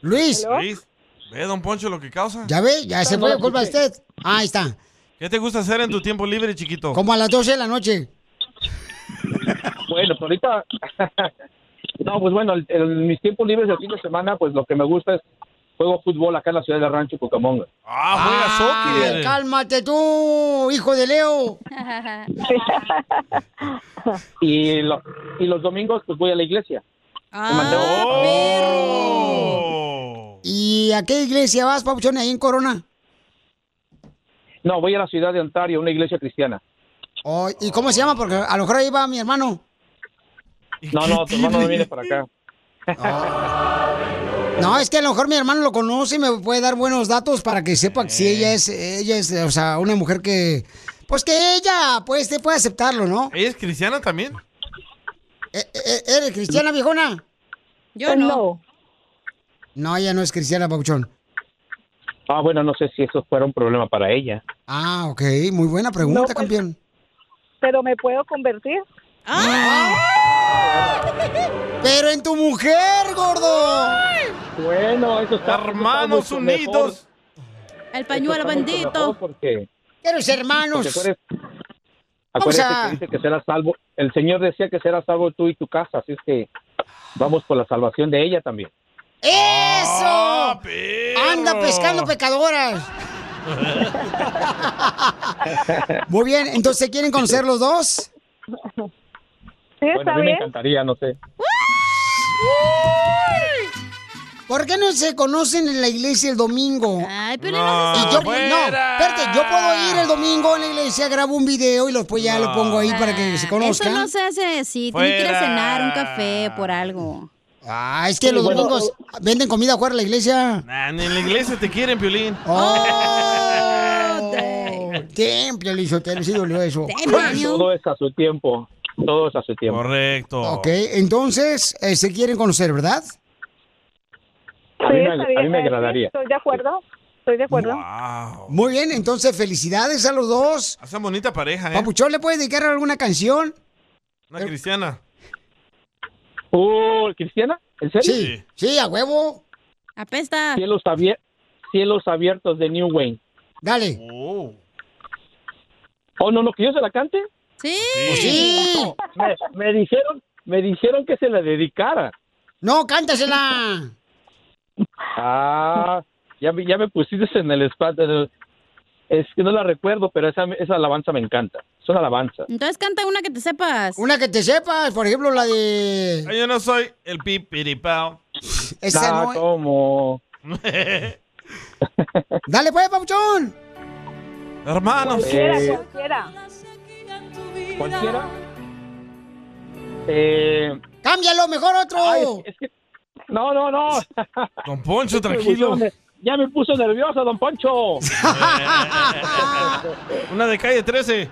[SPEAKER 1] Luis.
[SPEAKER 3] Luis. Ve, don Poncho, lo que causa.
[SPEAKER 1] Ya ve, ya se fue la culpa de usted. Ahí está,
[SPEAKER 3] ¿Qué te gusta hacer en tu tiempo libre, chiquito?
[SPEAKER 1] como a las 12 de la noche.
[SPEAKER 7] Bueno, pues ahorita. no, pues bueno, el- el- mis tiempos libres del fin de semana, pues lo que me gusta es juego fútbol acá en la ciudad de Rancho Cucamonga.
[SPEAKER 3] Ah,
[SPEAKER 1] Ay, cálmate tú, hijo de Leo.
[SPEAKER 7] Y, lo- y los domingos, pues voy a la iglesia.
[SPEAKER 1] ¿Y a qué iglesia vas, Papuchón, ahí en Corona?
[SPEAKER 7] No, voy a la ciudad de Ontario, una iglesia cristiana.
[SPEAKER 1] Oh, ¿Y cómo se llama? Porque a lo mejor ahí va mi hermano.
[SPEAKER 7] No, no, tu hermano no viene para acá.
[SPEAKER 1] No, es que a lo mejor mi hermano lo conoce y me puede dar buenos datos para que sepa que si ella es, ella es, o sea, una mujer que, pues que ella, pues, te puede aceptarlo, ¿no?
[SPEAKER 3] ¿Ella es cristiana también?
[SPEAKER 1] ¿E- ¿Eres cristiana, viejona?
[SPEAKER 4] Yo no.
[SPEAKER 1] No, ella no es cristiana, Papuchón.
[SPEAKER 7] Ah, bueno, no sé si eso fuera un problema para ella.
[SPEAKER 1] Ah, ok, muy buena pregunta,
[SPEAKER 7] No, pues-
[SPEAKER 1] campeón.
[SPEAKER 12] pero me puedo convertir.
[SPEAKER 1] Ah. Pero en tu mujer, gordo.
[SPEAKER 7] Bueno, eso está.
[SPEAKER 3] Hermanos
[SPEAKER 7] está mucho mejor.
[SPEAKER 3] unidos.
[SPEAKER 4] El
[SPEAKER 7] Eso
[SPEAKER 4] pañuelo
[SPEAKER 7] está mucho mejor
[SPEAKER 4] bendito.
[SPEAKER 7] Porque,
[SPEAKER 1] Pero es
[SPEAKER 7] porque
[SPEAKER 1] hermanos.
[SPEAKER 7] tú eres- acuérdate
[SPEAKER 1] Vamos a-
[SPEAKER 7] que dice que serás salvo. El Señor decía que serás salvo tú y tu casa, así es que vamos por la salvación de ella también.
[SPEAKER 3] Ah,
[SPEAKER 1] ¡Eso! Anda pescando pecadoras. Muy bien, entonces ¿se quieren conocer los dos?
[SPEAKER 7] Bueno, a mí me encantaría, no sé.
[SPEAKER 1] ¿Por qué no se conocen en la iglesia el domingo? Ay,
[SPEAKER 4] pero
[SPEAKER 5] no se
[SPEAKER 1] y yo,
[SPEAKER 5] fuera.
[SPEAKER 1] no, espérate, yo puedo ir el domingo en la iglesia, grabo un video y los, pues ya lo pongo ahí para que se
[SPEAKER 4] Ah, Eso
[SPEAKER 1] conozcan.
[SPEAKER 4] no se hace así. Tienen que ir a
[SPEAKER 1] Fuera.
[SPEAKER 4] cenar, un café, por algo.
[SPEAKER 1] Ah, es que los
[SPEAKER 3] Sí, bueno.
[SPEAKER 1] domingos venden comida afuera de la iglesia. Oh,
[SPEAKER 3] Nah, ni Ah, en la iglesia te quieren, Piolín.
[SPEAKER 1] Ah,
[SPEAKER 4] Oh,
[SPEAKER 1] Damn, Pio Lizotelo, sí dolió eso.
[SPEAKER 7] Todo es a su tiempo. Todo es a su tiempo.
[SPEAKER 3] Correcto.
[SPEAKER 1] Ok, entonces eh, se quieren conocer, ¿verdad?
[SPEAKER 7] A mí me- a mí me
[SPEAKER 12] eh,
[SPEAKER 7] agradaría.
[SPEAKER 12] Estoy de acuerdo. Estoy de acuerdo.
[SPEAKER 1] Muy bien, entonces felicidades a los dos.
[SPEAKER 3] Hacen bonita pareja, ¿eh?
[SPEAKER 1] Papuchón, ¿le puedes dedicar alguna canción?
[SPEAKER 3] Una cristiana.
[SPEAKER 7] ¿Oh, Cristiana? ¿En serio?
[SPEAKER 1] Sí, sí, a huevo.
[SPEAKER 4] Apesta.
[SPEAKER 7] Cielos, abier- Cielos abiertos de New Wayne.
[SPEAKER 1] Dale.
[SPEAKER 3] Oh.
[SPEAKER 7] Oh, no, no, que yo se la cante.
[SPEAKER 4] Sí.
[SPEAKER 1] Sí.
[SPEAKER 7] Me, me dijeron, me dijeron que se la dedicara.
[SPEAKER 1] No, cántasela.
[SPEAKER 7] Ah, ya, me- ya me pusiste en el spot. en el- Es que no la recuerdo, pero esa, esa alabanza me encanta. Es una alabanza.
[SPEAKER 4] Entonces canta una que te sepas.
[SPEAKER 1] Una que te sepas, por ejemplo, la de.
[SPEAKER 3] Yo no soy el pipiripao.
[SPEAKER 1] Esa
[SPEAKER 7] Ah,
[SPEAKER 1] no-
[SPEAKER 7] ¿cómo?
[SPEAKER 1] Dale, pues, Papuchón.
[SPEAKER 3] Hermanos.
[SPEAKER 7] Eh,
[SPEAKER 12] Cualquiera.
[SPEAKER 7] ¿Cualquiera? Eh,
[SPEAKER 1] Cámbialo, mejor otro.
[SPEAKER 7] no, no, no.
[SPEAKER 3] Don Poncho, tranquilo.
[SPEAKER 7] Ya me puso nerviosa, don Poncho.
[SPEAKER 3] Una de calle 13.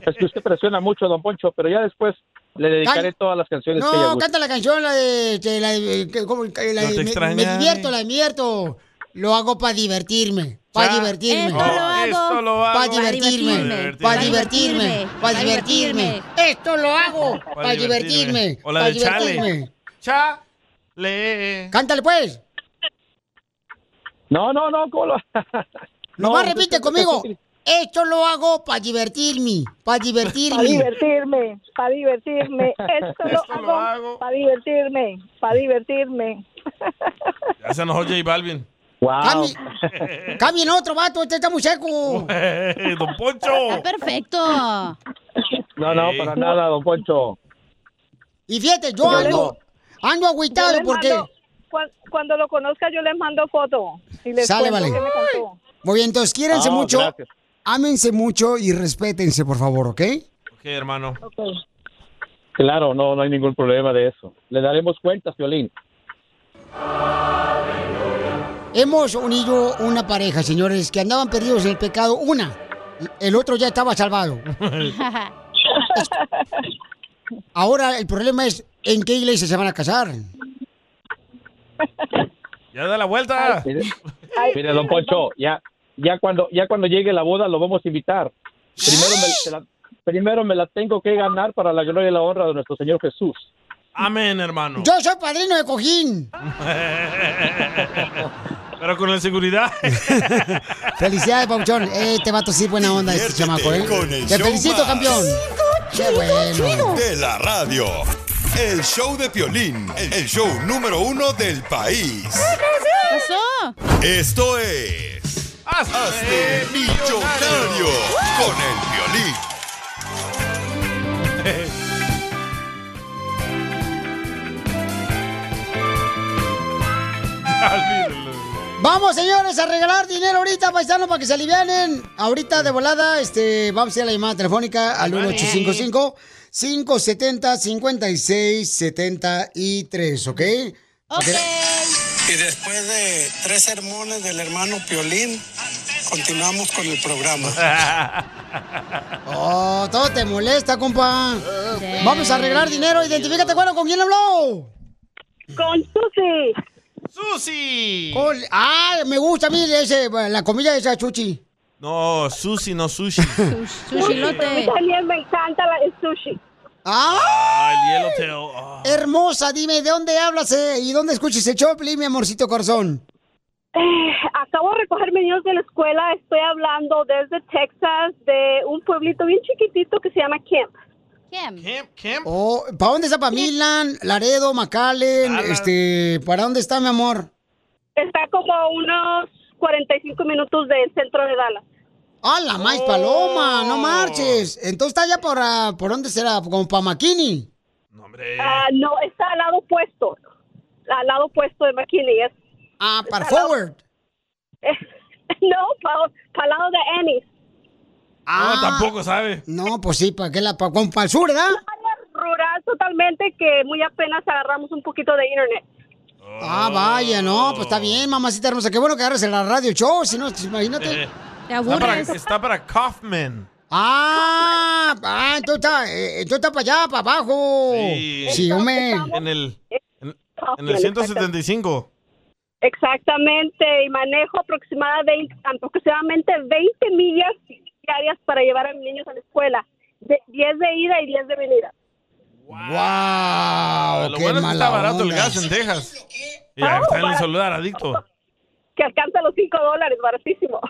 [SPEAKER 7] Es que usted presiona mucho, don Poncho, pero ya después le dedicaré
[SPEAKER 1] Can-
[SPEAKER 7] todas las canciones que ella
[SPEAKER 1] No,
[SPEAKER 7] guste.
[SPEAKER 1] canta la canción, la de. que la de- que- ¿cómo? Que la
[SPEAKER 7] No
[SPEAKER 1] de-
[SPEAKER 7] te
[SPEAKER 1] me- me,
[SPEAKER 7] extrañaré.
[SPEAKER 1] divierto, la divierto. Lo hago para divertirme. Para
[SPEAKER 5] Ya,
[SPEAKER 1] divertirme.
[SPEAKER 5] esto lo hago Esto lo hago
[SPEAKER 1] Para
[SPEAKER 5] pa'
[SPEAKER 1] divertirme.
[SPEAKER 5] divertirme,
[SPEAKER 1] Para
[SPEAKER 5] pa'
[SPEAKER 1] divertirme.
[SPEAKER 5] divertirme,
[SPEAKER 1] Para
[SPEAKER 5] pa'
[SPEAKER 1] divertirme. Esto lo hago para divertirme.
[SPEAKER 3] O la
[SPEAKER 1] pa'
[SPEAKER 3] de Chale.
[SPEAKER 1] divertirme.
[SPEAKER 3] Le.
[SPEAKER 1] Cántale, pues.
[SPEAKER 7] No, no, no, ¿cómo lo-
[SPEAKER 1] Nomás
[SPEAKER 7] No,
[SPEAKER 1] repite
[SPEAKER 7] usted-
[SPEAKER 1] conmigo.
[SPEAKER 7] usted-
[SPEAKER 1] Esto lo hago para divertirme. Para divertirme.
[SPEAKER 12] Para divertirme, para divertirme. Esto, lo, hago para divertirme, para divertirme.
[SPEAKER 3] Ya se enojó J Balvin.
[SPEAKER 7] Wow.
[SPEAKER 1] Cambien otro vato, este está muy seco.
[SPEAKER 3] Don Poncho.
[SPEAKER 4] Perfecto.
[SPEAKER 7] No, no,
[SPEAKER 3] Sí.
[SPEAKER 7] para nada, don Poncho.
[SPEAKER 1] Y fíjate, yo
[SPEAKER 7] Yo
[SPEAKER 1] ando, ando
[SPEAKER 12] Yo
[SPEAKER 1] agüitado
[SPEAKER 12] les
[SPEAKER 1] porque.
[SPEAKER 12] mando- cuan- Cuando lo conozca yo les mando foto y les
[SPEAKER 1] Sale,
[SPEAKER 12] cuento
[SPEAKER 1] vale.
[SPEAKER 12] que me cantó.
[SPEAKER 1] Muy bien, entonces quiérense
[SPEAKER 3] Ah,
[SPEAKER 1] mucho,
[SPEAKER 3] gracias.
[SPEAKER 1] ámense mucho y respétense, por favor, ¿ok?
[SPEAKER 3] Ok, hermano.
[SPEAKER 7] Claro, no, no hay ningún problema de eso. Le daremos cuentas, Violín.
[SPEAKER 1] Hemos unido una pareja, señores, que andaban perdidos en el pecado. Una, el otro ya estaba salvado. Ahora el problema es en qué iglesia se van a casar.
[SPEAKER 3] Ya da la vuelta.
[SPEAKER 7] Mire, mire, don Poncho, ya, ya cuando, ya cuando llegue la boda lo vamos a invitar. Primero me, se la, primero me la tengo que ganar para la gloria y la honra de nuestro Señor Jesús.
[SPEAKER 3] Amén, hermano.
[SPEAKER 1] Yo soy padrino de cojín.
[SPEAKER 3] Pero con la seguridad.
[SPEAKER 1] Felicidades, Pauchón. Este vato sí buena onda, este chamaco, ¿eh?
[SPEAKER 2] con el
[SPEAKER 1] Te
[SPEAKER 2] show
[SPEAKER 1] felicito,
[SPEAKER 2] más
[SPEAKER 1] campeón. Qué bueno.
[SPEAKER 2] De la radio. El show de Piolín, el show número uno del país.
[SPEAKER 4] ¿Qué pasó?
[SPEAKER 2] Esto es... Hazte millonario con el Piolín.
[SPEAKER 1] Vamos, señores, a regalar dinero ahorita, paisanos, para que se alivianen. Ahorita de volada, este, vamos a ir a la llamada telefónica al 1855 570 5673, ¿ok? Ok.
[SPEAKER 10] Y después de tres sermones del hermano Piolín, continuamos con el programa.
[SPEAKER 1] Oh, todo te molesta, compa. Vamos a arreglar dinero. Identifícate, bueno, ¿con quién habló? Con Susi.
[SPEAKER 3] Susi.
[SPEAKER 1] ah, me gusta a mí ese, la comida de esa Chuchi.
[SPEAKER 3] No, sushi, no sushi.
[SPEAKER 4] Sushilote.
[SPEAKER 19] A mí también me encanta la, el sushi.
[SPEAKER 3] Ah, el yellowtail. Ah.
[SPEAKER 1] Hermosa, dime, ¿de dónde hablas eh? y dónde escuchas el Choplin, mi amorcito corazón?
[SPEAKER 19] Eh, acabo de recoger mis niños de la escuela. Estoy hablando desde Texas, de un pueblito bien chiquitito que se llama Camp.
[SPEAKER 4] Camp.
[SPEAKER 3] Camp, Camp.
[SPEAKER 1] Oh, ¿Para dónde está? ¿Para Milan, Laredo, McAllen?
[SPEAKER 19] Ah, la-
[SPEAKER 1] Este, ¿Para dónde está, mi amor?
[SPEAKER 19] Está como a unos 45 minutos del centro de Dallas. Oh.
[SPEAKER 1] ¡Ah, la más
[SPEAKER 3] Oh.
[SPEAKER 1] paloma! ¡No marches! Entonces está allá por, ah, ¿por dónde será? ¿Como para Makini?
[SPEAKER 3] Eh.
[SPEAKER 19] Ah, no, está al lado opuesto. Al lado opuesto de McKinney. Es,
[SPEAKER 1] ah, para Forward.
[SPEAKER 19] no, para el lado de Ennis.
[SPEAKER 3] Ah, tampoco sabe.
[SPEAKER 1] No, pues sí, ¿para qué la pa, con pa'l sur, verdad?
[SPEAKER 19] Rural totalmente que muy apenas agarramos un poquito de internet.
[SPEAKER 1] Ah, vaya, no, pues
[SPEAKER 3] Oh.
[SPEAKER 1] está bien, mamacita hermosa. Qué bueno que agarres en la radio show, si no, imagínate.
[SPEAKER 3] Eh, está, para, está para Kaufman.
[SPEAKER 1] Ah, ah, entonces está, eh, entonces está para allá, para abajo.
[SPEAKER 3] Sí.
[SPEAKER 1] Sí, hombre.
[SPEAKER 3] En el, en, en el 175.
[SPEAKER 19] Exactamente, y manejo aproximadamente, aproximadamente 20 millas diarias para llevar a mis niños a la escuela. De- 10 de ida y 10 de venida.
[SPEAKER 1] ¡Wow!
[SPEAKER 3] Lo
[SPEAKER 1] qué
[SPEAKER 3] bueno es que
[SPEAKER 1] mala
[SPEAKER 3] está barato el
[SPEAKER 1] onda.
[SPEAKER 3] gas en Texas. Mira,
[SPEAKER 19] Ah,
[SPEAKER 3] está en el
[SPEAKER 19] barato.
[SPEAKER 3] celular, adicto.
[SPEAKER 19] Que alcanza los 5 dólares, baratísimo.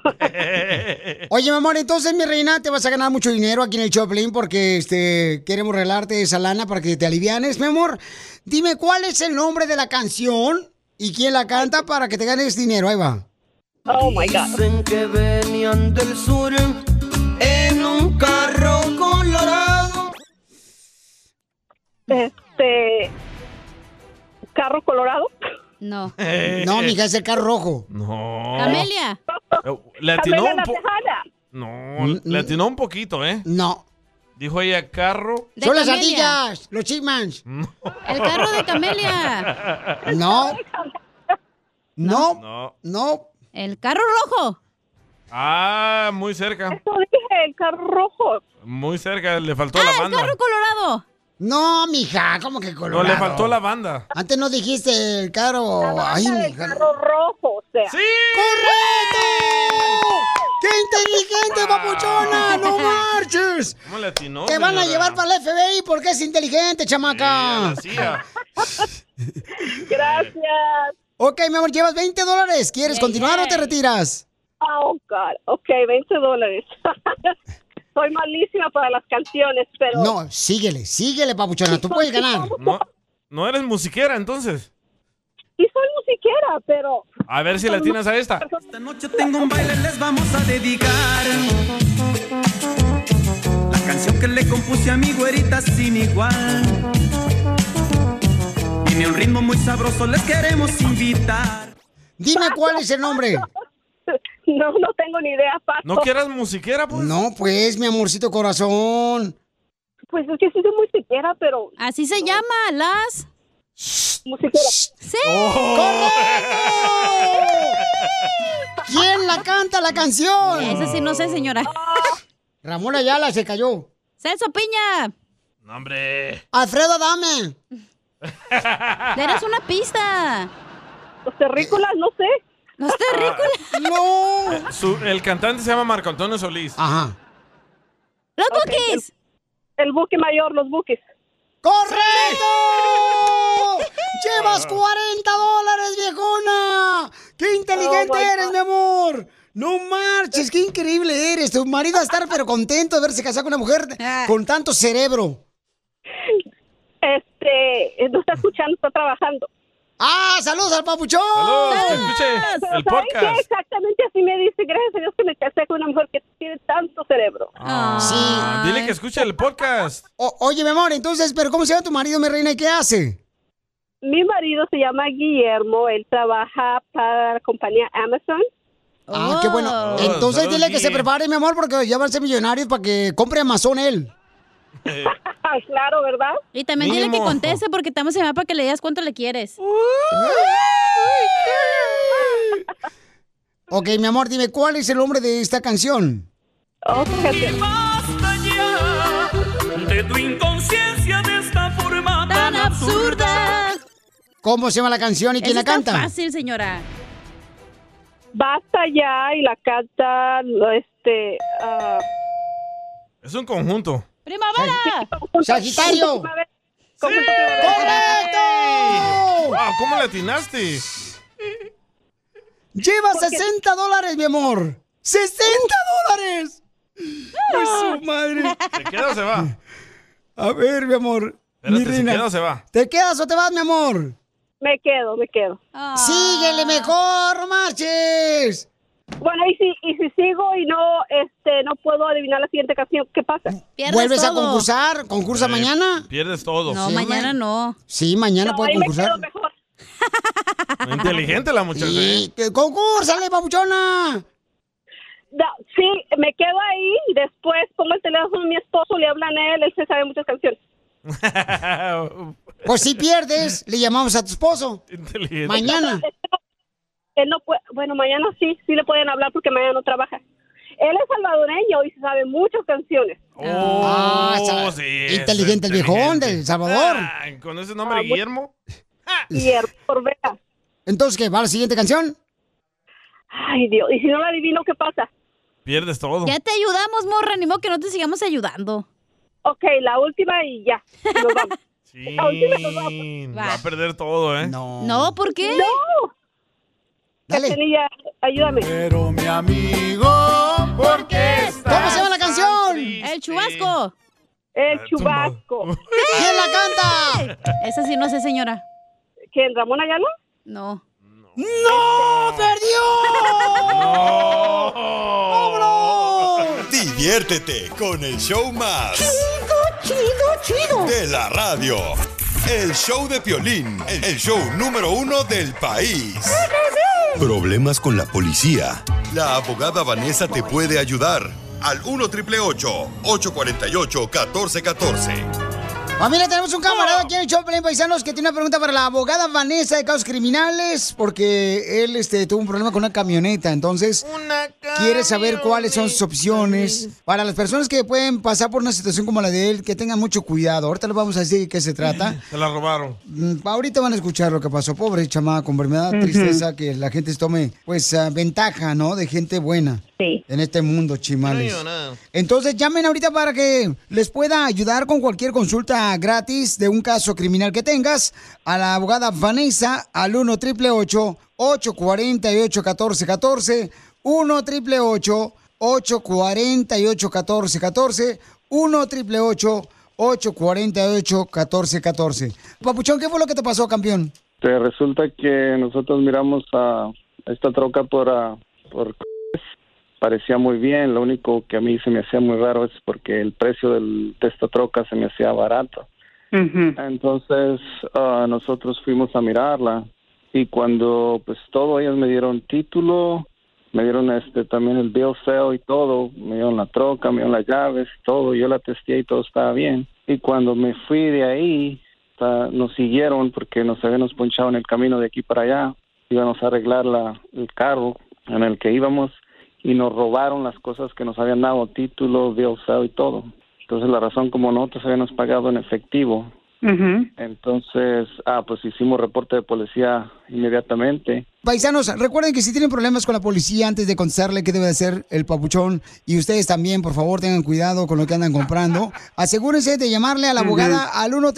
[SPEAKER 1] Oye, mi amor, entonces, mi reina, te vas a ganar mucho dinero aquí en el Choplin porque este, queremos regalarte esa lana para que te alivianes. Mi amor, dime cuál es el nombre de la canción y quién la canta para que te ganes dinero. Ahí va.
[SPEAKER 19] Oh my God.
[SPEAKER 5] Dicen que venían del sur en un carro colorado.
[SPEAKER 19] Este. ¿Carro colorado?
[SPEAKER 4] No.
[SPEAKER 1] No, mija, es el carro rojo.
[SPEAKER 3] No. Eh,
[SPEAKER 4] Amelia.
[SPEAKER 3] Le atinó
[SPEAKER 4] Amelia
[SPEAKER 3] un
[SPEAKER 4] la
[SPEAKER 3] po-
[SPEAKER 4] Tejana.
[SPEAKER 3] No, le atinó un poquito, ¿eh?
[SPEAKER 1] No.
[SPEAKER 3] Dijo ella carro.
[SPEAKER 1] Son las ardillas, los chipmans.
[SPEAKER 4] El carro de Camelia.
[SPEAKER 1] No. No.
[SPEAKER 3] No.
[SPEAKER 1] No.
[SPEAKER 4] El carro rojo.
[SPEAKER 3] Ah, muy cerca.
[SPEAKER 19] dije, el carro rojo.
[SPEAKER 3] Muy cerca. Le faltó
[SPEAKER 4] Ah,
[SPEAKER 3] la
[SPEAKER 4] el
[SPEAKER 3] banda.
[SPEAKER 4] carro colorado.
[SPEAKER 1] No, mija, ¿cómo que
[SPEAKER 3] No,
[SPEAKER 1] colorado?
[SPEAKER 3] le faltó la banda.
[SPEAKER 1] Antes no dijiste el carro. Ay, mija.
[SPEAKER 19] Carro rojo, o sea.
[SPEAKER 3] ¡Sí!
[SPEAKER 1] ¡Correcto! ¡Qué
[SPEAKER 3] Ah.
[SPEAKER 1] inteligente, papuchona! ¡No marches!
[SPEAKER 3] ¿Cómo le atinó?
[SPEAKER 1] Te van a
[SPEAKER 3] señora?
[SPEAKER 1] llevar para el FBI porque es inteligente, chamaca.
[SPEAKER 3] Sí, a la CIA.
[SPEAKER 19] Gracias.
[SPEAKER 1] Ok, mi amor, llevas 20 dólares. ¿Quieres
[SPEAKER 19] Yay,
[SPEAKER 1] continuar o te
[SPEAKER 19] yay.
[SPEAKER 1] retiras?
[SPEAKER 19] Oh, God. Ok, 20 dólares. Soy malísima para las canciones, pero.
[SPEAKER 1] No, síguele, síguele, papuchona. Tú puedes ganar.
[SPEAKER 3] No, no eres musiquera, entonces.
[SPEAKER 19] Y soy musiquera, pero.
[SPEAKER 3] A ver si le atinas a esta.
[SPEAKER 19] Esta
[SPEAKER 5] noche tengo un baile, les vamos a dedicar. La canción que le compuse a mi güerita sin igual. Tiene un ritmo muy sabroso, les queremos invitar.
[SPEAKER 1] Dime cuál es el nombre.
[SPEAKER 19] No, no tengo ni idea, Paco.
[SPEAKER 3] musiquera, pues?
[SPEAKER 1] No, pues, mi amorcito corazón.
[SPEAKER 19] Pues es que sí soy musiquera, pero.
[SPEAKER 4] Así se llama, las.
[SPEAKER 19] Musiquera.
[SPEAKER 4] Sí.
[SPEAKER 1] ¿Quién la canta la canción?
[SPEAKER 4] Esa sí no sé, señora.
[SPEAKER 1] Ramón Ayala se cayó.
[SPEAKER 4] Celso Piña.
[SPEAKER 3] No, hombre.
[SPEAKER 1] Alfredo, dame.
[SPEAKER 4] Eres una pista.
[SPEAKER 19] Los terrícolas, no sé.
[SPEAKER 4] Los terrícolas.
[SPEAKER 1] No.
[SPEAKER 3] Eh, Su- el cantante se llama Marco Antonio Solís.
[SPEAKER 1] Ajá.
[SPEAKER 4] ¡Los
[SPEAKER 19] buques! El, buque mayor, los buques. Oh,
[SPEAKER 1] ¡Correcto! ¡Llevas 40 dólares, viejona! ¡Qué inteligente
[SPEAKER 19] Oh, my
[SPEAKER 1] eres, mi amor! ¡No marches! ¡Qué increíble eres! Tu marido va a estar pero contento de verse casado con una mujer
[SPEAKER 19] Ah.
[SPEAKER 1] con tanto cerebro.
[SPEAKER 19] Este, eh, no está escuchando, está trabajando.
[SPEAKER 1] ¡Ah! ¡Saludos al papuchón!
[SPEAKER 3] Saludos, que escuche
[SPEAKER 19] Pero
[SPEAKER 3] el
[SPEAKER 19] ¿saben
[SPEAKER 3] podcast.
[SPEAKER 19] qué? Exactamente así me dice. Gracias a Dios que me casé con una mujer que tiene tanto cerebro.
[SPEAKER 3] Ah, Dile que escuche el podcast.
[SPEAKER 1] O- oye, mi amor, entonces, ¿pero cómo se llama tu marido, mi reina? ¿Y qué hace?
[SPEAKER 19] Mi marido se llama Guillermo. Él trabaja para la compañía Amazon.
[SPEAKER 1] Ah, qué bueno.
[SPEAKER 19] Oh,
[SPEAKER 1] Entonces
[SPEAKER 19] saludos,
[SPEAKER 1] dile que se
[SPEAKER 19] Gui.
[SPEAKER 1] prepare, mi amor, porque ya van a ser millonarios para que compre Amazon él.
[SPEAKER 19] Ah, claro, ¿verdad?
[SPEAKER 4] Y también dile que
[SPEAKER 1] Mínimo.
[SPEAKER 4] conteste porque estamos en para que le digas cuánto le quieres.
[SPEAKER 1] ¿Eh? Ok, mi amor, dime, ¿cuál es el nombre de esta canción?
[SPEAKER 19] Oh,
[SPEAKER 5] Basta ya de tu inconsciencia de esta forma tan, absurda.
[SPEAKER 1] ¿Cómo se llama la canción y quién
[SPEAKER 4] Esa
[SPEAKER 1] la
[SPEAKER 4] está
[SPEAKER 1] canta?
[SPEAKER 4] fácil, señora.
[SPEAKER 19] Basta ya y la canta lo- este
[SPEAKER 11] este, ah,
[SPEAKER 3] Es un conjunto.
[SPEAKER 4] ¡Primavera!
[SPEAKER 1] ¡Sagitario!
[SPEAKER 3] ¡Correcto! Wow, ¿Cómo le atinaste?
[SPEAKER 1] Lleva 60 dólares, mi amor. ¡60 dólares! Pues
[SPEAKER 5] Ah.
[SPEAKER 1] su madre.
[SPEAKER 3] ¿Te queda o se va?
[SPEAKER 1] A ver, mi amor. mi
[SPEAKER 3] Espérate, ¿se
[SPEAKER 1] reina.
[SPEAKER 3] queda o se va?
[SPEAKER 1] ¿Te quedas o te vas, mi amor?
[SPEAKER 11] Me quedo, me quedo.
[SPEAKER 1] Síguele mejor, no marches.
[SPEAKER 11] Bueno, y si, y si sigo y no, este, no puedo adivinar la siguiente canción, ¿qué pasa?
[SPEAKER 1] ¿Vuelves a concursar? ¿Concursa
[SPEAKER 3] Eh,
[SPEAKER 1] mañana?
[SPEAKER 3] Pierdes todo.
[SPEAKER 1] No, Sí, mañana hombre.
[SPEAKER 4] no.
[SPEAKER 1] Sí, mañana puede concursar.
[SPEAKER 3] Inteligente la muchacha. ¿eh?
[SPEAKER 1] Sí, que concúrsale, papuchona.
[SPEAKER 11] No, sí, me quedo ahí y después pongo el teléfono a mi esposo, le hablan a él, él se sabe muchas canciones.
[SPEAKER 1] Pues si pierdes, le llamamos a tu esposo.
[SPEAKER 3] Inteligente.
[SPEAKER 1] Mañana.
[SPEAKER 11] Él no puede, bueno, mañana sí, sí le pueden hablar porque mañana no trabaja. Él es salvadoreño y se sabe muchas canciones.
[SPEAKER 1] Ah, sa-
[SPEAKER 3] Oh, sí, es Ah.
[SPEAKER 1] inteligente el viejón del Salvador.
[SPEAKER 3] Ay, ¿Con ese nombre, Guillermo?
[SPEAKER 11] Guillermo Corbea.
[SPEAKER 1] Entonces, ¿qué? ¿Va la siguiente canción?
[SPEAKER 11] Ay, Dios. Y si no la adivino, ¿qué pasa?
[SPEAKER 3] Pierdes todo.
[SPEAKER 4] Ya te ayudamos, morra. Ni modo que no te sigamos ayudando.
[SPEAKER 11] Ok, la última y ya.
[SPEAKER 3] Sí. Va a perder todo, ¿eh?
[SPEAKER 1] No.
[SPEAKER 4] No, ¿por qué?
[SPEAKER 11] ¡No!
[SPEAKER 1] Dale.
[SPEAKER 11] ayúdame.
[SPEAKER 5] Pero mi amigo, ¿por qué estás
[SPEAKER 1] ¿Cómo se llama la canción?
[SPEAKER 4] El chubasco.
[SPEAKER 5] Ah,
[SPEAKER 11] El chubasco.
[SPEAKER 1] ¿Quién la canta?
[SPEAKER 4] Esa sí no sé, señora.
[SPEAKER 11] ¿Quién? ¿Ramón Ayala?
[SPEAKER 4] No.
[SPEAKER 1] ¡No!
[SPEAKER 4] ¡Perdió!
[SPEAKER 2] Diviértete con el show más.
[SPEAKER 5] Chido, chido, chido.
[SPEAKER 2] De la radio. El show de Piolín, el show número uno del país. Problemas con la policía. La abogada Vanessa te puede ayudar. Al 1 triple 848 1414.
[SPEAKER 1] Ah, mira, tenemos un camarada aquí en el show, Pelín Paisanos, que tiene una pregunta para la abogada Vanessa de Casos Criminales, porque él este, tuvo un problema con una camioneta, entonces quiere saber cuáles son sus opciones para las personas que pueden pasar por una situación como la de él, que tengan mucho cuidado. Ahorita les vamos a decir de qué se trata.
[SPEAKER 3] Se la robaron.
[SPEAKER 1] Mm, Ahorita van a escuchar lo que pasó. Pobre chamada, con enfermedad,
[SPEAKER 3] Ujú.
[SPEAKER 1] tristeza, que la gente se tome, pues, ah, ventaja, ¿no? De gente buena. En este mundo, chimales. Entonces, llamen ahorita para que les pueda ayudar con cualquier consulta gratis de un caso criminal que tengas a la abogada Vanessa al 1 triple 848 1414 1 triple 848 1414 1 triple 848 1414 Papuchón, ¿qué fue lo que te pasó, campeón?
[SPEAKER 10] Te Este, resulta que nosotros miramos a esta troca por, ah, por c- parecía muy bien, lo único que a mí se me hacía muy raro es porque el precio del, de esta troca se me hacía barato. Entonces ah, nosotros fuimos a mirarla y cuando pues todo ellos me dieron título, me dieron este también el bill sale y todo, me dieron la troca, me dieron las llaves, todo, yo la testé y todo estaba bien. Y cuando me fui de ahí, ta- nos siguieron porque nos habíamos ponchado en el camino de aquí para allá, íbamos a arreglar la, el carro en el que íbamos y nos robaron las cosas que nos habían dado, título, bill sale y todo. Entonces la razón como nosotros habíamos pagado en efectivo, entonces, ah, pues hicimos reporte de policía inmediatamente.
[SPEAKER 1] Paisanos, recuerden que si tienen problemas con la policía, antes de contestarle qué debe de hacer el papuchón, y ustedes también, por favor, tengan cuidado con lo que andan comprando, asegúrense de llamarle a la abogada al 1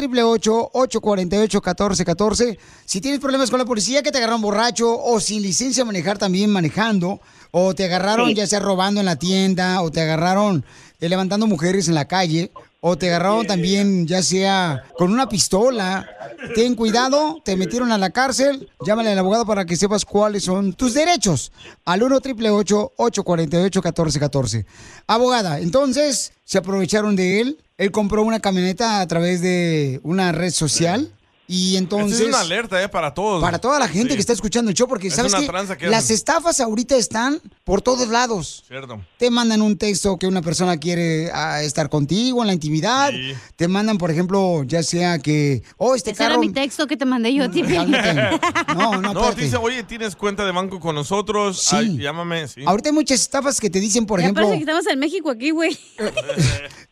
[SPEAKER 1] 848 1414 Si tienes problemas con la policía, que te agarraron borracho o sin licencia de manejar también manejando, o te agarraron
[SPEAKER 26] Sí.
[SPEAKER 1] ya sea robando en la tienda, o te agarraron eh, levantando mujeres en la calle, o te agarraron también ya sea con una pistola. Ten cuidado, te metieron a la cárcel. Llámale al abogado para que sepas cuáles son tus derechos. Al 1 848 1414 Abogada, entonces se aprovecharon de él. Él compró una camioneta a través de una red social. Y entonces...
[SPEAKER 3] Esta es una alerta, ¿eh? Para todos.
[SPEAKER 1] Para toda la gente
[SPEAKER 3] Sí.
[SPEAKER 1] que está escuchando el show, porque
[SPEAKER 3] Es
[SPEAKER 1] sabes
[SPEAKER 3] una
[SPEAKER 1] qué?
[SPEAKER 3] tranza que
[SPEAKER 1] las
[SPEAKER 3] hacen.
[SPEAKER 1] estafas ahorita están por todos lados.
[SPEAKER 3] Cierto.
[SPEAKER 1] Te mandan un texto que una persona quiere ah, estar contigo en la intimidad.
[SPEAKER 3] Sí.
[SPEAKER 1] Te mandan, por ejemplo, ya sea que, oh, este
[SPEAKER 4] Ese
[SPEAKER 1] carro.
[SPEAKER 4] era mi texto que te mandé yo a ti.
[SPEAKER 1] No, no,
[SPEAKER 3] No,
[SPEAKER 1] espérate.
[SPEAKER 3] te dice, oye, ¿tienes cuenta de banco con nosotros?
[SPEAKER 1] Sí.
[SPEAKER 3] Ay, llámame, sí.
[SPEAKER 1] Ahorita hay muchas estafas que te dicen, por
[SPEAKER 4] Ya
[SPEAKER 1] ejemplo, Eh,
[SPEAKER 4] parece que estamos en México aquí, güey.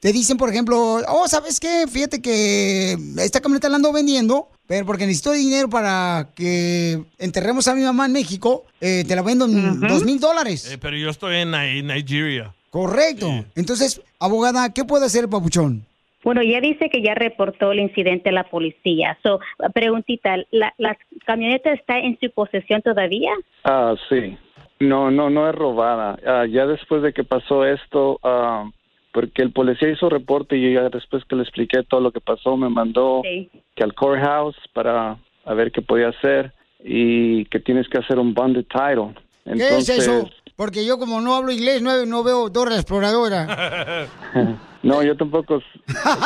[SPEAKER 1] te dicen, por ejemplo, oh, ¿sabes qué? Fíjate que esta camioneta la ando vendiendo, pero porque necesito dinero para que enterremos a mi mamá en México, eh, te la vendo en dos mil dólares.
[SPEAKER 3] Eh, pero yo estoy en, Ni- Nigeria.
[SPEAKER 1] Correcto. Entonces, abogada, ¿qué puede hacer el papuchón?
[SPEAKER 25] Bueno, ya dice que ya reportó el incidente a la policía. So, preguntita, ¿la, ¿la camioneta está en su posesión todavía?
[SPEAKER 10] Ah, sí. No, no, no es robada. Ah, ya después de que pasó esto, ah, porque el policía hizo reporte y yo ya después que le expliqué todo lo que pasó, me mandó
[SPEAKER 25] Sí.
[SPEAKER 10] que al courthouse para a ver qué podía hacer y que tienes que hacer un bonded title. Entonces,
[SPEAKER 1] ¿Qué es eso? Porque yo como no hablo inglés, no, no veo Dora la Exploradora.
[SPEAKER 10] No, yo tampoco.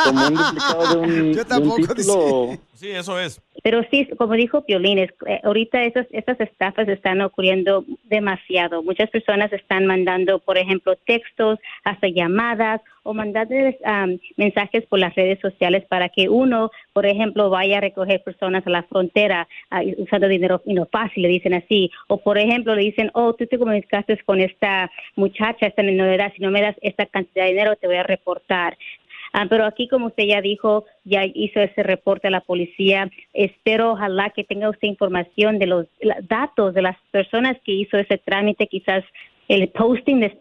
[SPEAKER 10] Como un duplicado de un, de un título.
[SPEAKER 3] Sí, eso es.
[SPEAKER 25] Pero sí, como dijo Piolín, es- eh, ahorita esas, esas estafas están ocurriendo demasiado. Muchas personas están mandando, por ejemplo, textos, hasta llamadas o mandarles am, mensajes por las redes sociales para que uno, por ejemplo, vaya a recoger personas a la frontera ah, y- usando dinero y no fácil, le dicen así. O, por ejemplo, le dicen, oh, tú te comunicaste con esta muchacha, esta menor, si no me das esta cantidad de dinero, te voy a reportar. Ah, pero aquí, como usted ya dijo, ya hizo ese reporte a la policía. Espero, ojalá que tenga usted información de los la- datos de las personas que hizo ese trámite, quizás el posting de este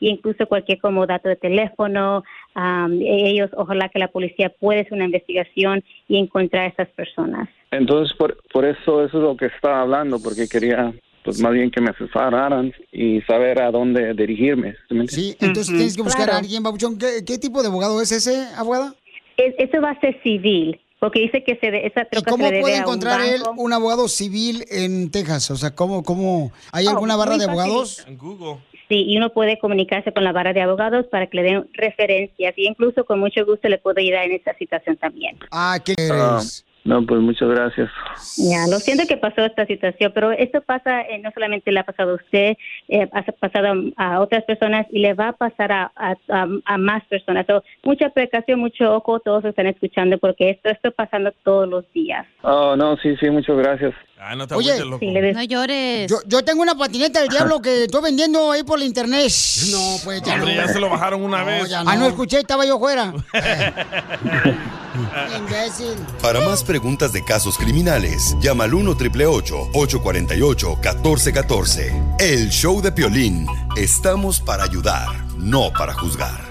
[SPEAKER 25] y incluso cualquier como dato de teléfono. am, e- ellos, ojalá que la policía pueda hacer una investigación y encontrar a estas personas.
[SPEAKER 10] Entonces, por, por eso, eso es lo que estaba hablando, porque quería, pues más bien que me asesoraran y saber a dónde dirigirme.
[SPEAKER 1] Sí, Entonces tienes que buscar a alguien, papuchón. ¿Qué, qué tipo de abogado es ese, abogada?
[SPEAKER 25] Pues eso va a ser civil, porque dice que se de- esa troca
[SPEAKER 1] ¿Cómo
[SPEAKER 25] se le debe
[SPEAKER 1] puede
[SPEAKER 25] a un
[SPEAKER 1] encontrar él
[SPEAKER 25] banco.
[SPEAKER 1] un abogado civil en Texas? O sea, ¿cómo, cómo? ¿Hay
[SPEAKER 25] Oh,
[SPEAKER 1] alguna barra
[SPEAKER 25] muy
[SPEAKER 1] de
[SPEAKER 25] fácil.
[SPEAKER 1] abogados?
[SPEAKER 3] En Google.
[SPEAKER 25] Sí, y uno puede comunicarse con la barra de abogados para que le den referencias y incluso con mucho gusto le puedo ayudar en esta situación también.
[SPEAKER 1] Ah, ¿qué
[SPEAKER 10] Ah, no, pues muchas gracias.
[SPEAKER 25] Ya, lo siento que pasó esta situación, pero esto pasa, eh, no solamente le ha pasado a usted, eh, ha pasado a, a otras personas y le va a pasar a, a- a- a más personas. So, mucha precaución, mucho ojo, todos están escuchando porque esto está pasando todos los días.
[SPEAKER 10] Oh, no, sí, sí, muchas gracias.
[SPEAKER 3] Ah, no
[SPEAKER 1] Oye, agüites,
[SPEAKER 25] Sí, le des-
[SPEAKER 1] llores. Yo, yo tengo una patineta del diablo que estoy vendiendo ahí por la internet. No, pues ya no.
[SPEAKER 3] Hombre, ya se lo bajaron una vez.
[SPEAKER 1] Ah, no escuché, estaba yo fuera. Imbécil.
[SPEAKER 2] Para más preguntas de casos criminales, llama al 1 888 848 1414 El show de Piolín. Estamos para ayudar, no para juzgar.